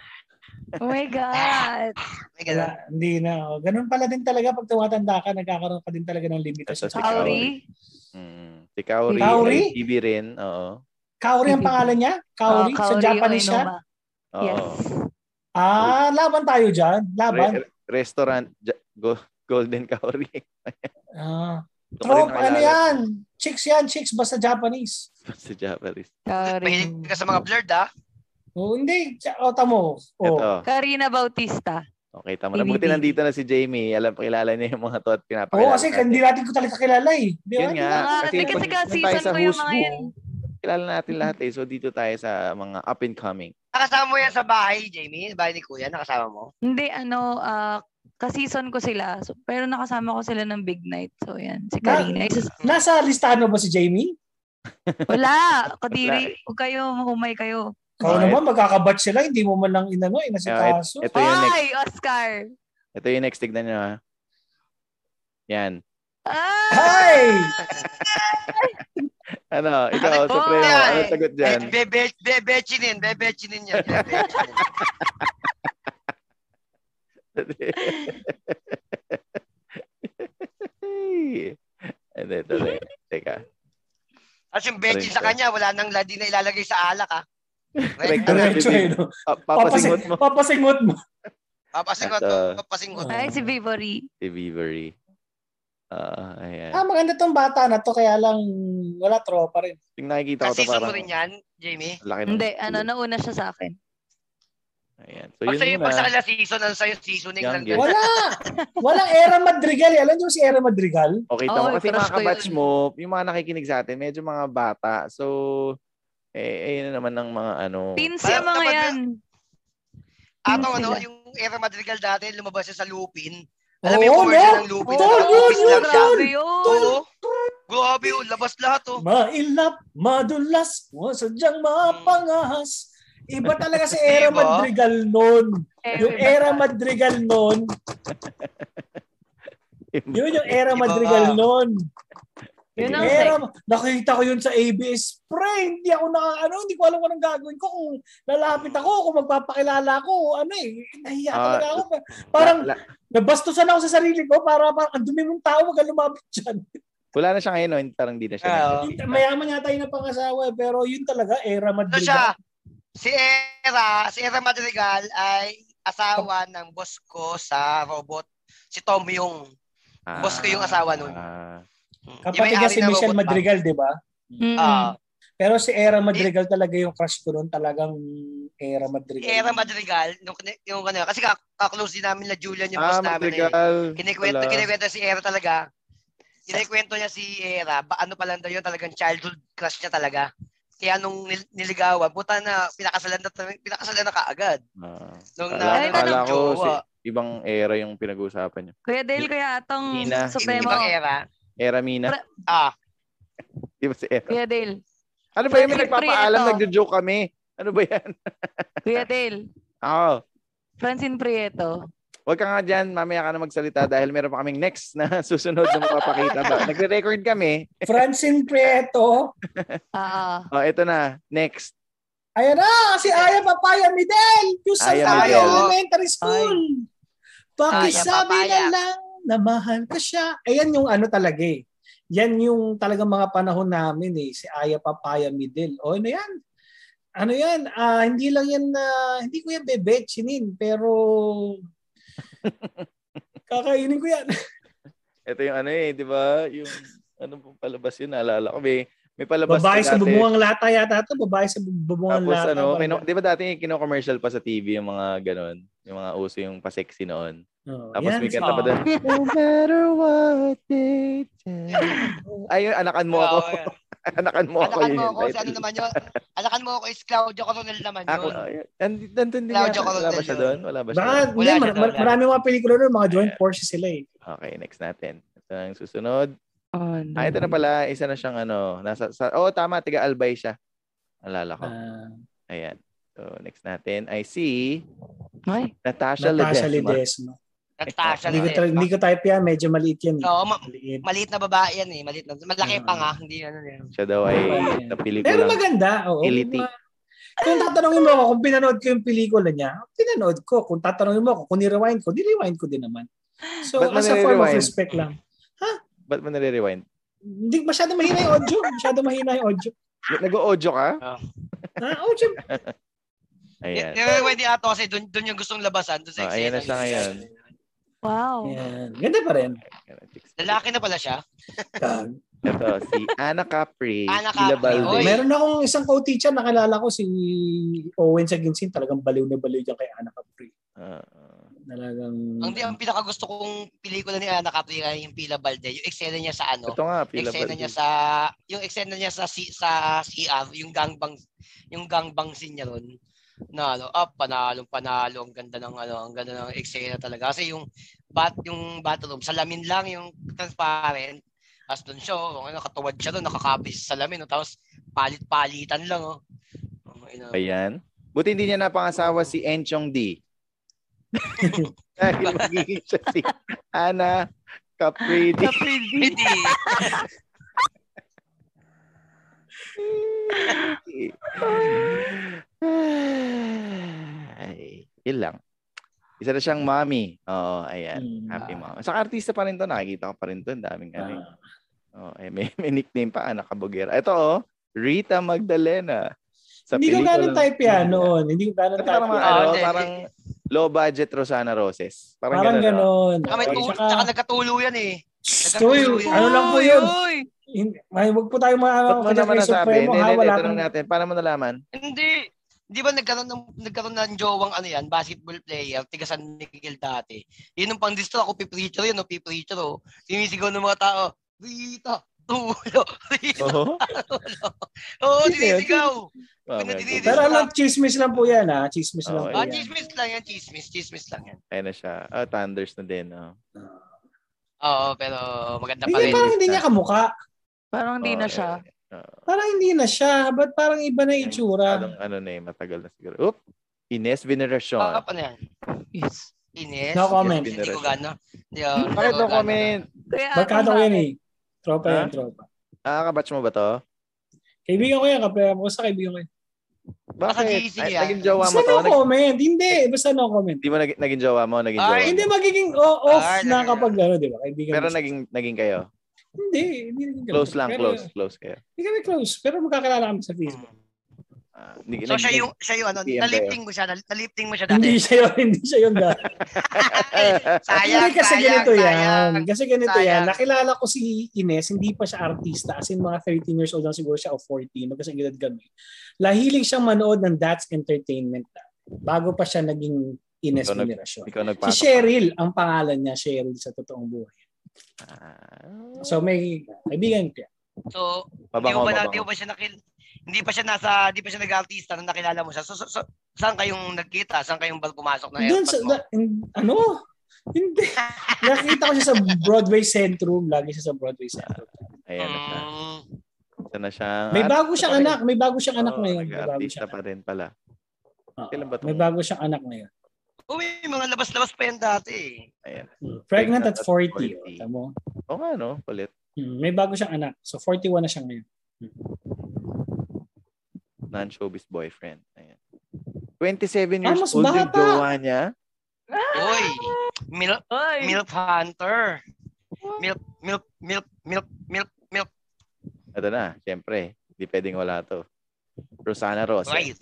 Speaker 6: Oh my God.
Speaker 4: May
Speaker 5: Wala,
Speaker 4: ganun.
Speaker 5: hindi na. oh. Ganun pala din talaga pag tumatanda ka, nagkakaroon ka din talaga ng limitasyon.
Speaker 3: Ito si Kaori.
Speaker 6: Kaori.
Speaker 3: Mm. Si Kaori.
Speaker 5: Kaori?
Speaker 3: ay TV rin. Oo.
Speaker 5: Kaori ang pangalan niya? Kaori?
Speaker 6: Oh,
Speaker 5: sa Japanese siya?
Speaker 6: Oinoma.
Speaker 3: Oo.
Speaker 6: Yes.
Speaker 5: Ah, laban tayo dyan. Laban.
Speaker 3: Re- re- restaurant. Ja- Go- Golden Kaori.
Speaker 5: Ah.
Speaker 3: Ito ko rin
Speaker 5: Tropa, ano
Speaker 3: nakilala.
Speaker 5: yan? Chicks yan, chicks. Basta Japanese.
Speaker 3: Sa Japanese.
Speaker 6: Kaori.
Speaker 4: Mahilig ka sa mga blurred ah.
Speaker 5: O Oh, hindi. O, tamo. Oh. O,
Speaker 3: Ito.
Speaker 6: Karina Bautista.
Speaker 3: Okay, tama Oh, na.
Speaker 6: BBB.
Speaker 3: Buti nandito na si Jamie. Alam, pakilala niya yung mga to at pinapakilala.
Speaker 5: Oo, kasi
Speaker 3: natin.
Speaker 5: hindi natin ko talaga kilala eh. Di ba?
Speaker 3: Yun nga.
Speaker 6: Ah,
Speaker 3: Kasi,
Speaker 6: hindi kasi
Speaker 3: pag-
Speaker 6: kasi
Speaker 3: tayo
Speaker 6: season
Speaker 3: sa
Speaker 6: ko yung
Speaker 3: who's
Speaker 6: mga
Speaker 3: who,
Speaker 6: yan.
Speaker 3: kilala natin lahat eh. So dito tayo sa mga up and coming.
Speaker 4: Nakasama mo yan sa bahay, Jamie? Sa bahay ni Kuya, nakasama mo?
Speaker 6: Hindi, ano, ah, kasison ko sila. So, pero nakasama ko sila ng big night. So, yan. Si
Speaker 5: Na-
Speaker 6: Karina. Isa sa-
Speaker 5: Nasa listahan mo ba si Jamie?
Speaker 6: Wala! Kadiri. Huwag kayo. Mahumay kayo.
Speaker 5: Kau
Speaker 3: Bakit?
Speaker 5: naman, magkakabat sila. Hindi mo man lang inano, eh, inasikaso.
Speaker 3: Ito yung next.
Speaker 6: Ay! Oscar!
Speaker 3: Ito yung next. Tignan nyo ha. Yan.
Speaker 6: Ah!
Speaker 5: Hey!
Speaker 3: Ano? Ikaw,
Speaker 4: Ate,
Speaker 3: Supremo.
Speaker 4: oh,
Speaker 3: Ano
Speaker 4: ay.
Speaker 3: sagot
Speaker 4: Ay,
Speaker 3: dyan?
Speaker 4: bebe, bebechinin, bebechinin yan. bebechinin.
Speaker 3: Ano ito rin. Teka.
Speaker 4: At yung bechin sa kanya, wala nang ladi na ilalagay sa alak ah.
Speaker 3: Correct.
Speaker 4: Correct.
Speaker 5: Diretso eh, no?
Speaker 3: Pa- Papasingot
Speaker 5: Papasingot
Speaker 3: mo.
Speaker 5: Papasingot mo.
Speaker 4: Papasingot,
Speaker 3: uh, Ito.
Speaker 4: papasingot.
Speaker 6: Ay, si Vivory.
Speaker 3: Si Beavery. Ah, ayan.
Speaker 5: Ah, maganda tong bata na to, kaya lang wala tropa rin.
Speaker 3: Yung nakikita ko to
Speaker 4: Kasisun mo
Speaker 3: parang
Speaker 4: rin yan, Jamie.
Speaker 3: laki ng-
Speaker 6: Hindi, ano, nauna siya sa akin.
Speaker 3: Ayan. So
Speaker 4: Pag
Speaker 3: yun
Speaker 4: sa'yo,
Speaker 3: muna.
Speaker 4: pag sa kanila season, ano sa'yo, seasoning
Speaker 3: Yan,
Speaker 4: lang
Speaker 3: yun.
Speaker 4: yan.
Speaker 5: Wala! Walang era Madrigal eh. Alam niyo si era Madrigal?
Speaker 3: Okay, tama.
Speaker 4: eh,
Speaker 3: Oh,
Speaker 6: Oo,
Speaker 3: Kasi mga
Speaker 6: crush ko
Speaker 3: kabatch
Speaker 6: yun.
Speaker 3: mo, yung mga nakikinig sa atin, medyo mga bata. So, eh, ayun na naman ng mga ano.
Speaker 6: Teens
Speaker 4: Parang
Speaker 6: yung mga
Speaker 4: kapag-
Speaker 6: yan.
Speaker 4: Atong ano,
Speaker 6: Sila.
Speaker 4: yung era Madrigal dati, lumabas siya sa Lupin.
Speaker 5: Oo,
Speaker 4: Alam mo yung commercial
Speaker 5: no?
Speaker 4: ng Lupin?
Speaker 5: Oo,
Speaker 4: Alam mo,
Speaker 5: yun,
Speaker 4: Lupin lang
Speaker 5: yun,
Speaker 4: siya.
Speaker 6: Grabe yun.
Speaker 4: Oo. Oh, Grabe yun, labas lahat oh.
Speaker 5: Mailap, madulas, wasadyang mapangahas. Iba talaga si era
Speaker 4: Diba?
Speaker 5: Madrigal noon. Yung era Madrigal noon, yun yung eh, era
Speaker 4: Iba.
Speaker 5: Madrigal noon.
Speaker 6: Yun ang
Speaker 5: Pera, nakita ko yun sa ABS. Pre, hindi ako naka, ano, hindi ko alam kung anong gagawin ko. Kung lalapit ako, kung magpapakilala ako, ano eh, nahiya
Speaker 3: Ah,
Speaker 5: talaga ako. Parang
Speaker 3: La- la-
Speaker 5: nabastusan ako sa sarili ko para, para ang dumi mong tao, wag ka lumapit dyan.
Speaker 3: wala na siya ngayon, no? Hindi- parang hindi na siya.
Speaker 4: Ah,
Speaker 5: Yun, Mayaman yata yun ang pangasawa eh, pero yun talaga, era
Speaker 4: Ano
Speaker 5: Madrid.
Speaker 4: siya? Si Era, si Era Madrigal ay asawa ng boss ko sa robot. Si Tom yung Hmm.
Speaker 3: Ah,
Speaker 4: boss ko yung asawa nun.
Speaker 3: ah.
Speaker 5: Kapatid niya si Michelle Madrigal, di ba?
Speaker 6: Mm-mm.
Speaker 4: Ah,
Speaker 5: Pero si Era
Speaker 4: Eh,
Speaker 5: Madrigal talaga yung crush ko noon, talagang Era Madrigal.
Speaker 4: si Era Madrigal, yung, yung ano, kasi ka- kaklose din namin na Julian yung
Speaker 3: ah,
Speaker 4: boss namin. Eh.
Speaker 3: Madrigal.
Speaker 4: Kinikwento,
Speaker 3: Wala.
Speaker 4: kinikwento si Era talaga. Kinikwento niya si Era, ba, ano pa lang daw yun, talagang childhood crush niya talaga. Kaya nung nil- niligawan, puta na, pinakasalan na, pinakasalan na kaagad.
Speaker 3: Ah.
Speaker 4: Nung
Speaker 3: Kala-
Speaker 4: na,
Speaker 6: kala
Speaker 4: ng
Speaker 3: ko
Speaker 4: jowa.
Speaker 3: Ibang era yung pinag-uusapan niya.
Speaker 6: Kuya Dale, kuya Atong
Speaker 3: Hindi na.
Speaker 6: Supremo.
Speaker 4: Ibang Era.
Speaker 3: Era Mina.
Speaker 6: Pre-
Speaker 4: Ah,
Speaker 3: Di ba si Era?
Speaker 6: Kuya Dale.
Speaker 3: Ano ba yun? May
Speaker 6: Pre-
Speaker 3: nagpapaalam,
Speaker 6: Prieto.
Speaker 3: nagjo-joke kami. Ano ba yan?
Speaker 6: Kuya Dale.
Speaker 3: Oo.
Speaker 6: Francine Prieto.
Speaker 3: Huwag ka nga dyan, mamaya ka na magsalita dahil meron pa kaming next na susunod na mapapakita ba. Nagre-record kami.
Speaker 5: Francine Prieto.
Speaker 6: Ah,
Speaker 3: O, oh, ito na. Next.
Speaker 5: Ayan na, si Aya Papaya Midel. Yung sa
Speaker 3: Aya
Speaker 5: Tayo
Speaker 4: Midel.
Speaker 5: Elementary School. Pakisabi
Speaker 4: Papaya.
Speaker 5: na lang na mahal ka siya. Ayan yung ano talaga eh. Yan yung talaga mga panahon namin eh. Si Aya Papaya Midel. O ano yan? Ano yan? Ah, hindi lang yan na, hindi ko yan bebechinin, pero kakainin ko yan.
Speaker 3: Ito yung ano eh, di ba? Yung ano pong palabas yun, naalala ko. May, may palabas din
Speaker 5: Babae sa
Speaker 3: dati.
Speaker 5: bubungang lata yata ito. Babae sa bubungang
Speaker 3: Tapos
Speaker 5: lata.
Speaker 3: ano, kino, di ba dati kino-commercial pa sa TV yung mga ganon? Yung mga uso yung pa-sexy noon.
Speaker 5: Oh,
Speaker 3: Tapos
Speaker 5: yan.
Speaker 3: may kanta pa
Speaker 4: Oh.
Speaker 3: doon. No matter what they tell. Ayun, anakan mo ako.
Speaker 4: Oo, yan.
Speaker 3: anakan mo ako.
Speaker 4: Alakan
Speaker 3: yun
Speaker 4: mo
Speaker 3: yung
Speaker 4: ako, si ano
Speaker 3: title.
Speaker 4: naman yun. Alakan mo ako, is Claudio Coronel naman
Speaker 3: Ako,
Speaker 4: yun.
Speaker 3: ayun. And- Ah, nandun din
Speaker 4: Claudio
Speaker 3: yata. Wala ba
Speaker 4: Coronel
Speaker 3: siya
Speaker 4: yun.
Speaker 3: doon? Wala ba siya doon?
Speaker 5: Baka,
Speaker 4: Wala
Speaker 5: hindi,
Speaker 4: siya,
Speaker 5: mar- mar-
Speaker 4: wala.
Speaker 5: marami mga pelikula doon, mga joint Porsche sila eh.
Speaker 3: Okay, next natin. Ito ang susunod.
Speaker 6: ah.
Speaker 3: Ah, ito
Speaker 5: Diba?
Speaker 3: na pala. Isa na siyang ano. Nasa, sa, oh, tama. Tiga Albay siya. Alala ko.
Speaker 5: Ah,
Speaker 3: Ayan. So, next natin. I see
Speaker 6: Ay,
Speaker 3: Natasha,
Speaker 5: Natasha
Speaker 3: Ledesma.
Speaker 5: Ledesma.
Speaker 4: Natasha
Speaker 5: Hindi ko,
Speaker 4: na
Speaker 5: tra- hindi ko type yan, medyo maliit yan. eh.
Speaker 4: Oo, ma-
Speaker 5: Maliit.
Speaker 4: maliit na babae yan eh. Maliit na. Malaki
Speaker 5: Ah.
Speaker 3: Mm.
Speaker 4: pa nga. Hindi ano yan.
Speaker 3: Siya daw ay
Speaker 5: Ayan.
Speaker 3: napili ko
Speaker 5: Pero
Speaker 3: lang.
Speaker 5: maganda. Oo.
Speaker 3: Iliti.
Speaker 5: Ma- Kung tatanungin mo ako kung pinanood ko yung pelikula niya, pinanood ko. Kung tatanungin mo ako kung nirewind ko, nirewind ko din naman. So,
Speaker 3: Ba't mo
Speaker 5: as a form of
Speaker 3: nire-rewind?
Speaker 5: respect lang.
Speaker 3: Ba't mo nare-rewind?
Speaker 5: Hindi masyado mahina yung audio. Masyado mahina yung audio.
Speaker 3: Nag-audio ka?
Speaker 5: Ah, audio.
Speaker 3: Ayan.
Speaker 4: Yung pwede ato kasi dun, dun yung gustong labasan. Dun sa
Speaker 3: Oh, ayan na
Speaker 4: eksena.
Speaker 3: siya ngayon.
Speaker 6: wow.
Speaker 5: Yan. Ganda pa rin.
Speaker 4: Lalaki na pala siya.
Speaker 5: Yan.
Speaker 3: Ito, si Ana Capri.
Speaker 4: Ana
Speaker 3: Ila
Speaker 4: Capri,
Speaker 3: Balde.
Speaker 4: Oy.
Speaker 5: Meron akong isang co-teacher, nakilala ko si Owen Saginsin. Talagang baliw na baliw dyan kay Ana Capri.
Speaker 3: Ah, ah.
Speaker 5: Talagang... mm,
Speaker 4: Ang di ang pinaka gusto kong pelikula ni Ana Capri ay yung Pila Balde. Yung eksena niya sa ano.
Speaker 3: Ito nga, Ila
Speaker 4: Eksena
Speaker 3: Balde.
Speaker 4: niya sa yung eksena niya sa si, sa CR, yung gangbang yung gangbang scene niya ron. Nalo, up, panalo, panalo. Ang ganda ng ano, ang ganda ng eksena talaga. Kasi yung bat yung bathroom, salamin lang yung transparent. Tapos doon siya, oh, ano, katuwad siya doon, nakakapis sa salamin. Oh, tapos palit-palitan lang. Oh. Ang ina.
Speaker 3: Ayan. Buti hindi niya napangasawa si Enchong D. Dahil magiging siya si Ana Capri D.
Speaker 4: Hindi.
Speaker 3: Ay, yun lang. Isa na siyang mommy. Oo, ayan.
Speaker 5: ah,
Speaker 3: Happy
Speaker 5: Mm.
Speaker 3: mom. Sa artista pa rin to, nakikita ko pa rin to. Ang daming ano. eh. Oh, eh, may, may nickname pa, Ana Kabugera. Ito oh, Rita Magdalena. Sa
Speaker 5: hindi ko ganun
Speaker 3: pelikulang-
Speaker 5: type yan noon. Hindi ko ganun
Speaker 3: Ito
Speaker 5: type.
Speaker 3: parang, mga,
Speaker 5: yan.
Speaker 4: Ah,
Speaker 3: ano,
Speaker 4: hindi.
Speaker 3: parang low budget Rosana Roses. Parang,
Speaker 5: Parang
Speaker 3: ganun. oh.
Speaker 5: ganun.
Speaker 4: Saka may
Speaker 5: Okay,
Speaker 4: tulog,
Speaker 5: tsaka-
Speaker 4: saka nagkatulo yan eh.
Speaker 5: Shhh, Uy, ano lang po yun?
Speaker 6: Uy,
Speaker 5: Hin- Ay, wag po tayo mga
Speaker 3: Ba't mo
Speaker 5: kanya
Speaker 3: naman
Speaker 5: Christopher
Speaker 3: nasabi?
Speaker 5: Premo,
Speaker 3: Hindi,
Speaker 5: ha?
Speaker 3: hindi,
Speaker 5: Wala
Speaker 3: tanong
Speaker 5: kang...
Speaker 3: natin. Paano mo nalaman?
Speaker 4: Hindi. Di ba nagkaroon ng nagkaroon ng jowang ano yan, basketball player, tiga San Miguel dati. Yun ang pang-distra ako, pipreacher yun, no, pipreacher, oh. Sinisigaw ng mga tao, Rita, tulo, Rita,
Speaker 3: Oo.
Speaker 4: tulo. Oo,
Speaker 3: Sino yun?
Speaker 4: sinisigaw.
Speaker 3: Oh,
Speaker 4: Pinadididis
Speaker 5: Pero
Speaker 4: Distra-
Speaker 5: ano, chismis lang po yan, ha? Chismis lang
Speaker 3: Okay.
Speaker 5: po
Speaker 4: Ah,
Speaker 5: yan.
Speaker 4: chismis lang yan, chismis, chismis lang yan.
Speaker 3: Ayan na siya. Ah, Thunders na din. Oh.
Speaker 4: Oo, pero maganda pa rin.
Speaker 5: Hindi, parang hindi niya kamukha.
Speaker 6: parang hindi
Speaker 3: Oh,
Speaker 6: na siya.
Speaker 3: eh, oh.
Speaker 5: Parang hindi na siya. Ba't parang iba na yung
Speaker 3: Anong
Speaker 5: itsura?
Speaker 3: ano na eh, matagal na siguro. Oop! Ines Veneracion.
Speaker 4: Ah, ano yan?
Speaker 6: Yes.
Speaker 4: Ines?
Speaker 5: No comment.
Speaker 4: Hindi ko gano. Hindi,
Speaker 3: Bakit
Speaker 4: ah, hindi ko
Speaker 3: no
Speaker 4: gano.
Speaker 3: comment?
Speaker 6: Kuya Atong
Speaker 5: Barkada ko
Speaker 6: sa
Speaker 5: yan
Speaker 6: akin.
Speaker 5: eh. Tropa
Speaker 3: Ha?
Speaker 5: yan, tropa.
Speaker 3: Ah, kabatch mo ba to?
Speaker 5: Kaibigan ko yan, kapag ako sa kaibigan ko yan.
Speaker 3: Bakit?
Speaker 4: Nakagising
Speaker 3: Ay,
Speaker 4: yan.
Speaker 3: naging jowa mo
Speaker 5: Basta
Speaker 3: to?
Speaker 5: no
Speaker 3: Nag-
Speaker 5: comment. Hindi, basta no comment.
Speaker 3: Di mo nag- naging jowa mo? Naging jowa
Speaker 4: Ay,
Speaker 3: mo?
Speaker 5: Hindi magiging o- off
Speaker 4: Ah,
Speaker 5: na
Speaker 4: yeah.
Speaker 5: kapag ano, di ba? Kaibigan
Speaker 3: Pero
Speaker 5: mo.
Speaker 3: naging, naging kayo?
Speaker 5: Hindi, hindi naging ganun.
Speaker 3: Close lang,
Speaker 5: Pero-
Speaker 3: close. Close kayo.
Speaker 5: Hindi kami close, pero magkakilala kami sa Facebook.
Speaker 4: Mm.
Speaker 3: Ah, hindi-
Speaker 4: So
Speaker 3: nag-
Speaker 4: siya yung, siya yung ano,
Speaker 3: PM kayo.
Speaker 4: nalifting mo siya, nal- nalifting mo siya
Speaker 5: Hindi
Speaker 4: dati.
Speaker 5: siya yun, hindi siya yun dati.
Speaker 4: sayang,
Speaker 5: Hindi kasi
Speaker 4: sayang,
Speaker 5: ganito
Speaker 4: sayang.
Speaker 5: yan. Kasi ganito yan.
Speaker 4: Sayang.
Speaker 5: Nakilala ko si Ines, hindi pa siya artista. As in, mga 13 years old lang siguro siya o 14. Magkasang edad kami. Lahilig siyang manood ng That's Entertainment bago pa siya naging Ines
Speaker 3: Ikaw nag-
Speaker 5: Generation.
Speaker 3: Ikaw nagpasok.
Speaker 5: Si Cheryl, ang pangalan niya, Cheryl sa totoong buhay.
Speaker 3: Ah,
Speaker 5: So may kaibigan ko yan.
Speaker 4: So, hindi
Speaker 3: mabango,
Speaker 4: mo ba, na,
Speaker 3: mabango.
Speaker 4: hindi mo ba siya nakil... Hindi pa siya nasa, hindi pa siya nag-artista nung nakilala mo siya. So, so, so saan kayong nagkita? Saan kayong bal- pumasok na
Speaker 5: Doon
Speaker 4: airpod
Speaker 5: sa,
Speaker 4: mo?
Speaker 5: na- in- ano? Hindi. Nakita ko siya sa Broadway Centrum. Lagi siya sa Broadway Centrum.
Speaker 3: Ayan na siya.
Speaker 4: Mm.
Speaker 3: Ito na siya. Oh
Speaker 5: May bago siyang
Speaker 3: Artista pa rin.
Speaker 5: anak. May bago siyang anak
Speaker 3: Oo,
Speaker 5: ngayon. May bago
Speaker 3: Nag-artista
Speaker 5: siyang
Speaker 3: pa rin pala.
Speaker 5: Oo.
Speaker 3: Kailan ba to?
Speaker 5: May bago siyang anak ngayon.
Speaker 4: Uy, mga labas-labas pa yan dati. eh.
Speaker 5: Pregnant at
Speaker 3: at
Speaker 5: 40.
Speaker 3: 40.
Speaker 5: oh, tamo.
Speaker 3: Oo nga, no? Kulit.
Speaker 5: Mm, May bago siyang anak. So 41 na siya ngayon.
Speaker 3: Non-showbiz boyfriend. Ayan. 27
Speaker 5: Ah,
Speaker 3: years
Speaker 5: mas
Speaker 3: old yung
Speaker 5: bata.
Speaker 3: jowa niya. Ah!
Speaker 4: Uy, milk,
Speaker 6: Oy.
Speaker 4: milk hunter. Milk, milk, milk, milk, milk, milk.
Speaker 3: Ito na, syempre. Hindi pwedeng wala to. Rosana Rose.
Speaker 4: Right.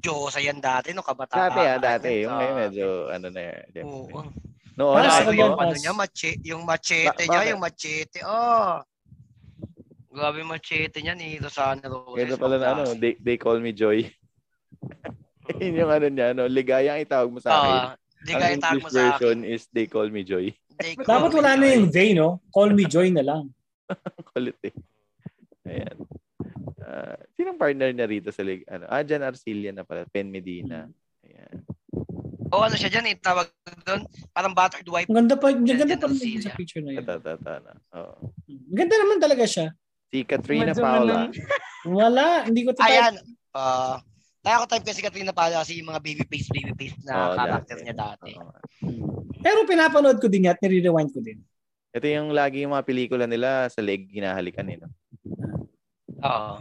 Speaker 4: Diyosa yan dati, no? Kabataan.
Speaker 3: Dati ah, dati. Yung
Speaker 4: Sa-
Speaker 3: ngayon medyo, ano na yun. syempre.
Speaker 4: ah, Oo.
Speaker 3: Noon,
Speaker 5: Para
Speaker 4: Lalo
Speaker 5: sa
Speaker 3: ano yun?
Speaker 4: yung
Speaker 5: kababas.
Speaker 4: ano niya, mache, yung machete
Speaker 3: Ba-
Speaker 4: niya,
Speaker 3: bakit?
Speaker 4: yung machete. Oh. Grabe yung machete niya ni Rosana Roses.
Speaker 3: Ganda pala na ano, they, they call me Joy. Yun yung ano niya, no? Ligaya ang itawag mo sa akin.
Speaker 4: Ah, di ka
Speaker 3: ang
Speaker 4: itag mo
Speaker 3: English
Speaker 4: sa akin.
Speaker 3: version is they call me Joy.
Speaker 4: Di ko-
Speaker 5: Dapat wala na yung they, no? Call me Joy na lang.
Speaker 3: Kulit eh. Ayan. Ah, sinong partner na rito sa lig? Ano? Ah, Jan Arcilia na pala. Pen Medina. Ayan.
Speaker 4: O ano siya dyan, itawag doon. Parang battered wife.
Speaker 5: Ang ganda pa, ang ganda
Speaker 4: Yan,
Speaker 5: pa rin
Speaker 4: yan,
Speaker 5: dun sa
Speaker 4: Celia.
Speaker 5: picture na yun.
Speaker 3: Kata-tata na. Oo.
Speaker 5: Ang Ganda naman talaga siya.
Speaker 3: Si Katrina
Speaker 6: Medyo
Speaker 3: Paula.
Speaker 5: Wala, hindi ko tatay.
Speaker 4: Ayan. Ah, kaya ako type kasi Katrina Paolo kasi yung mga baby face, baby face na
Speaker 3: Oo,
Speaker 4: character
Speaker 3: dati.
Speaker 4: niya dati.
Speaker 3: Oo.
Speaker 5: Pero pinapanood ko din yan at nire-rewind ko din.
Speaker 3: Ito yung lagi yung mga pelikula nila sa leg hinahalikan eh. No?
Speaker 4: Oo.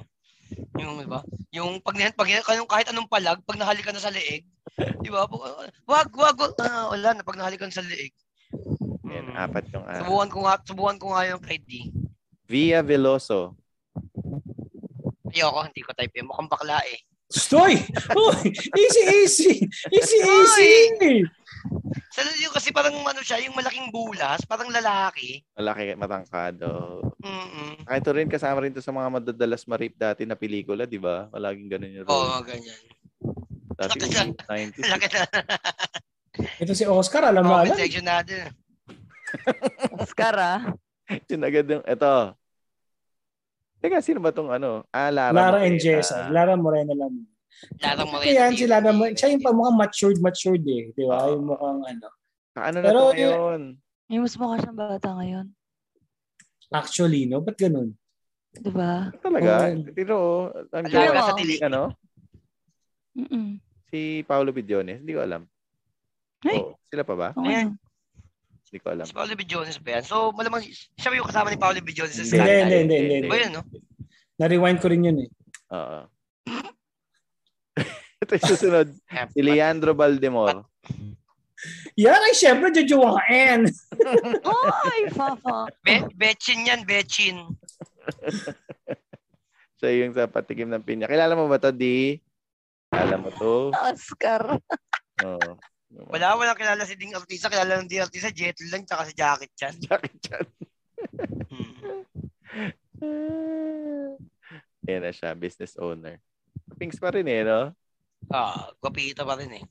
Speaker 4: Yung, di ba? Yung pag, pag, yung kahit anong palag, pag nahalikan na sa leeg, di ba? Pag- Wag, wag, wag. Ah, wala na, pag nahalikan sa leeg.
Speaker 3: Ayan,
Speaker 4: Mm.
Speaker 3: apat yung ah,
Speaker 4: Subukan ko nga, subukan ko nga yung kay D.
Speaker 3: Via Veloso.
Speaker 4: Ayoko, hindi ko type yun. Mukhang bakla eh.
Speaker 5: Stoy! Uy, easy, easy! Easy, easy!
Speaker 4: Sa yung kasi parang ano siya, yung malaking bulas, parang lalaki.
Speaker 3: Malaki matangkado.
Speaker 4: Mm-mm.
Speaker 3: Ah, Ito rin kasama rin to sa mga madadalas marip dati na pelikula, di ba? Malaging ganun yung
Speaker 4: Oo,
Speaker 3: role.
Speaker 4: ganyan.
Speaker 3: dati
Speaker 4: Laki na.
Speaker 3: 90s.
Speaker 4: Laki na.
Speaker 5: Ito si Oscar, alam mo
Speaker 4: Comment
Speaker 5: alam.
Speaker 4: section natin.
Speaker 6: Oscar ah.
Speaker 3: Yun agad yung, eto. Teka, sino ba tong ano? Ah, Lara.
Speaker 5: Lara
Speaker 3: Morena.
Speaker 5: and Jessa. Lara Moreno lang.
Speaker 4: Lara
Speaker 5: Ito
Speaker 4: Moreno.
Speaker 5: yan, si Lara
Speaker 4: TV.
Speaker 5: Moreno. Siya yung mukhang matured, matured eh. Di ba? Yung mukhang ano.
Speaker 3: Ah, Ano na
Speaker 5: Pero
Speaker 3: to
Speaker 5: yun-
Speaker 3: ngayon?
Speaker 6: May mas mukha siyang bata ngayon.
Speaker 5: Actually, no? Ba't ganun?
Speaker 6: Di ba?
Speaker 3: Ano Talaga?
Speaker 5: Oo.
Speaker 3: Pero, ang
Speaker 4: Lara
Speaker 3: jowa
Speaker 4: sa
Speaker 6: Alam mo.
Speaker 3: si,
Speaker 4: tili.
Speaker 3: ano?
Speaker 6: Mm-mm.
Speaker 3: Si Paolo Bidiones. Hindi ko alam.
Speaker 6: Ay.
Speaker 3: Oo. sila pa ba?
Speaker 6: Ako
Speaker 4: Ayan.
Speaker 6: ano.
Speaker 3: Hindi ko alam.
Speaker 4: Si Paolo B. Jones ba yan? So, malamang siya ba yung kasama ni Paolo B. Jones sa
Speaker 5: Hindi,
Speaker 4: Sky?
Speaker 5: hindi, hindi, hindi,
Speaker 4: Ba yun, no?
Speaker 5: Na-rewind ko rin yun eh.
Speaker 3: Oo. Ito yung susunod. Si Leandro Valdemor.
Speaker 5: Yan ay syempre, jujuwain.
Speaker 6: ano. Hoy, Fafa.
Speaker 4: Be- Betchin yan, Betchin.
Speaker 3: Siya yung sa patikim ng pinya. Kilala mo ba to, Di? Alam mo to?
Speaker 6: Oscar.
Speaker 3: Oo.
Speaker 4: Wala, wala kilala si Ding Artista. Kilala ng Ding Artisa, Jet lang, tsaka si Jacket Chan.
Speaker 3: Bakit siya?
Speaker 4: Hmm.
Speaker 3: Ayan na siya, business owner. Pinks pa rin eh, no?
Speaker 4: Ah, gwapito pa rin eh.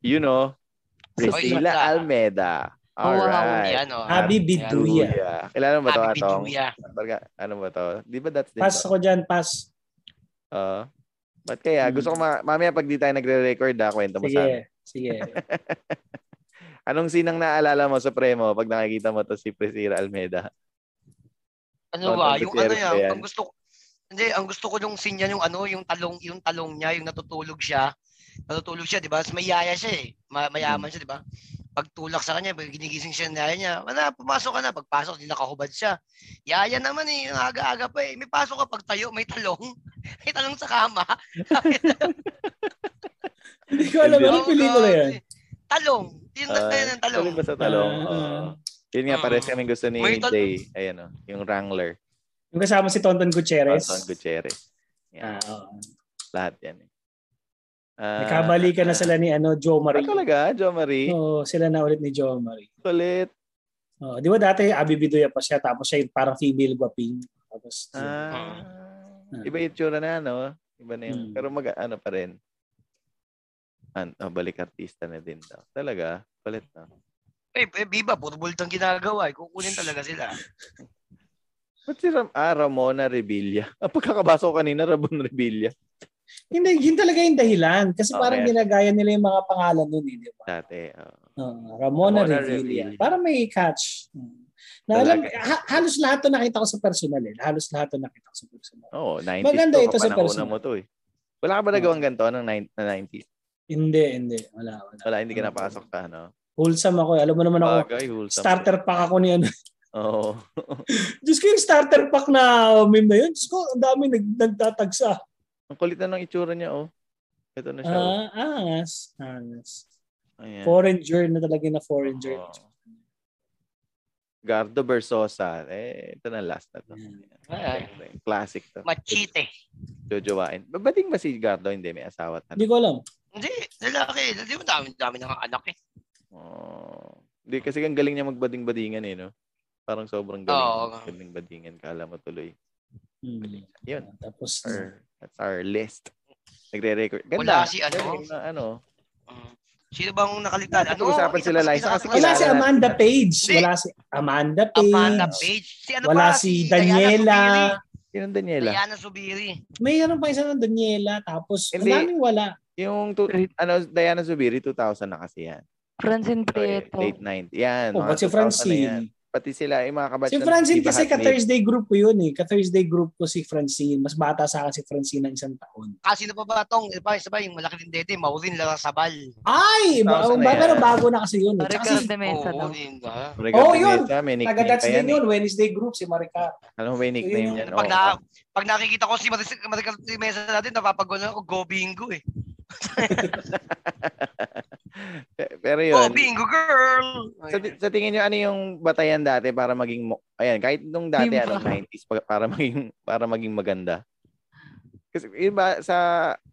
Speaker 3: You know,
Speaker 4: Priscilla.
Speaker 3: Priscilla Almeda. Alright.
Speaker 4: Yan, oh.
Speaker 5: Habi
Speaker 3: Duya.
Speaker 5: Biduya.
Speaker 3: Kilala mo ba ito,
Speaker 4: Happy
Speaker 3: Atong?
Speaker 4: Biduya.
Speaker 3: Barga, ano ba to? Di ba that's
Speaker 5: Pass
Speaker 3: this?
Speaker 5: ako dyan, pass.
Speaker 3: Oo. Ba't kaya? Gusto ko ma- mamaya pag di tayo nagre-record ha, kwento mo sa amin.
Speaker 5: Sige, sige.
Speaker 3: Anong sinang naalala mo sa premo pag nakikita mo to si Priscilla Almeda?
Speaker 4: Ano
Speaker 3: Content
Speaker 4: ba? Yung ano
Speaker 3: materials
Speaker 4: yan,
Speaker 3: ba yan?
Speaker 4: ang gusto ko, hindi, ang gusto ko nung scene niya, yung ano, yung talong, yung
Speaker 3: Hmm.
Speaker 4: talong niya, yung natutulog siya. Natutulog siya, di ba? Mas may yaya siya eh. Ma- mayaman siya, di ba? pagtulak sa kanya, pag ginigising siya ng yaya niya, wala, pumasok ka na. Pagpasok, hindi nakahubad siya. Yaya naman eh, yung aga-aga pa eh. May pasok ka, pagtayo, may talong. May talong sa kama.
Speaker 5: Hindi ko alam,
Speaker 3: Hindi.
Speaker 5: anong pelikula yan?
Speaker 4: eh. Talong. Yung
Speaker 3: Ah,
Speaker 4: uh, ng oh, talong.
Speaker 3: tuloy ba sa talong? oh.
Speaker 5: Ah,
Speaker 3: Oo. Yun nga,
Speaker 4: Mm.
Speaker 3: pares kami gusto ni
Speaker 4: May tal-
Speaker 3: Jay. Ayan o, yung Wrangler.
Speaker 5: Yung kasama si Tonton Gutierrez.
Speaker 3: Anton Ah, Gutierrez. Yan,
Speaker 5: Ah, oo.
Speaker 3: lahat yan. eh. Ah,
Speaker 5: Nagkabalikan na sila ni ano, Joe
Speaker 3: Ah,
Speaker 5: Marie. Mm.
Speaker 3: talaga, Jo Marie.
Speaker 5: Oo, sila na ulit ni Joe Marie.
Speaker 3: Kulit.
Speaker 5: Oh, di ba dati Abi Bidoya pa siya tapos siya yung parang female guwaping. Tapos
Speaker 3: Ah,
Speaker 5: Ah.
Speaker 3: iba yung tsura na, no? Iba na yung,
Speaker 5: Mm.
Speaker 3: pero mag, ano pa rin. An, oh, balik artista na din daw. Talaga, kulit na.
Speaker 4: Eh, eh, Biba, puro bultang ginagawa. eh. Kukunin talaga sila.
Speaker 3: Ba't si Ram, ah, Ramona Revilla. Ah, pagkakabasa ko kanina, Ramon Revilla.
Speaker 5: hindi yun talaga yung dahilan kasi
Speaker 3: Okay.
Speaker 5: parang ginagaya nila yung mga pangalan nun eh, di ba?
Speaker 3: Dati, oh.
Speaker 5: Oo, Ramona,
Speaker 3: Ramona
Speaker 5: Revilla.
Speaker 3: Revilla.
Speaker 5: Parang may catch. Hmm. Na alam,
Speaker 3: Talaga.
Speaker 5: ha- halos lahat 'to nakita ko sa personal eh. Halos lahat 'to nakita ko sa personal.
Speaker 3: Oo, 90s
Speaker 5: Maganda
Speaker 3: to,
Speaker 5: ito sa
Speaker 3: kapanahon na
Speaker 5: personal. Mm.
Speaker 3: mo to eh. Wala ka ba nagawang ganito ng nine- na 90s?
Speaker 5: Hindi, hindi. Wala, wala.
Speaker 3: Wala, hindi ka
Speaker 5: Ano?
Speaker 3: napasok sa ano.
Speaker 5: Wholesome ako. eh. Alam mo naman ako,
Speaker 3: Bagay, wholesome.
Speaker 5: starter pack ako ni ano.
Speaker 3: Oo.
Speaker 5: Diyos ko yung starter pack na meme na yun. Diyos ko, ang dami nag, nagtatagsa.
Speaker 3: Ang kulit na ng itsura niya, oh. Ito na siya, oh.
Speaker 5: Ah, angas. Angas. Ah,
Speaker 3: Ayan.
Speaker 5: Foreign journey na talaga na foreign journey.
Speaker 3: Oo. Gardo Versosa. Eh, ito na last na to.
Speaker 5: Mm.
Speaker 4: Ay,
Speaker 3: Classic to.
Speaker 4: Machite.
Speaker 3: Jojowain. Babating ba si Gardo? Hindi, may asawa at anak.
Speaker 5: Hindi ko alam.
Speaker 4: Hindi, lalaki. Hindi mo dami-dami ng anak eh.
Speaker 3: Oh. Hindi, kasi ang galing niya magbading-badingan eh, no? Parang sobrang galing.
Speaker 4: Oo.
Speaker 3: Bading-badingan, kala mo tuloy.
Speaker 5: Hmm.
Speaker 3: Yun.
Speaker 5: Tapos,
Speaker 3: Our, that's
Speaker 5: Mm.
Speaker 3: our list. Nagre-record. Ganda.
Speaker 4: Wala si ano.
Speaker 3: Galing na ano.
Speaker 4: Mm. Sino bang nakaligtaan? Ano?
Speaker 3: Napag-usapan
Speaker 4: Kita
Speaker 3: sila,
Speaker 4: ba sa
Speaker 3: Liza, kasi
Speaker 5: wala
Speaker 4: pinakataas?
Speaker 5: si
Speaker 3: Kilala
Speaker 5: Amanda
Speaker 3: natin.
Speaker 5: Page.
Speaker 4: Hindi.
Speaker 5: Wala si Amanda Page.
Speaker 4: Amanda Page. Si ano
Speaker 5: Wala
Speaker 4: pa?
Speaker 5: si Daniela.
Speaker 3: Yun ang Daniela.
Speaker 4: Diana Subiri.
Speaker 5: May ano pa isa ng Daniela. Tapos, ang
Speaker 3: Hindi.
Speaker 5: daming wala.
Speaker 3: Yung tu- ano, Diana Zubiri, 2000 na kasi yan.
Speaker 6: Francine
Speaker 3: So, eh,
Speaker 6: Prieto.
Speaker 3: Late 90. Yan.
Speaker 5: Oh,
Speaker 3: mga
Speaker 5: but si
Speaker 3: 2000 Ano, na yan.
Speaker 5: Francine.
Speaker 3: Pati sila, yung mga kabatch.
Speaker 5: Si
Speaker 3: na-
Speaker 5: Francine
Speaker 3: Diva
Speaker 5: kasi
Speaker 3: Hotmail.
Speaker 5: ka-Thursday group ko yun eh. Ka-Thursday group ko si Francine. Mas bata sa akin si Francine ng isang taon.
Speaker 4: Ah, sino pa ba tong? Isa pa, isa pa, yung malaki din dede, Maureen Larasabal.
Speaker 5: Ay! Ba-
Speaker 3: Tausa na
Speaker 5: ba-
Speaker 3: yan.
Speaker 5: pero bago na kasi yun. Eh. Tsaka
Speaker 6: Ricardo
Speaker 5: si
Speaker 6: de Mesa
Speaker 4: Oo,
Speaker 6: daw.
Speaker 4: yun ba?
Speaker 3: Regarding
Speaker 5: Oh, yun.
Speaker 3: Mesa, may nickname
Speaker 5: Taga-Dutch
Speaker 3: pa yan.
Speaker 5: din
Speaker 3: eh.
Speaker 5: yun. Wednesday group si Maricar.
Speaker 3: Alam mo, may nickname
Speaker 5: Yun
Speaker 3: yan. oh.
Speaker 4: Pag,
Speaker 3: Oo.
Speaker 4: na, pag nakikita ko si Maris- Maricar de Mesa natin, napapagulan ako, go bingo eh.
Speaker 3: Pe- Pero
Speaker 4: Go
Speaker 3: yun.
Speaker 4: bingo girl!
Speaker 3: Sa, ti- sa tingin nyo, ano yung batayan dati para maging... mo- Ayan, kahit nung dati, ano,
Speaker 6: Timba.
Speaker 3: 90s, pa- para maging, para maging maganda. Kasi yun ba, sa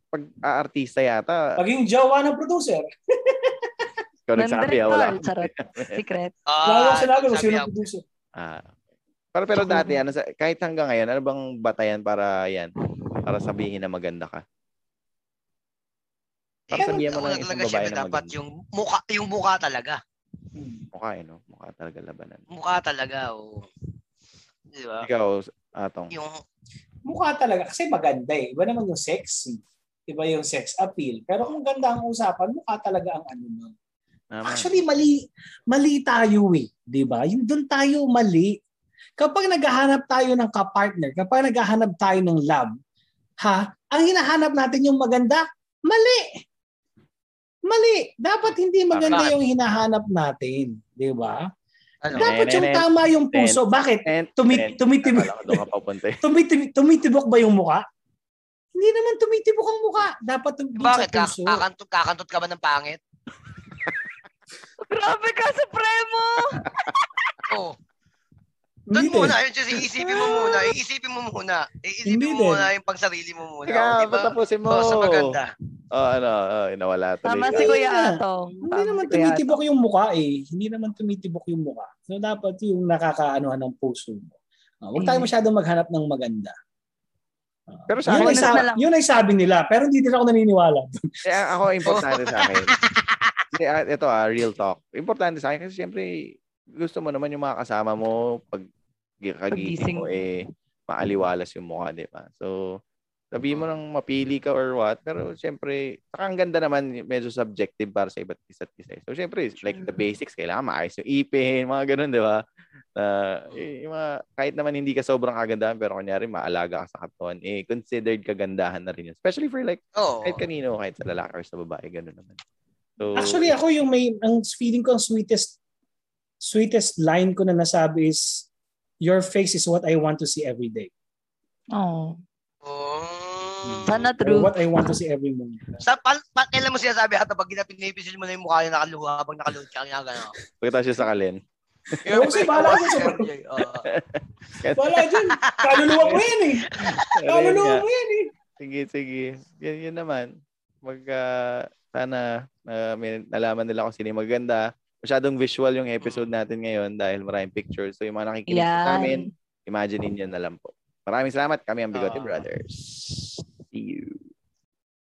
Speaker 3: pag-aartista yata,
Speaker 5: Paging jowa ng producer.
Speaker 3: ikaw nagsabi, ah, wala.
Speaker 6: Nandrectal, Charot. Secret.
Speaker 5: Lalo
Speaker 4: Ah,
Speaker 5: sinabi ko
Speaker 4: sabi
Speaker 5: sino
Speaker 4: ako,
Speaker 5: ang producer.
Speaker 3: Ah. Pero pero dati ano sa kahit hanggang ngayon ano bang batayan para yan para sabihin na maganda ka? Para
Speaker 4: eh,
Speaker 3: sabihin mo ng
Speaker 4: una
Speaker 3: isang
Speaker 4: talaga,
Speaker 3: babae
Speaker 4: syempre,
Speaker 3: na
Speaker 4: dapat
Speaker 3: maganda.
Speaker 4: yung mukha, yung mukha talaga.
Speaker 5: Hmm.
Speaker 3: Mukha eh, no? Mukha talaga labanan.
Speaker 4: Mukha talaga, oo. Di ba?
Speaker 3: Ikaw, Atong.
Speaker 4: Yung,
Speaker 5: Mukha talaga. Kasi maganda eh. Iba naman yung sexy. Iba yung sex appeal. Pero kung ganda ang usapan, mukha talaga ang ano nun.
Speaker 3: Tama.
Speaker 5: Actually, mali, mali tayo eh. Di ba? Yung doon tayo mali. Kapag naghahanap tayo ng kapartner, kapag naghahanap tayo ng love, ha? Ang hinahanap natin yung maganda, mali. Mali. Dapat hindi maganda
Speaker 4: Tama.
Speaker 5: yung hinahanap natin. Di ba?
Speaker 4: ano,
Speaker 3: Dap-
Speaker 5: Dapat yung tama yung puso. Bakit?
Speaker 3: And,
Speaker 5: Tumi- tumitibok,
Speaker 3: Akala ko doon ka papunta eh.
Speaker 5: tumitibok, tumitibok ba yung muka? Hindi naman tumitibok ang muka. Dapat tumitibok
Speaker 4: bakit? Ah,
Speaker 5: sa
Speaker 4: Kak-
Speaker 5: puso.
Speaker 4: Kakantot, kakantot ka ba ng pangit?
Speaker 6: Grabe ka, Supremo!
Speaker 4: Oo. Doon
Speaker 5: Hindi
Speaker 4: Oh, muna, yun, Jesse, iisipin mo muna, iisipin mo muna, iisipin
Speaker 5: Hindi
Speaker 4: mo
Speaker 5: din.
Speaker 4: muna yung pangsarili mo muna.
Speaker 3: Ikaw,
Speaker 4: di ba?
Speaker 3: patapusin mo.
Speaker 4: Oo, sa maganda.
Speaker 3: Oh, ano, oh, nawala tuloy.
Speaker 6: Tama
Speaker 3: ka.
Speaker 6: si Kuya
Speaker 5: Ayun na.
Speaker 6: Atong.
Speaker 5: Hindi naman tumitibok yung mukha eh. Hindi naman tumitibok yung mukha. So dapat yung nakakaanuhan ng puso mo. Ah, huwag tayo
Speaker 6: Mm.
Speaker 5: masyadong maghanap ng maganda. Ah,
Speaker 3: Pero sa akin-
Speaker 5: yun, ay sa-
Speaker 6: Bonus na lang.
Speaker 5: yun ay sabi nila, pero hindi din ako naniniwala.
Speaker 3: Eh, a- ako, importante sa akin. Hindi, ah, ito ah, real talk. Importante sa akin kasi siyempre, gusto mo naman yung mga kasama mo pag kagising
Speaker 6: Pagising.
Speaker 3: mo eh, maaliwalas yung mukha, di ba? So, sabi mo nang mapili ka or what, pero siyempre, saka ang ganda naman, medyo subjective para sa iba't isa't isa. eh. So, siyempre, like the basics, kailangan maayos yung ipin, mga ganun, di ba? Na, eh, yung mga, kahit naman hindi ka sobrang kagandahan, pero kunyari, maalaga ka sa katawan, eh, considered kagandahan na rin yun. Especially for like,
Speaker 4: Oo.
Speaker 3: kahit kanino, kahit sa lalaki or sa babae, gano'n naman. So,
Speaker 5: Actually, ako yung may, ang feeling ko ang sweetest, sweetest line ko na nasabi is, your face is what I want to see every day.
Speaker 6: Oh.
Speaker 4: Oh.
Speaker 5: Or
Speaker 6: Sana true.
Speaker 5: what I want to see every moment.
Speaker 4: Sa pa, pa, kailan mo sinasabi hata pag pinipisil mo na yung mukha niya nakaluha habang nakaluha ka nga gano'n.
Speaker 3: pagkatapos siya sa kalin.
Speaker 5: Oo, kasi bahala ko sa-
Speaker 4: oh.
Speaker 5: Wala dyan. Kaluluwa mo yan eh. Kaluluwa mo yan eh.
Speaker 3: Sige, sige. Yan, yun naman. Mag, ah, sana ah, may nalaman nila kung sino yung maganda. Masyadong visual yung episode natin ngayon dahil maraming pictures. So yung mga nakikinig po sa amin,
Speaker 6: Yan.
Speaker 3: imagine niyo na lang po. Maraming salamat. Kami ang Bigote
Speaker 4: Ah.
Speaker 3: Brothers. See you.